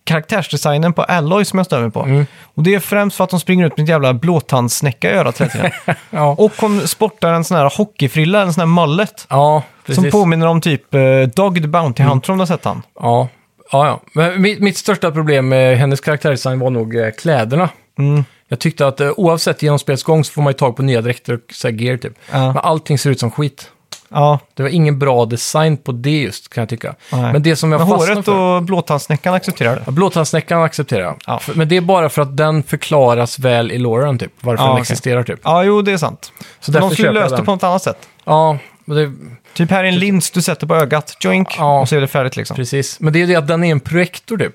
[SPEAKER 1] karaktärsdesignen på Alloy som jag stör mig på.
[SPEAKER 2] Mm.
[SPEAKER 1] Och det är främst för att de springer ut med ett jävla blåtandsnäcka i örat hela
[SPEAKER 2] *laughs*
[SPEAKER 1] tiden.
[SPEAKER 2] Ja,
[SPEAKER 1] Och hon sportar en sån här hockeyfrilla, en sån här mallet.
[SPEAKER 2] ja precis. Mm.
[SPEAKER 1] Som påminner om typ eh, Dogged Bounty Hunter om du har sett han.
[SPEAKER 2] Ja, ja. ja. Men mitt, mitt största problem med hennes karaktärsdesign var nog eh, kläderna.
[SPEAKER 1] Mm.
[SPEAKER 2] Jag tyckte att eh, oavsett genom spelets gång så får man ju tag på nya dräkter och så här gear typ.
[SPEAKER 1] Ja.
[SPEAKER 2] Men allting ser ut som skit.
[SPEAKER 1] Ja.
[SPEAKER 2] Det var ingen bra design på det just, kan jag tycka.
[SPEAKER 1] Nej.
[SPEAKER 2] Men det som jag
[SPEAKER 1] Men
[SPEAKER 2] fastnade
[SPEAKER 1] håret
[SPEAKER 2] för...
[SPEAKER 1] och blåtandsnäckan accepterar det.
[SPEAKER 2] Ja, Blåtandsnäckan accepterar jag.
[SPEAKER 1] Ja.
[SPEAKER 2] För- Men det är bara för att den förklaras väl i loren typ. Varför
[SPEAKER 1] Ja,
[SPEAKER 2] den
[SPEAKER 1] okej.
[SPEAKER 2] existerar typ.
[SPEAKER 1] Ja, jo, det är sant.
[SPEAKER 2] Så
[SPEAKER 1] Men de skulle
[SPEAKER 2] köper jag
[SPEAKER 1] löst det
[SPEAKER 2] den.
[SPEAKER 1] på något annat sätt.
[SPEAKER 2] Ja, men det,
[SPEAKER 1] Typ här är en lins du sätter på ögat, joink,
[SPEAKER 2] Ja.
[SPEAKER 1] och så är det färdigt liksom. Mm.
[SPEAKER 2] precis. Men det är det att den är en projektor typ.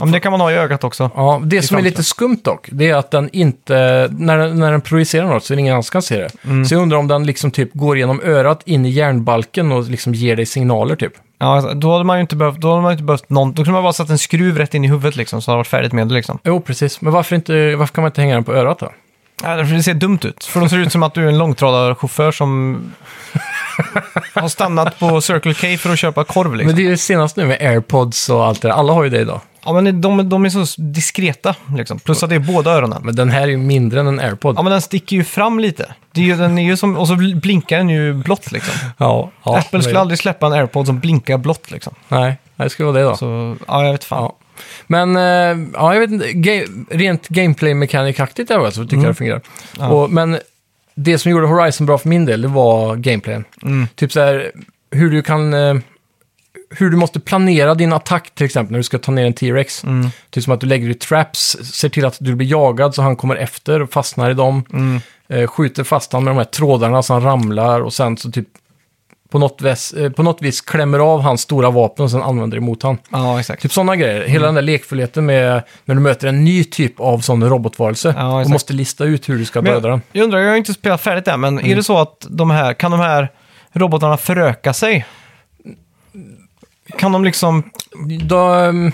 [SPEAKER 1] Ja, men det kan man ha i ögat också.
[SPEAKER 2] Ja, det som är
[SPEAKER 1] framtiden.
[SPEAKER 2] lite skumt dock, det är att den inte, när den, när den projicerar något så är det ingen annan som kan se det. Så jag undrar om den liksom typ går genom örat in i hjärnbalken och liksom ger dig signaler typ.
[SPEAKER 1] Ja, alltså, då hade man ju inte behövt, då hade man ju inte behövt någon, då kunde man bara satt en skruv rätt in i huvudet liksom, så hade det varit färdigt med det liksom.
[SPEAKER 2] Jo, precis. Men varför, inte, varför kan man inte hänga den på örat då?
[SPEAKER 1] Ja, därför det ser dumt ut. För de ser ut som att du är en långtradarchaufför som har stannat på Circle K för att köpa korv liksom.
[SPEAKER 2] Men det är ju senast nu med airpods och allt det där. Alla har ju det idag.
[SPEAKER 1] Ja, men de, de är så diskreta liksom. Plus att det är båda öronen.
[SPEAKER 2] Men den här är ju mindre än en airpod.
[SPEAKER 1] Ja, men den sticker ju fram lite. Det är ju, den är ju som, och så blinkar den ju blått liksom.
[SPEAKER 2] Ja, ja,
[SPEAKER 1] Apple skulle
[SPEAKER 2] men-
[SPEAKER 1] aldrig släppa en AirPod som blinkar blått liksom.
[SPEAKER 2] Nej, nej, det skulle vara det då.
[SPEAKER 1] Så, ja, jag vet fan.
[SPEAKER 2] Ja. Men, eh, ja, jag vet inte, ga- rent gameplay mekanikaktigt där alltså, tycker jag det fungerar. Och, men det som gjorde Horizon bra för min del, det var gameplayen. Typ så här, hur du kan... Eh, hur du måste planera din attack till exempel när du ska ta ner en T-Rex. Typ som att du lägger i traps, ser till att du blir jagad så han kommer efter och fastnar i dem. Eh, skjuter fast han med de här trådarna så han ramlar och sen så typ på något, väs, eh, på något vis klämmer av hans stora vapen och sen använder det mot han.
[SPEAKER 1] Ja, exakt.
[SPEAKER 2] Typ sådana grejer. Hela
[SPEAKER 1] Mm.
[SPEAKER 2] den där lekfullheten med när du möter en ny typ av sån robotvarelse.
[SPEAKER 1] Ja,
[SPEAKER 2] och
[SPEAKER 1] exakt.
[SPEAKER 2] måste lista ut hur du ska
[SPEAKER 1] Men
[SPEAKER 2] döda den.
[SPEAKER 1] jag, jag undrar, jag har ju inte spelat färdigt än, men
[SPEAKER 2] Mm.
[SPEAKER 1] är det så att de här, kan de här robotarna föröka sig? Kan de liksom,
[SPEAKER 2] Då, ehm,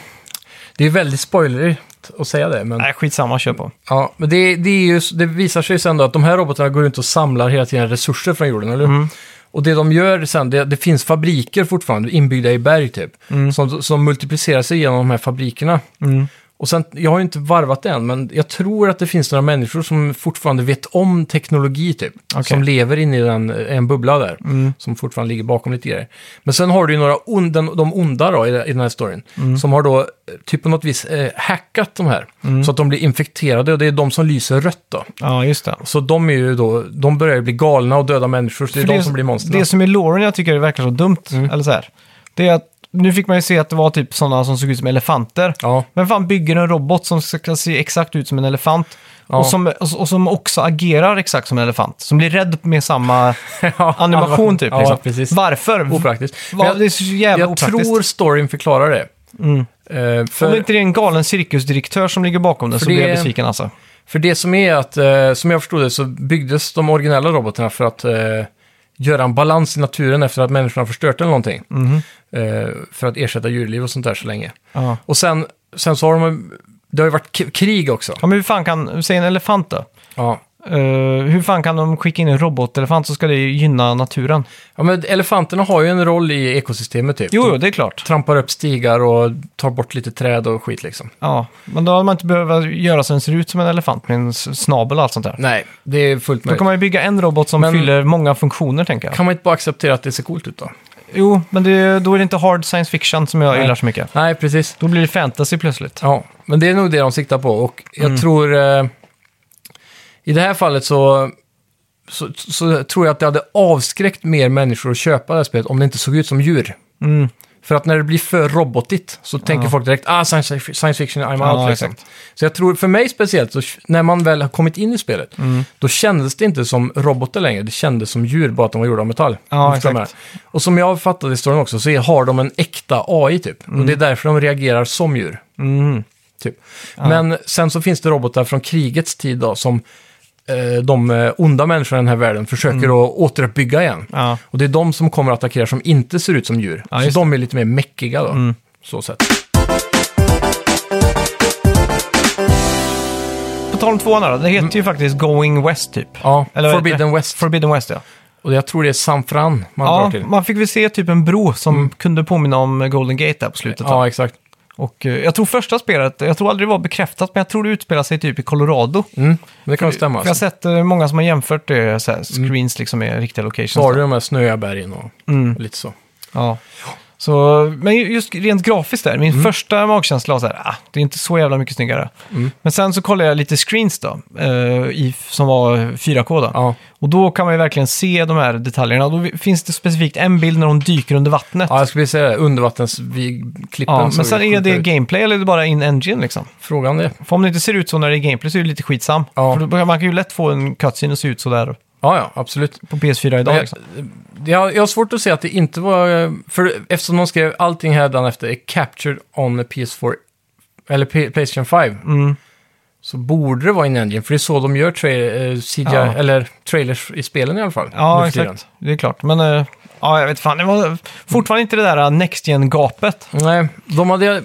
[SPEAKER 2] det är väldigt spoilerigt att säga det, men,
[SPEAKER 1] nej skitsamma, kör på.
[SPEAKER 2] ja, men det, det, är ju, det visar sig ju sen då att de här robotarna går runt och samlar hela tiden resurser från jorden, eller hur?
[SPEAKER 1] Mm.
[SPEAKER 2] Och det de gör sen, det, det finns fabriker fortfarande inbyggda i berg typ,
[SPEAKER 1] Mm.
[SPEAKER 2] som, som multiplicerar sig genom de här fabrikerna. Och sen, jag har ju inte varvat det än, men jag tror att det finns några människor som fortfarande vet om teknologi typ. Som lever inne i den, en bubbla där,
[SPEAKER 1] Mm.
[SPEAKER 2] som fortfarande ligger bakom lite grejer. Men sen har du ju några on, den, de onda då, i, i den här storyn,
[SPEAKER 1] Mm.
[SPEAKER 2] som har då eh, typ på något vis eh, hackat de här.
[SPEAKER 1] Mm.
[SPEAKER 2] Så att de blir infekterade och det är de som lyser rött då.
[SPEAKER 1] Ja, just det.
[SPEAKER 2] Så de är ju då, de börjar ju bli galna och döda människor, så det är
[SPEAKER 1] För
[SPEAKER 2] de som blir monstren. Mm.
[SPEAKER 1] Det som i loren jag tycker verkar så dumt, eller så här, det är att nu fick man ju se att det var typ sådana som såg ut som elefanter.
[SPEAKER 2] Ja,
[SPEAKER 1] Vem fan bygger en robot som ska se exakt ut som en elefant?
[SPEAKER 2] Ja.
[SPEAKER 1] Och, som, och, och som också agerar exakt som en elefant. Som blir rädd med
[SPEAKER 2] *laughs*
[SPEAKER 1] samma *laughs* animation typ.
[SPEAKER 2] Ja,
[SPEAKER 1] liksom.
[SPEAKER 2] precis.
[SPEAKER 1] Varför?
[SPEAKER 2] opraktiskt.
[SPEAKER 1] Va,
[SPEAKER 2] Men
[SPEAKER 1] det är så jävla
[SPEAKER 2] Jag
[SPEAKER 1] opraktiskt. Mm.
[SPEAKER 2] tror storyn förklarar det. Eh,
[SPEAKER 1] Om
[SPEAKER 2] för,
[SPEAKER 1] det inte är en galen cirkusdirektör som ligger bakom det så
[SPEAKER 2] För
[SPEAKER 1] blir
[SPEAKER 2] det-
[SPEAKER 1] jag besviken alltså.
[SPEAKER 2] för det som är att, eh, som jag förstod det, så byggdes de originella robotarna för att eh, göra en balans i naturen efter att människorna har förstört eller någonting.
[SPEAKER 1] Mm-hmm.
[SPEAKER 2] Eh, för att ersätta djurliv och sånt där så länge.
[SPEAKER 1] Ja.
[SPEAKER 2] Och sen, sen så har de, det har ju varit k- krig också.
[SPEAKER 1] men hur fan kan, säg en elefant då.
[SPEAKER 2] Ja.
[SPEAKER 1] Eh, hur fan kan de skicka in en robotelefant så ska det ju gynna naturen?
[SPEAKER 2] ja, men elefanterna har ju en roll i ekosystemet typ.
[SPEAKER 1] Jo,
[SPEAKER 2] De
[SPEAKER 1] jo, det är klart.
[SPEAKER 2] trampar upp stigar och tar bort lite träd och skit liksom.
[SPEAKER 1] Ja, men då hade man inte behövt göra så den ser ut som en elefant med en s- snabel och allt sånt där.
[SPEAKER 2] Nej, det är fullt
[SPEAKER 1] Då
[SPEAKER 2] möjligt.
[SPEAKER 1] kan
[SPEAKER 2] Kan man...
[SPEAKER 1] man ju bygga en robot som
[SPEAKER 2] Men-
[SPEAKER 1] fyller många funktioner, tänker jag.
[SPEAKER 2] inte bara acceptera att det ser coolt ut då?
[SPEAKER 1] Jo, men det, då är det inte hard science fiction som jag
[SPEAKER 2] Nej.
[SPEAKER 1] gillar så mycket.
[SPEAKER 2] Nej, precis.
[SPEAKER 1] Då blir det fantasy plötsligt.
[SPEAKER 2] Ja, men det är nog det de siktar på och jag
[SPEAKER 1] Mm.
[SPEAKER 2] tror... Eh, I det här fallet så, så, så tror jag att det hade avskräckt mer människor att köpa det här spelet om det inte såg ut som djur.
[SPEAKER 1] Mm.
[SPEAKER 2] För att när det blir för robotigt så tänker folk direkt ah, science, science fiction, I'm
[SPEAKER 1] Ja,
[SPEAKER 2] out. Liksom. Så jag tror, för mig speciellt, så, när man väl har kommit in i spelet,
[SPEAKER 1] Mm.
[SPEAKER 2] då kändes det inte som robotar längre. Det kändes som djur, bara att de var gjorda av metall.
[SPEAKER 1] Ja,
[SPEAKER 2] Om du förstår vad jag
[SPEAKER 1] exakt.
[SPEAKER 2] menar. Och som jag fattade i storyn också, så är, har de en äkta AI typ. Och det är därför de reagerar som djur.
[SPEAKER 1] Mm.
[SPEAKER 2] Typ. Men sen så finns det robotar från krigets tid då, som eh, de eh, onda människorna i den här världen försöker att återuppbygga igen.
[SPEAKER 1] Mm. Ja.
[SPEAKER 2] Och det är de som kommer att attackera som inte ser ut som djur.
[SPEAKER 1] Ja,
[SPEAKER 2] så
[SPEAKER 1] just Mm.
[SPEAKER 2] de är lite mer mäckiga då. Så sätt.
[SPEAKER 1] På tal om tvåan här då, det heter ju
[SPEAKER 2] Mm.
[SPEAKER 1] faktiskt Going West typ.
[SPEAKER 2] Ja,
[SPEAKER 1] Eller vad heter
[SPEAKER 2] Forbidden West.
[SPEAKER 1] Forbidden West, ja.
[SPEAKER 2] Och jag tror det är San Fran man drar
[SPEAKER 1] Ja,
[SPEAKER 2] till. Mm.
[SPEAKER 1] man fick väl se typ en bro som kunde påminna om Golden Gate där på slutet. va?
[SPEAKER 2] Ja, exakt.
[SPEAKER 1] Och eh, jag tror första spelet, jag tror aldrig det var bekräftat, men jag tror det utspelar sig typ i Colorado.
[SPEAKER 2] Mm. Men det kan ju stämma.
[SPEAKER 1] För jag har
[SPEAKER 2] Alltså.
[SPEAKER 1] sett eh, många som har jämfört det, så här,
[SPEAKER 2] Mm.
[SPEAKER 1] screens liksom med riktiga locations.
[SPEAKER 2] Så har du de här snöiga bergen och
[SPEAKER 1] Mm.
[SPEAKER 2] och lite så.
[SPEAKER 1] Ja. Så, men ju- just rent grafiskt där, min
[SPEAKER 2] Mm.
[SPEAKER 1] första magkänsla var så här, ah, det är inte så jävla mycket snyggare.
[SPEAKER 2] Mm.
[SPEAKER 1] Men sen så kollade jag lite screens då, eh, i, som var 4K då.
[SPEAKER 2] Ja.
[SPEAKER 1] Och då kan man ju verkligen se de här detaljerna. Då finns det specifikt en bild när hon dyker under vattnet.
[SPEAKER 2] ja, jag skulle vilja säga det. Undervattensklippen.
[SPEAKER 1] Ja, men
[SPEAKER 2] såg
[SPEAKER 1] sen är det
[SPEAKER 2] sjukt ut.
[SPEAKER 1] gameplay eller är det bara in-engine liksom?
[SPEAKER 2] Frågan är...
[SPEAKER 1] För om det inte ser ut så när det är gameplay så är det lite skitsam.
[SPEAKER 2] Ja.
[SPEAKER 1] För då, man kan ju lätt få en cutscene och se ut så där
[SPEAKER 2] Ja, ja, absolut.
[SPEAKER 1] på PS4 idag. Liksom.
[SPEAKER 2] Jag, jag, jag har svårt att se att det inte var... eh, För eftersom de skrev allting här efter är captured on the PS4 eller P- Playstation 5,
[SPEAKER 1] Mm.
[SPEAKER 2] så borde det vara in-engine. För det är så de gör tra- eh, CGI,
[SPEAKER 1] Ja.
[SPEAKER 2] eller trailers i spelen i alla fall.
[SPEAKER 1] Ja,
[SPEAKER 2] nu för
[SPEAKER 1] exakt. Det är klart. Men eh, ja, jag vet fan, det var fortfarande inte det där eh, Next Gen-gapet.
[SPEAKER 2] tiden. Nej, de hade...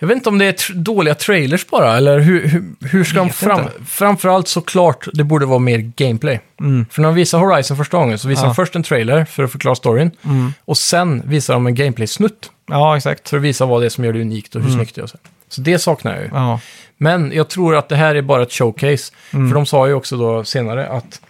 [SPEAKER 2] Jag vet inte om det är tr- dåliga trailers bara, eller hur, hur, hur ska de
[SPEAKER 1] Vet
[SPEAKER 2] fram...
[SPEAKER 1] inte.
[SPEAKER 2] Framförallt såklart, det borde vara mer gameplay.
[SPEAKER 1] Mm.
[SPEAKER 2] För när de visar Horizon första gången så visar
[SPEAKER 1] Ja.
[SPEAKER 2] de först en trailer för att förklara storyn.
[SPEAKER 1] Mm.
[SPEAKER 2] Och sen visar de en gameplay-snutt
[SPEAKER 1] Ja, exakt.
[SPEAKER 2] för att visa vad det är som gör det unikt och hur
[SPEAKER 1] Mm.
[SPEAKER 2] snyggt det är. och Så Så det saknar jag ju.
[SPEAKER 1] Ja.
[SPEAKER 2] Men jag tror att det här är bara ett showcase. För de sa ju också då senare att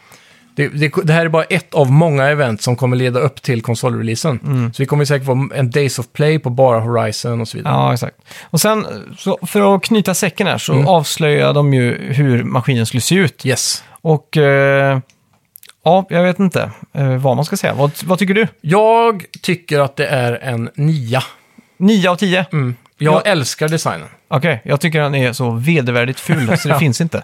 [SPEAKER 2] det, det, det här är bara ett av många event som kommer leda upp till konsolreleasen. Så vi kommer säkert få en Days of Play på bara Horizon och så vidare.
[SPEAKER 1] ja, exakt. Och sen, så för att knyta säcken här, så
[SPEAKER 2] Mm.
[SPEAKER 1] avslöjar de ju hur maskinen skulle se ut.
[SPEAKER 2] Yes.
[SPEAKER 1] Och eh, ja, jag vet inte eh, vad man ska säga. Vad, vad tycker du?
[SPEAKER 2] Jag tycker att det är en nia.
[SPEAKER 1] 9 av 10?
[SPEAKER 2] Mm. Jag
[SPEAKER 1] Ja.
[SPEAKER 2] älskar designen.
[SPEAKER 1] Okej, jag tycker han är så vedervärdigt ful
[SPEAKER 2] *laughs*
[SPEAKER 1] så det finns inte.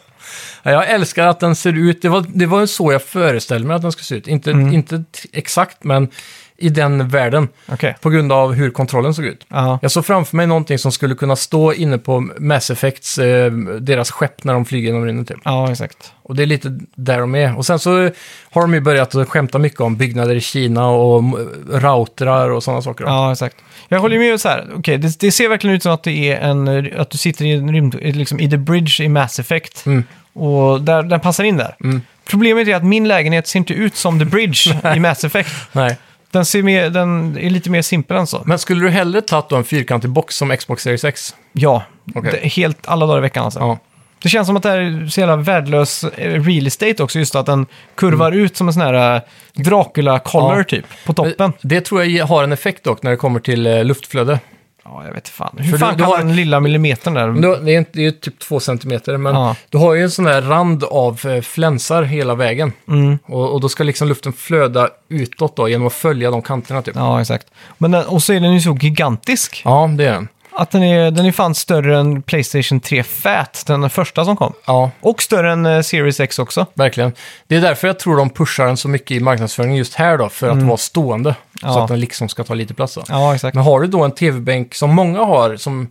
[SPEAKER 2] Ja, Jag älskar att den ser ut, det var, det var så jag föreställde mig att den skulle se ut. Inte, inte t- exakt, men i den världen.
[SPEAKER 1] Okej.
[SPEAKER 2] På grund av hur kontrollen såg ut.
[SPEAKER 1] Ja.
[SPEAKER 2] Jag såg framför mig någonting som skulle kunna stå inne på Mass Effects, eh, deras skepp när de flyger genom rymden typ.
[SPEAKER 1] ja, exakt.
[SPEAKER 2] Och det är lite där de är. Och sen så har de ju börjat att skämta mycket om byggnader i Kina och m- routrar och sådana saker.
[SPEAKER 1] Ja, exakt. Jag håller med så här. Okej, det, det ser verkligen ut som att det är en, eh, att du sitter i en rymd, eh, liksom i The Bridge i Mass Effect.
[SPEAKER 2] Mm.
[SPEAKER 1] Och där, den passar in där.
[SPEAKER 2] Mm.
[SPEAKER 1] Problemet är att min lägenhet ser inte ut som The
[SPEAKER 2] *laughs*
[SPEAKER 1] Bridge i Mass Effect.
[SPEAKER 2] Nej.
[SPEAKER 1] Den, ser mer, den är lite mer simpel än så.
[SPEAKER 2] Men skulle du hellre tagit då en fyrkantig box som Xbox Series X?
[SPEAKER 1] Ja,
[SPEAKER 2] Okej.
[SPEAKER 1] det, helt alla dagar i veckan alltså.
[SPEAKER 2] Ja.
[SPEAKER 1] Det känns som att det här är så jävla värdelös eh, real estate också, just att den kurvar ut som en sån här eh, Dracula-collar
[SPEAKER 2] Mm. Ja.
[SPEAKER 1] typ, på toppen.
[SPEAKER 2] Det tror jag har en effekt dock när det kommer till eh, luftflöde.
[SPEAKER 1] Ja, jag vet fan. Hur
[SPEAKER 2] För
[SPEAKER 1] fan
[SPEAKER 2] du- du
[SPEAKER 1] kan
[SPEAKER 2] har-
[SPEAKER 1] den lilla millimetern där?
[SPEAKER 2] Men då- Det är, inte- det är typ två centimeter, men
[SPEAKER 1] Ja.
[SPEAKER 2] du har ju en sån här rand av eh, flänsar hela vägen.
[SPEAKER 1] Mm.
[SPEAKER 2] Och, och då ska liksom luften flöda utåt då, genom att följa de kanterna typ.
[SPEAKER 1] Ja, exakt. Men den, och så är den ju så gigantisk.
[SPEAKER 2] Ja, det är den.
[SPEAKER 1] Att den är, den är fan större än Playstation 3 Fat, den första som kom.
[SPEAKER 2] Ja,
[SPEAKER 1] Och större än eh, Series X också.
[SPEAKER 2] verkligen. Det är därför jag tror de pushar den så mycket i marknadsföringen just här då, för att vara stående. Så
[SPEAKER 1] Mm. Ja.
[SPEAKER 2] att den liksom ska ta lite plats då.
[SPEAKER 1] Ja, exakt.
[SPEAKER 2] Men har du då en tv-bänk som många har, som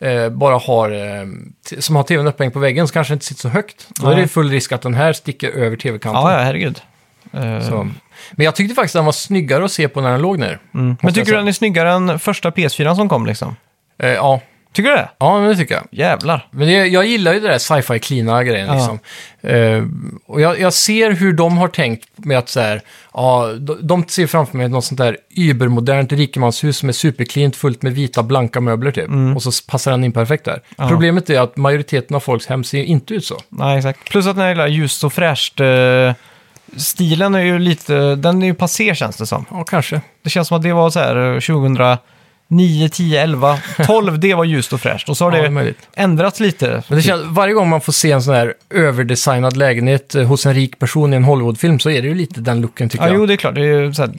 [SPEAKER 2] eh, bara har, eh, t- som har tvn upphängd på väggen, så kanske den inte sitter så högt. Då är
[SPEAKER 1] Nej.
[SPEAKER 2] det full risk att den här sticker över tv-kanten.
[SPEAKER 1] Ja, ja, herregud. Eh,
[SPEAKER 2] Så. Men jag tyckte faktiskt att den var snyggare att se på när den låg ner.
[SPEAKER 1] mm. Men tycker du den är snyggare än första PS4 som kom liksom?
[SPEAKER 2] Eh, ja.
[SPEAKER 1] Tycker du det?
[SPEAKER 2] ja, men det tycker jag.
[SPEAKER 1] Jävlar.
[SPEAKER 2] Men det, jag gillar ju det där sci-fi cleana grejen
[SPEAKER 1] Ja.
[SPEAKER 2] liksom. Eh, och jag, jag ser hur de har tänkt med att så här, ja, de, de ser framför mig något sånt där übermodernt rikemanshus som är supercleant fullt med vita blanka möbler typ. Och så passar den in perfekt där.
[SPEAKER 1] Mm. Ja.
[SPEAKER 2] Problemet är att majoriteten av folks hem ser inte ut så.
[SPEAKER 1] Nej, exakt. Plus att den här lilla ljust och fräscht eh, stilen är ju lite, den är ju passé känns det som.
[SPEAKER 2] Ja, kanske.
[SPEAKER 1] Det känns som att det var så här eh, 2009, 10,
[SPEAKER 2] *laughs*
[SPEAKER 1] 11, 12, det var ljust och fräscht. Och så har
[SPEAKER 2] Ja, det är
[SPEAKER 1] det
[SPEAKER 2] möjligt.
[SPEAKER 1] ändrats lite. typ.
[SPEAKER 2] Men det känns, varje gång man får se en sån här överdesignad lägenhet eh, hos en rik person i en Hollywoodfilm så är det ju lite den looken tycker
[SPEAKER 1] Ja,
[SPEAKER 2] jag.
[SPEAKER 1] jo, det är klart. Det är, ju så här,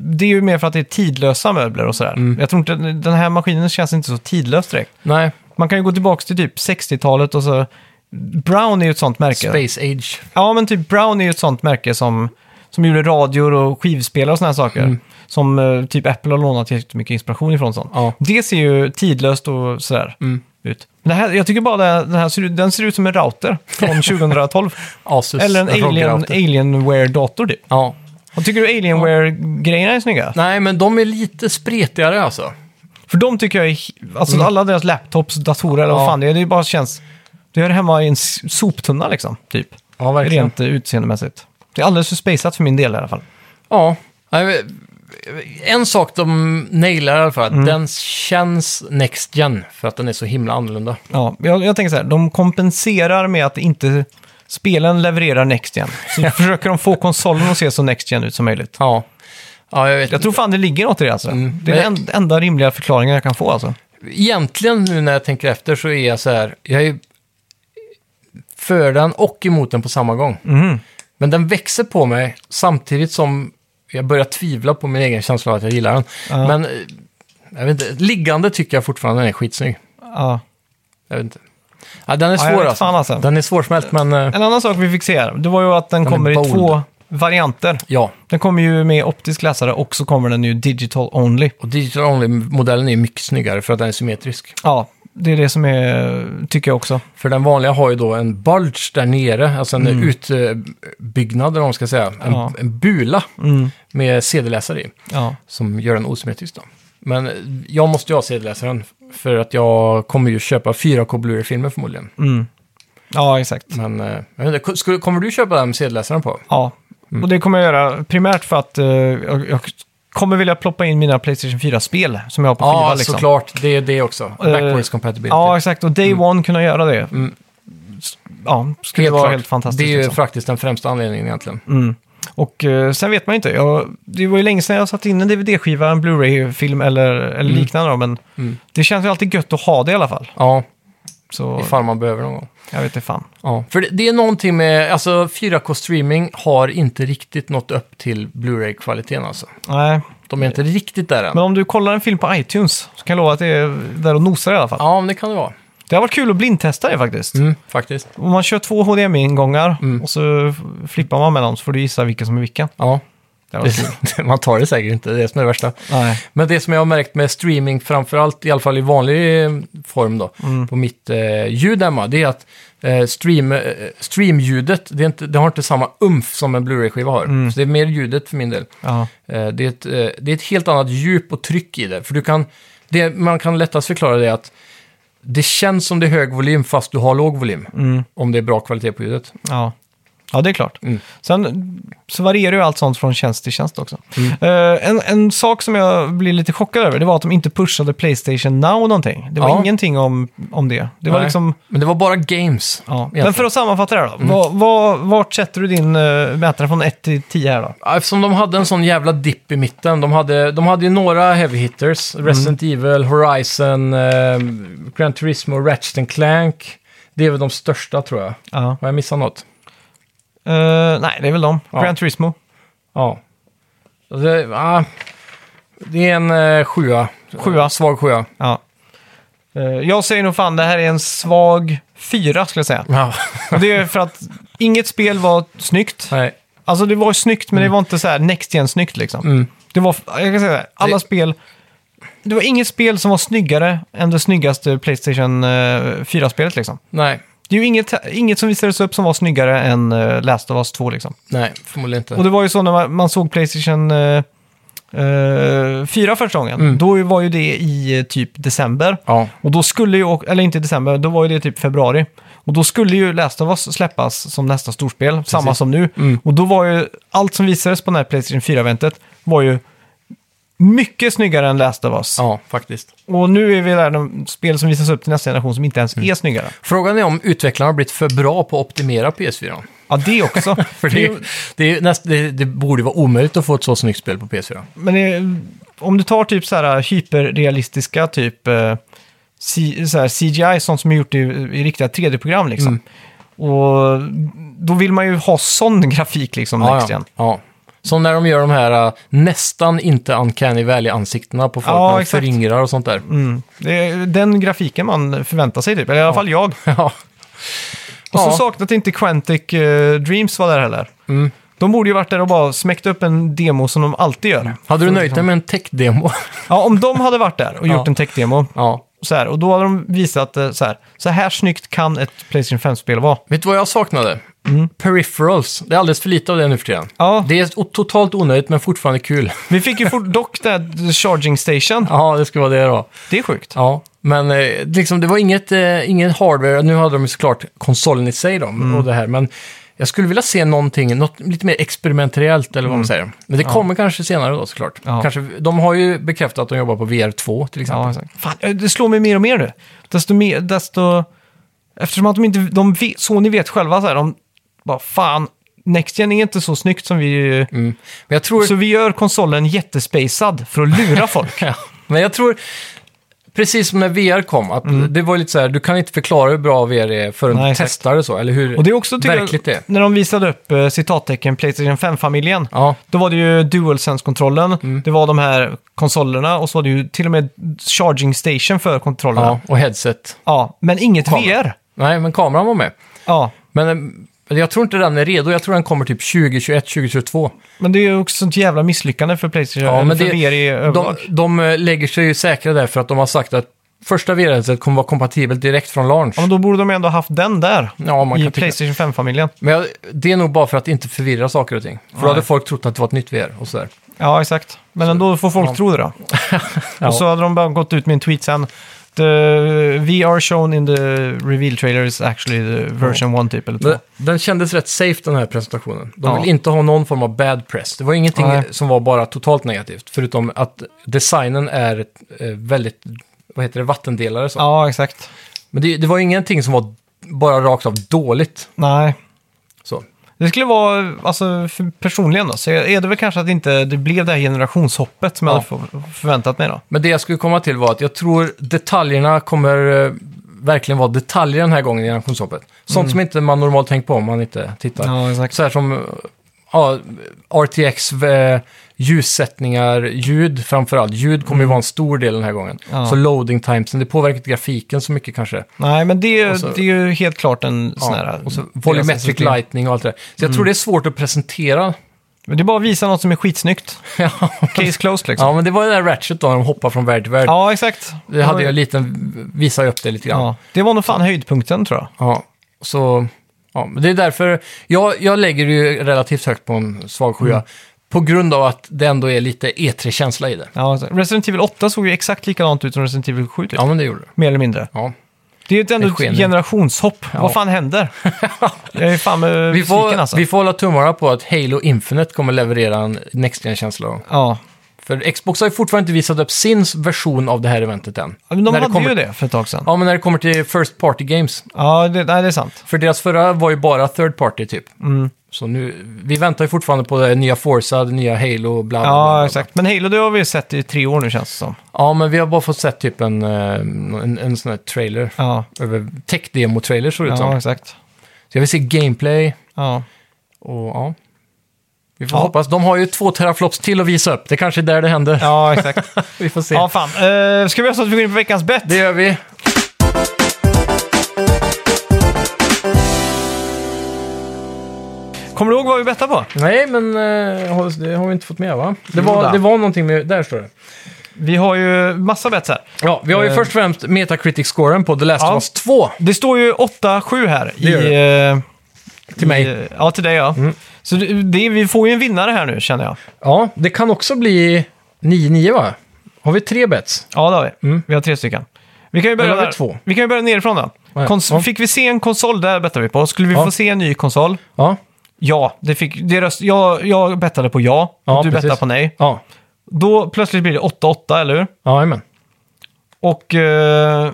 [SPEAKER 1] det är ju mer för att det är tidlösa möbler och sådär.
[SPEAKER 2] Mm.
[SPEAKER 1] Jag tror inte, den här maskinen känns inte så tidlös direkt.
[SPEAKER 2] Nej,
[SPEAKER 1] Man kan ju gå tillbaka till typ 60-talet och så... Brown är ju ett sånt märke.
[SPEAKER 2] Space Age.
[SPEAKER 1] Ja, men typ Brown är ju ett sånt märke som, som gjorde radior och skivspelare och såna här saker.
[SPEAKER 2] Mm.
[SPEAKER 1] Som eh, typ Apple har lånat jättemycket inspiration ifrån sånt.
[SPEAKER 2] Ja. Mm.
[SPEAKER 1] Det ser ju tidlöst och sådär ut. Men det här, jag tycker bara det- den här ser, ut- den ser ut som en router
[SPEAKER 2] *laughs*
[SPEAKER 1] från 2012.
[SPEAKER 2] Asus.
[SPEAKER 1] Eller en alien,
[SPEAKER 2] rockrouter.
[SPEAKER 1] Alienware-dator typ.
[SPEAKER 2] Ja,
[SPEAKER 1] Och tycker du Alienware-grejerna är snygga?
[SPEAKER 2] Nej, men de är lite spretigare alltså.
[SPEAKER 1] För de tycker jag är... hi- Alltså alla deras laptops, datorer eller vad
[SPEAKER 2] Mm. Ja.
[SPEAKER 1] fan det är, det bara känns... Det hör hemma i en s- soptunna liksom, typ.
[SPEAKER 2] Ja,
[SPEAKER 1] Rent eh, utseendemässigt. Det är alldeles för spejsat för min del i alla fall.
[SPEAKER 2] Ja. Nej, men- En sak de nailar i alla fall, att den känns next gen för att den är så himla annorlunda.
[SPEAKER 1] Ja, jag, jag tänker så här, de kompenserar med att inte spelen levererar Next Gen. *laughs* Så försöker de få konsolen att se så Next Gen ut som möjligt.
[SPEAKER 2] Ja, ja jag vet.
[SPEAKER 1] Jag tror fan det ligger något i det alltså. Det är den
[SPEAKER 2] Men-
[SPEAKER 1] en- enda rimliga förklaringen jag kan få alltså.
[SPEAKER 2] Egentligen nu när jag tänker efter så är jag så här, jag är för den och emot den på samma gång. Men den växer på mig samtidigt som jag börjar tvivla på min egen känsla av att jag gillar den.
[SPEAKER 1] Ja.
[SPEAKER 2] Men eh, jag vet inte, liggande tycker jag fortfarande är skitsnygg.
[SPEAKER 1] Ja.
[SPEAKER 2] Jag vet inte. Ja, den är
[SPEAKER 1] Ja, jag
[SPEAKER 2] svår
[SPEAKER 1] vet
[SPEAKER 2] alltså.
[SPEAKER 1] fan, alltså.
[SPEAKER 2] Den är svårsmält, men eh,
[SPEAKER 1] En annan sak vi fick se här, det var ju att den,
[SPEAKER 2] Den är
[SPEAKER 1] kommer i
[SPEAKER 2] bold.
[SPEAKER 1] två varianter.
[SPEAKER 2] ja.
[SPEAKER 1] Den kommer ju med optisk läsare och så kommer den ju digital only.
[SPEAKER 2] Och digital only-modellen är mycket snyggare för att den är symmetrisk.
[SPEAKER 1] Ja, det är det som är, tycker jag också.
[SPEAKER 2] För den vanliga har ju då en bulge där nere, alltså en utbyggnad eller vad man ska säga. En,
[SPEAKER 1] Mm. Ja. Mm.
[SPEAKER 2] en bula med CD-läsare i,
[SPEAKER 1] Ja.
[SPEAKER 2] som gör den osymmetrisk då. Men eh, jag måste ju ha CD-läsaren, för att jag kommer ju köpa 4K Blu-ray-filmer förmodligen.
[SPEAKER 1] Mm. Ja, exakt.
[SPEAKER 2] Men eh, jag vet inte, skulle, kommer du köpa den med CD-läsaren på?
[SPEAKER 1] Ja,
[SPEAKER 2] Mm.
[SPEAKER 1] och det kommer jag göra primärt för att eh, jag, jag kommer vilja ploppa in mina Playstation 4-spel som jag har på
[SPEAKER 2] Ja,
[SPEAKER 1] skiva. Liksom. Eh,
[SPEAKER 2] såklart. Det är det också. Backwards compatibility.
[SPEAKER 1] Ja, exakt. Och Day One kunna göra det.
[SPEAKER 2] Mm.
[SPEAKER 1] S- Ja, skulle
[SPEAKER 2] Helt
[SPEAKER 1] vara
[SPEAKER 2] klart.
[SPEAKER 1] helt fantastiskt.
[SPEAKER 2] Det är ju
[SPEAKER 1] liksom.
[SPEAKER 2] faktiskt den främsta anledningen egentligen.
[SPEAKER 1] mm. Och eh, sen vet man ju inte. Jag, det var ju länge sedan jag satt in en DVD-skiva, en Blu-ray-film eller, eller liknande. då, Men
[SPEAKER 2] Mm.
[SPEAKER 1] det känns ju alltid gött att ha det i alla fall.
[SPEAKER 2] Ja,
[SPEAKER 1] Så
[SPEAKER 2] ifall man behöver någon gång.
[SPEAKER 1] jag vet inte fan.
[SPEAKER 2] Ja, för det, det är någonting med, alltså 4K-streaming har inte riktigt nått upp till Blu-ray-kvaliteten alltså.
[SPEAKER 1] Nej,
[SPEAKER 2] De är inte riktigt där än.
[SPEAKER 1] men om du kollar en film på iTunes så kan jag lova att det är där och nosar i alla fall.
[SPEAKER 2] Ja, men det kan det vara.
[SPEAKER 1] Det har varit kul att blindtesta det faktiskt.
[SPEAKER 2] Mm, faktiskt.
[SPEAKER 1] Om man kör två HDMI-ingångar
[SPEAKER 2] Mm.
[SPEAKER 1] och så f- flippar man mellan dem så får du gissa vilken som är vilken.
[SPEAKER 2] Ja,
[SPEAKER 1] Det var kul.
[SPEAKER 2] *laughs* man tar det säkert inte, det är det som är det värsta.
[SPEAKER 1] Nej.
[SPEAKER 2] Men det som jag har märkt med streaming, framförallt i alla fall i vanlig eh, form då,
[SPEAKER 1] Mm.
[SPEAKER 2] på mitt eh, ljud hemma, det är att eh, stream, eh, streamljudet, det, är inte, det har inte samma umf som en Blu-ray-skiva har.
[SPEAKER 1] Mm.
[SPEAKER 2] Så det är mer ljudet för min del.
[SPEAKER 1] Ja.
[SPEAKER 2] Eh, Det är, ett, eh, det är ett helt annat djup och tryck i det. För du kan, det man kan lättast förklara det är att det känns som det är hög volym fast du har låg volym.
[SPEAKER 1] Mm.
[SPEAKER 2] Om det är bra kvalitet på ljudet.
[SPEAKER 1] Ja. ja, det är klart.
[SPEAKER 2] Mm.
[SPEAKER 1] Sen så varierar ju allt sånt från tjänst till tjänst också.
[SPEAKER 2] Mm.
[SPEAKER 1] Eh, en, en sak som jag blev lite chockad över, det var att de inte pushade Playstation Now någonting. Det var
[SPEAKER 2] Ja.
[SPEAKER 1] ingenting om, om det. Det var
[SPEAKER 2] Nej.
[SPEAKER 1] liksom...
[SPEAKER 2] Men det var bara games.
[SPEAKER 1] Ja.
[SPEAKER 2] egentligen. Mm.
[SPEAKER 1] Men för att sammanfatta det här då. Vad, vad, vart sätter du din eh, mätare från 1 till 10 här då?
[SPEAKER 2] Ja, Eftersom de hade en sån jävla dipp i mitten. De hade, de hade ju några heavy hitters.
[SPEAKER 1] Mm.
[SPEAKER 2] Resident Evil, Horizon, eh, Gran Turismo, Ratchet and Clank. Det är väl de största tror jag.
[SPEAKER 1] Ja.
[SPEAKER 2] Har jag missat något?
[SPEAKER 1] Eh, nej, det är väl de.
[SPEAKER 2] Ja.
[SPEAKER 1] Gran Turismo.
[SPEAKER 2] Ja. Det, ah, det är en eh, sjua.
[SPEAKER 1] Sjua.
[SPEAKER 2] Svag sjua.
[SPEAKER 1] Ja. Eh, Jag säger nog fan det här är en svag fyra skulle jag säga.
[SPEAKER 2] Ja.
[SPEAKER 1] Och det är för att inget spel var snyggt.
[SPEAKER 2] Nej.
[SPEAKER 1] Alltså det var snyggt men det var inte så här next gen snyggt liksom.
[SPEAKER 2] Mm.
[SPEAKER 1] Det var, jag kan säga det, här, alla
[SPEAKER 2] Det-
[SPEAKER 1] spel. Det var inget spel som var snyggare än det snyggaste Playstation 4-spelet liksom.
[SPEAKER 2] Nej,
[SPEAKER 1] Det är ju inget, inget som visades upp som var snyggare än eh, Last of Us 2 liksom.
[SPEAKER 2] nej, förmodligen inte.
[SPEAKER 1] Och det var ju så när man, man såg Playstation eh, eh, 4 första gången.
[SPEAKER 2] Mm.
[SPEAKER 1] Då var ju det i eh, typ december.
[SPEAKER 2] ja.
[SPEAKER 1] Och då skulle ju, eller inte i december, då var ju det typ februari. Och då skulle ju Last of Us släppas som nästa storspel, samma som nu.
[SPEAKER 2] Mm.
[SPEAKER 1] Och då var ju allt som visades på den här Playstation 4-eventet var ju mycket snyggare än Last of Us.
[SPEAKER 2] ja, faktiskt.
[SPEAKER 1] Och nu är vi där de spel som visas upp till nästa generation som inte ens
[SPEAKER 2] Mm.
[SPEAKER 1] är snyggare.
[SPEAKER 2] Frågan är om utvecklarna har blivit för bra på att optimera PS4.
[SPEAKER 1] Ja, det också.
[SPEAKER 2] *laughs* För det,
[SPEAKER 1] Mm.
[SPEAKER 2] är- det, är näst, det, det borde vara omöjligt att få ett så snyggt spel på PS4.
[SPEAKER 1] Men eh, om du tar typ så här hyperrealistiska typ eh, C- så här CGI, sånt som är gjort i, i riktiga 3D-program liksom.
[SPEAKER 2] Mm.
[SPEAKER 1] Och då vill man ju ha sån grafik liksom
[SPEAKER 2] Ja,
[SPEAKER 1] next
[SPEAKER 2] ja,
[SPEAKER 1] gen.
[SPEAKER 2] ja. Som när de gör de här äh, nästan inte uncanny valley-ansiktena på folk
[SPEAKER 1] Ja,
[SPEAKER 2] när de
[SPEAKER 1] exakt.
[SPEAKER 2] förringrar och sånt där.
[SPEAKER 1] Mm. Det är den grafiken man förväntar sig typ, eller i alla fall
[SPEAKER 2] *laughs*
[SPEAKER 1] jag.
[SPEAKER 2] *laughs* ja.
[SPEAKER 1] Och så
[SPEAKER 2] Ja.
[SPEAKER 1] saknat inte Quantic eh, Dreams var där heller.
[SPEAKER 2] Mm.
[SPEAKER 1] De borde ju varit där och bara smäckt upp en demo som de alltid gör.
[SPEAKER 2] Hade du
[SPEAKER 1] liksom-
[SPEAKER 2] nöjt dig med en tech-demo? *laughs*
[SPEAKER 1] Ja, om de hade varit där och
[SPEAKER 2] Ja.
[SPEAKER 1] gjort en tech-demo,
[SPEAKER 2] ja.
[SPEAKER 1] så här, och då hade de visat eh, så här, så här snyggt kan ett Playstation 5-spel vara.
[SPEAKER 2] Vet du vad jag saknade? Peripherals. Det är alldeles för lite av det nu för tiden.
[SPEAKER 1] Mm. Ja.
[SPEAKER 2] Det är o- totalt onödigt men fortfarande kul. *laughs*
[SPEAKER 1] Vi fick ju fort dock det här charging station.
[SPEAKER 2] Ja, det skulle vara det då.
[SPEAKER 1] Det är sjukt.
[SPEAKER 2] Ja, men eh, liksom, det var inget, eh, ingen hardware. Nu hade de ju såklart konsolen i sig då,
[SPEAKER 1] Mm.
[SPEAKER 2] och det här. Men jag skulle vilja se någonting, något lite mer experimentellt eller vad man säger. Men det kommer kanske senare då såklart.
[SPEAKER 1] Mm. Ja.
[SPEAKER 2] Kanske, de har ju bekräftat att de jobbar på VR2 till exempel.
[SPEAKER 1] Ja, exakt. Fan, eh, det slår mig mer och mer nu. Desto mer, desto... Eftersom att de inte... De vet, Sony vet själva så här, de bara fan, Next Gen är inte så snyggt som vi...
[SPEAKER 2] Mm. Men jag tror...
[SPEAKER 1] Så vi gör konsolen jättespacad för att lura folk.
[SPEAKER 2] *laughs* Ja. Men jag tror, precis som när VR kom, att det var lite så här, du kan inte förklara hur bra VR är förrän
[SPEAKER 1] Mm. Nej,
[SPEAKER 2] du
[SPEAKER 1] exakt.
[SPEAKER 2] testar det så, eller hur
[SPEAKER 1] Och det är också tycker
[SPEAKER 2] verkligt det är.
[SPEAKER 1] jag, när de visade upp eh, citattecken Playstation 5-familjen.
[SPEAKER 2] Ja,
[SPEAKER 1] Då var det ju DualSense-kontrollen,
[SPEAKER 2] Mm.
[SPEAKER 1] det var de här konsolerna och så var det ju till och med charging station för kontrollerna.
[SPEAKER 2] ja,
[SPEAKER 1] Ja,
[SPEAKER 2] och headset.
[SPEAKER 1] men inget
[SPEAKER 2] Kamera.
[SPEAKER 1] VR.
[SPEAKER 2] Nej, men kameran var med.
[SPEAKER 1] Ja,
[SPEAKER 2] Men eh, jag tror inte den är redo. Jag tror den kommer typ 2021, 2022.
[SPEAKER 1] Men det är ju också sånt jävla misslyckande för Playstation, ja, men för VR i
[SPEAKER 2] de,
[SPEAKER 1] överlag.
[SPEAKER 2] de eh, lägger sig ju säkra där för att de har sagt att första VR-headset kommer vara kompatibelt direkt från launch.
[SPEAKER 1] Ja, men då borde de ändå haft den där
[SPEAKER 2] Ja, man
[SPEAKER 1] i
[SPEAKER 2] kan tycka.
[SPEAKER 1] Playstation 5-familjen.
[SPEAKER 2] Men jag, det är nog bara för att inte förvirra saker och ting. För då
[SPEAKER 1] Nej.
[SPEAKER 2] hade folk trott att det var ett nytt VR och sådär.
[SPEAKER 1] Ja, exakt. Men ändå får folk
[SPEAKER 2] Ja.
[SPEAKER 1] tro det då.
[SPEAKER 2] Ja.
[SPEAKER 1] Och så hade de bara gått ut med en tweet sen. The VR shown in the reveal trailer is actually the version 1 typ eller
[SPEAKER 2] Men
[SPEAKER 1] 2.
[SPEAKER 2] den kändes rätt safe den här presentationen. De
[SPEAKER 1] Ja.
[SPEAKER 2] vill inte ha någon form av bad press. Det var ingenting
[SPEAKER 1] Nej.
[SPEAKER 2] som var bara totalt negativt. Förutom att designen är eh, väldigt, vad heter det, vattendelare. Så.
[SPEAKER 1] Ja, exakt.
[SPEAKER 2] Men det, det var ingenting som var bara rakt av dåligt.
[SPEAKER 1] Nej.
[SPEAKER 2] Så.
[SPEAKER 1] Det skulle vara, alltså för personligen då, så är det väl kanske att inte det blev det här generationshoppet som jag
[SPEAKER 2] Ja.
[SPEAKER 1] hade för- förväntat mig då.
[SPEAKER 2] Men det jag skulle komma till var att jag tror detaljerna kommer eh, verkligen vara detaljer den här gången i generationshoppet. Sånt som inte man normalt tänkt på om man inte tittar.
[SPEAKER 1] Mm. Ja, exakt.
[SPEAKER 2] Så här som eh, ja, RTX, eh, ljussättningar, ljud framförallt. Ljud kommer ju vara en stor del den här gången.
[SPEAKER 1] Mm. Ja.
[SPEAKER 2] Så loading timesen, det påverkar inte grafiken så mycket kanske.
[SPEAKER 1] Nej, men det,
[SPEAKER 2] så-
[SPEAKER 1] det är ju helt klart en sån här...
[SPEAKER 2] och så volumetric lightning och allt det där. Så jag
[SPEAKER 1] Mm.
[SPEAKER 2] tror det är svårt att presentera. *laughs*
[SPEAKER 1] Men det är bara att visa något som är skitsnyggt.
[SPEAKER 2] ja,
[SPEAKER 1] Case closed liksom. Ja,
[SPEAKER 2] men det var ju det där Ratchet då, när de hoppar från värld till värld.
[SPEAKER 1] exakt.
[SPEAKER 2] Det hade jag en liten, visade upp det lite grann.
[SPEAKER 1] Ja. Det var nog fan höjdpunkten tror jag.
[SPEAKER 2] Ja, så... Ja, men det är därför... Jag, jag lägger det ju relativt högt på en svag sjua.
[SPEAKER 1] Mm.
[SPEAKER 2] På grund av att det ändå är lite E3-känsla i det.
[SPEAKER 1] Ja, exakt. Resident Evil 8 såg ju exakt likadant ut som Resident Evil 7 typ.
[SPEAKER 2] Ja, men det gjorde det.
[SPEAKER 1] Mer eller mindre.
[SPEAKER 2] Ja.
[SPEAKER 1] Det är ju ett ändå
[SPEAKER 2] Det skenar.
[SPEAKER 1] ett generationshopp. Vad fan
[SPEAKER 2] *laughs*
[SPEAKER 1] händer? jag är fan eh,
[SPEAKER 2] Vi,
[SPEAKER 1] besviken
[SPEAKER 2] får,
[SPEAKER 1] alltså.
[SPEAKER 2] vi får hålla tummarna på att Halo Infinite kommer leverera en Next Gen-känsla. då.
[SPEAKER 1] Ja.
[SPEAKER 2] För Xbox har ju fortfarande inte visat upp sin version av det här eventet än.
[SPEAKER 1] Ja, Men de hade
[SPEAKER 2] kommer,
[SPEAKER 1] ju det för ett tag sedan. Ja,
[SPEAKER 2] Ja, men när det kommer till First Party Games.
[SPEAKER 1] det, nej, det är sant.
[SPEAKER 2] För deras förra var ju bara Third Party typ.
[SPEAKER 1] Mm.
[SPEAKER 2] Så nu, vi väntar ju fortfarande på det nya Forza, det nya Halo, bla bla bla. bla,
[SPEAKER 1] Ja,
[SPEAKER 2] bla.
[SPEAKER 1] exakt. Men Halo, det har vi ju sett i tre år nu känns det som.
[SPEAKER 2] Ja, men vi har bara fått sett typ en, eh, en, en sån här trailer.
[SPEAKER 1] Ja,
[SPEAKER 2] Över tech-demo-trailer såg det ut
[SPEAKER 1] ja
[SPEAKER 2] som.
[SPEAKER 1] exakt.
[SPEAKER 2] Så jag vill se gameplay
[SPEAKER 1] Ja.
[SPEAKER 2] och ja. Vi får
[SPEAKER 1] Ja.
[SPEAKER 2] hoppas. De har ju två teraflops till att visa upp. Det kanske är där det händer.
[SPEAKER 1] ja,
[SPEAKER 2] *laughs*
[SPEAKER 1] exakt.
[SPEAKER 2] Vi får se.
[SPEAKER 1] ja, fan. Eh, ska vi göra så att vi går in på veckans bett?
[SPEAKER 2] Det gör vi.
[SPEAKER 1] Kommer du ihåg vad vi bettade på?
[SPEAKER 2] Nej, men eh, har- det har vi inte fått med va? Det
[SPEAKER 1] Jo då.
[SPEAKER 2] var, det var någonting med... Där står det.
[SPEAKER 1] Vi har ju massa bets här.
[SPEAKER 2] Ja, vi har ju
[SPEAKER 1] Eh.
[SPEAKER 2] först och främst Metacritic-scoren på The Last
[SPEAKER 1] Ja.
[SPEAKER 2] of Us 2
[SPEAKER 1] Det står ju 8-7 här. I,
[SPEAKER 2] gör Mm.
[SPEAKER 1] eh,
[SPEAKER 2] till mig.
[SPEAKER 1] I, eh, ja, till dig ja. Så det, det, vi får ju en vinnare här nu känner jag.
[SPEAKER 2] Ja, det kan också bli 9-9 va? Har vi tre bets?
[SPEAKER 1] Ja, det har vi. Vi har tre stycken. Vi kan ju börja,
[SPEAKER 2] Mm. Eller har vi
[SPEAKER 1] där.
[SPEAKER 2] två?
[SPEAKER 1] Vi kan ju börja nerifrån då.
[SPEAKER 2] Ja, ja.
[SPEAKER 1] Kons-
[SPEAKER 2] Ja.
[SPEAKER 1] Fick vi se en konsol? Där bettade vi på. Skulle vi
[SPEAKER 2] Ja.
[SPEAKER 1] få se en ny konsol?
[SPEAKER 2] Ja.
[SPEAKER 1] Ja, det fick, det röst, jag, jag bettade på ja.
[SPEAKER 2] Ja,
[SPEAKER 1] och du
[SPEAKER 2] precis.
[SPEAKER 1] bettade på nej.
[SPEAKER 2] Ja.
[SPEAKER 1] Då plötsligt blir det 8-8, eller hur?
[SPEAKER 2] Ja, amen.
[SPEAKER 1] Och eh,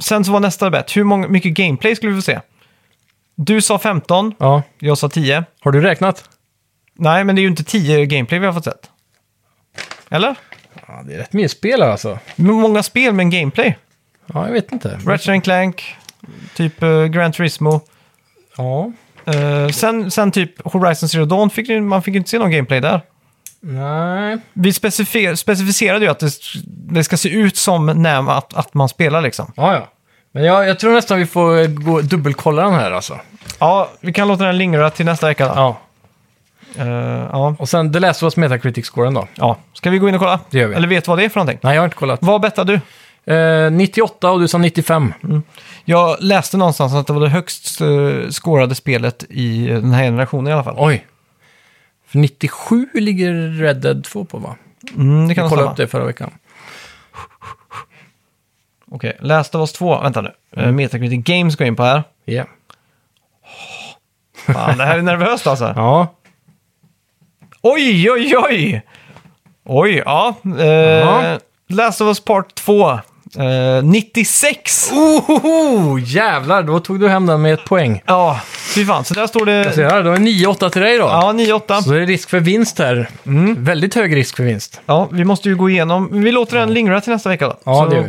[SPEAKER 1] sen så var nästa bett. Hur många, mycket gameplay skulle vi få se? Du sa 15,
[SPEAKER 2] Ja.
[SPEAKER 1] jag sa 10.
[SPEAKER 2] Har du räknat?
[SPEAKER 1] Nej, men det är ju inte 10 gameplay vi har fått sett. Eller?
[SPEAKER 2] Ja, det är rätt mycket spel här, alltså.
[SPEAKER 1] Men Många spel med en gameplay.
[SPEAKER 2] Ja, jag vet inte.
[SPEAKER 1] Ratchet and Clank, typ eh, Gran Turismo.
[SPEAKER 2] Ja.
[SPEAKER 1] Eh, sen, sen typ Horizon Zero Dawn, fick, ju- man fick ju inte se någon gameplay där.
[SPEAKER 2] Nej.
[SPEAKER 1] Vi specifi- specificerade ju att det, det ska se ut som när att, att man spelar liksom.
[SPEAKER 2] Ja, ja. Men jag, jag tror nästan vi får gå, dubbelkolla den här alltså.
[SPEAKER 1] Ja, vi kan låta den lingra till nästa vecka då. Ja.
[SPEAKER 2] Ja.
[SPEAKER 1] ja.
[SPEAKER 2] Och sen The Last of Us Metacritic-scoren då.
[SPEAKER 1] ja. Ska vi gå in och kolla?
[SPEAKER 2] Det gör vi.
[SPEAKER 1] Eller vet du vad det är för någonting?
[SPEAKER 2] Nej, jag har inte kollat.
[SPEAKER 1] Vad bettar du?
[SPEAKER 2] Eh, 98 och du sa 95.
[SPEAKER 1] Jag läste någonstans att det var det högst uh, skårade spelet i eh, den här generationen i alla fall.
[SPEAKER 2] Oj. För 97 ligger Red Dead 2 på va?
[SPEAKER 1] Mm, det kan nog
[SPEAKER 2] Jag kollade
[SPEAKER 1] stämma.
[SPEAKER 2] upp det förra veckan.
[SPEAKER 1] Okej, Last of Us 2. Vänta nu. Mm. Metacritic Games går in på här.
[SPEAKER 2] Yeah.
[SPEAKER 1] Fan, det
[SPEAKER 2] *laughs*
[SPEAKER 1] här är nervöst alltså.
[SPEAKER 2] Ja.
[SPEAKER 1] Oj, oj, oj! Oj, ja. Eh,
[SPEAKER 2] Jaha.
[SPEAKER 1] Last of Us Part 2. Eh, 96!
[SPEAKER 2] Ohoho! Jävlar, då tog du hem den med ett poäng.
[SPEAKER 1] Ja, fy fan. Så där står
[SPEAKER 2] Jag ser
[SPEAKER 1] det...
[SPEAKER 2] här, då är 9-8 till dig då.
[SPEAKER 1] Ja, Mm. 9-8.
[SPEAKER 2] Så är det risk för vinst här. Väldigt hög risk för vinst.
[SPEAKER 1] Ja, vi måste ju gå igenom. Vi låter den lingra till nästa vecka då.
[SPEAKER 2] Ja,
[SPEAKER 1] så
[SPEAKER 2] det gör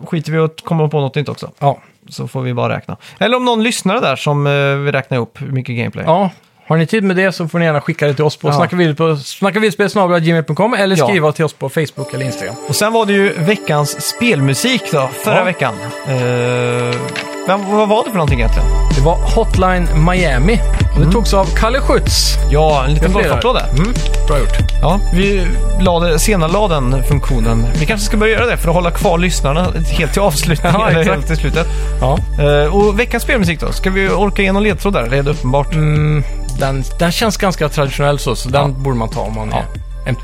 [SPEAKER 2] vi.
[SPEAKER 1] skiter vi och kommer på något nytt också.
[SPEAKER 2] Ja.
[SPEAKER 1] Så får vi bara räkna. Eller om någon lyssnare där som eh, vill räkna upp hur mycket gameplay.
[SPEAKER 2] Ja, har ni tid med det så får ni gärna skicka det till oss på
[SPEAKER 1] Ja.
[SPEAKER 2] ja. snackavildspel.gmail.com eller
[SPEAKER 1] Ja.
[SPEAKER 2] skriva till oss på Facebook eller Instagram.
[SPEAKER 1] Och sen var det ju veckans spelmusik då, förra
[SPEAKER 2] Ja.
[SPEAKER 1] veckan. Eh, Vem, vad var det för någonting egentligen?
[SPEAKER 2] Det var Hotline Miami. Och
[SPEAKER 1] Mm.
[SPEAKER 2] det togs av Kalle Schütz.
[SPEAKER 1] Ja, en liten
[SPEAKER 2] Gratulerar.
[SPEAKER 1] golfapplåd där.
[SPEAKER 2] Mm, bra gjort.
[SPEAKER 1] Ja, vi lade, senare lade den funktionen. Vi kanske ska börja göra det för att hålla kvar lyssnarna helt till *laughs* avslutningen.
[SPEAKER 2] Ja,
[SPEAKER 1] eller
[SPEAKER 2] exakt.
[SPEAKER 1] helt till slutet.
[SPEAKER 2] Ja.
[SPEAKER 1] Eh, och veckans spelmusik då? Ska vi orka igenom ledtrådar eller är det uppenbart?
[SPEAKER 2] Mm, den, den känns ganska traditionell så, så den borde man ta om man
[SPEAKER 1] Ja.
[SPEAKER 2] är en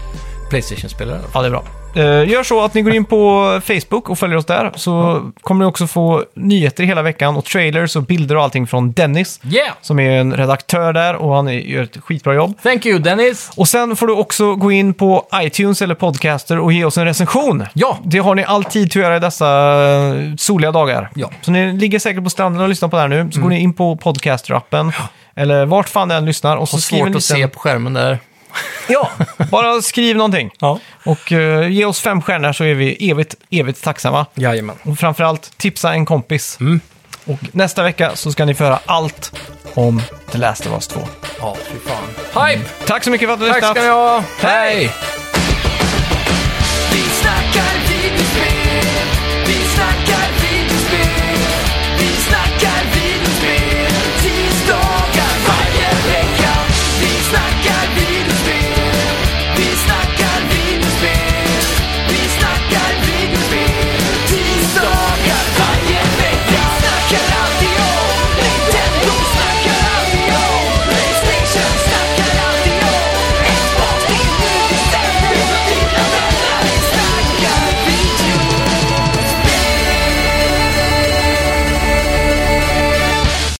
[SPEAKER 2] Playstation-spelare.
[SPEAKER 1] Ja, det är bra. Eh, gör så att ni går in på Facebook och följer oss där så kommer ni också få nyheter hela veckan och trailers och bilder och allting från Dennis
[SPEAKER 2] Yeah!
[SPEAKER 1] som är en redaktör där och han är, gör ett skitbra jobb.
[SPEAKER 2] Thank you Dennis!
[SPEAKER 1] Och sen får du också gå in på iTunes eller Podcaster och ge oss en recension.
[SPEAKER 2] Ja.
[SPEAKER 1] Det har ni all tid till att göra i dessa eh, soliga dagar.
[SPEAKER 2] Ja. Mm.
[SPEAKER 1] Så ni ligger säkert på stranden och lyssnar på det här nu. Så går ni in på Podcaster-appen, eller vart fan ni än lyssnar. Och så
[SPEAKER 2] Och
[SPEAKER 1] skriver
[SPEAKER 2] svårt
[SPEAKER 1] ni
[SPEAKER 2] att se på skärmen där.
[SPEAKER 1] Ja, *laughs* bara skriv någonting.
[SPEAKER 2] Ja.
[SPEAKER 1] Och eh, ge oss fem stjärnor så är vi evigt, evigt tacksamma.
[SPEAKER 2] Jajamän.
[SPEAKER 1] Och framförallt, tipsa en kompis.
[SPEAKER 2] Mm.
[SPEAKER 1] Och nästa vecka så ska ni få höra allt om The Last of Us 2.
[SPEAKER 2] Ja, fy fan. Hype!
[SPEAKER 1] Tack så mycket för att du har
[SPEAKER 2] Tack
[SPEAKER 1] lyssnat.
[SPEAKER 2] ska ni ha!
[SPEAKER 1] Hej!
[SPEAKER 2] Hej!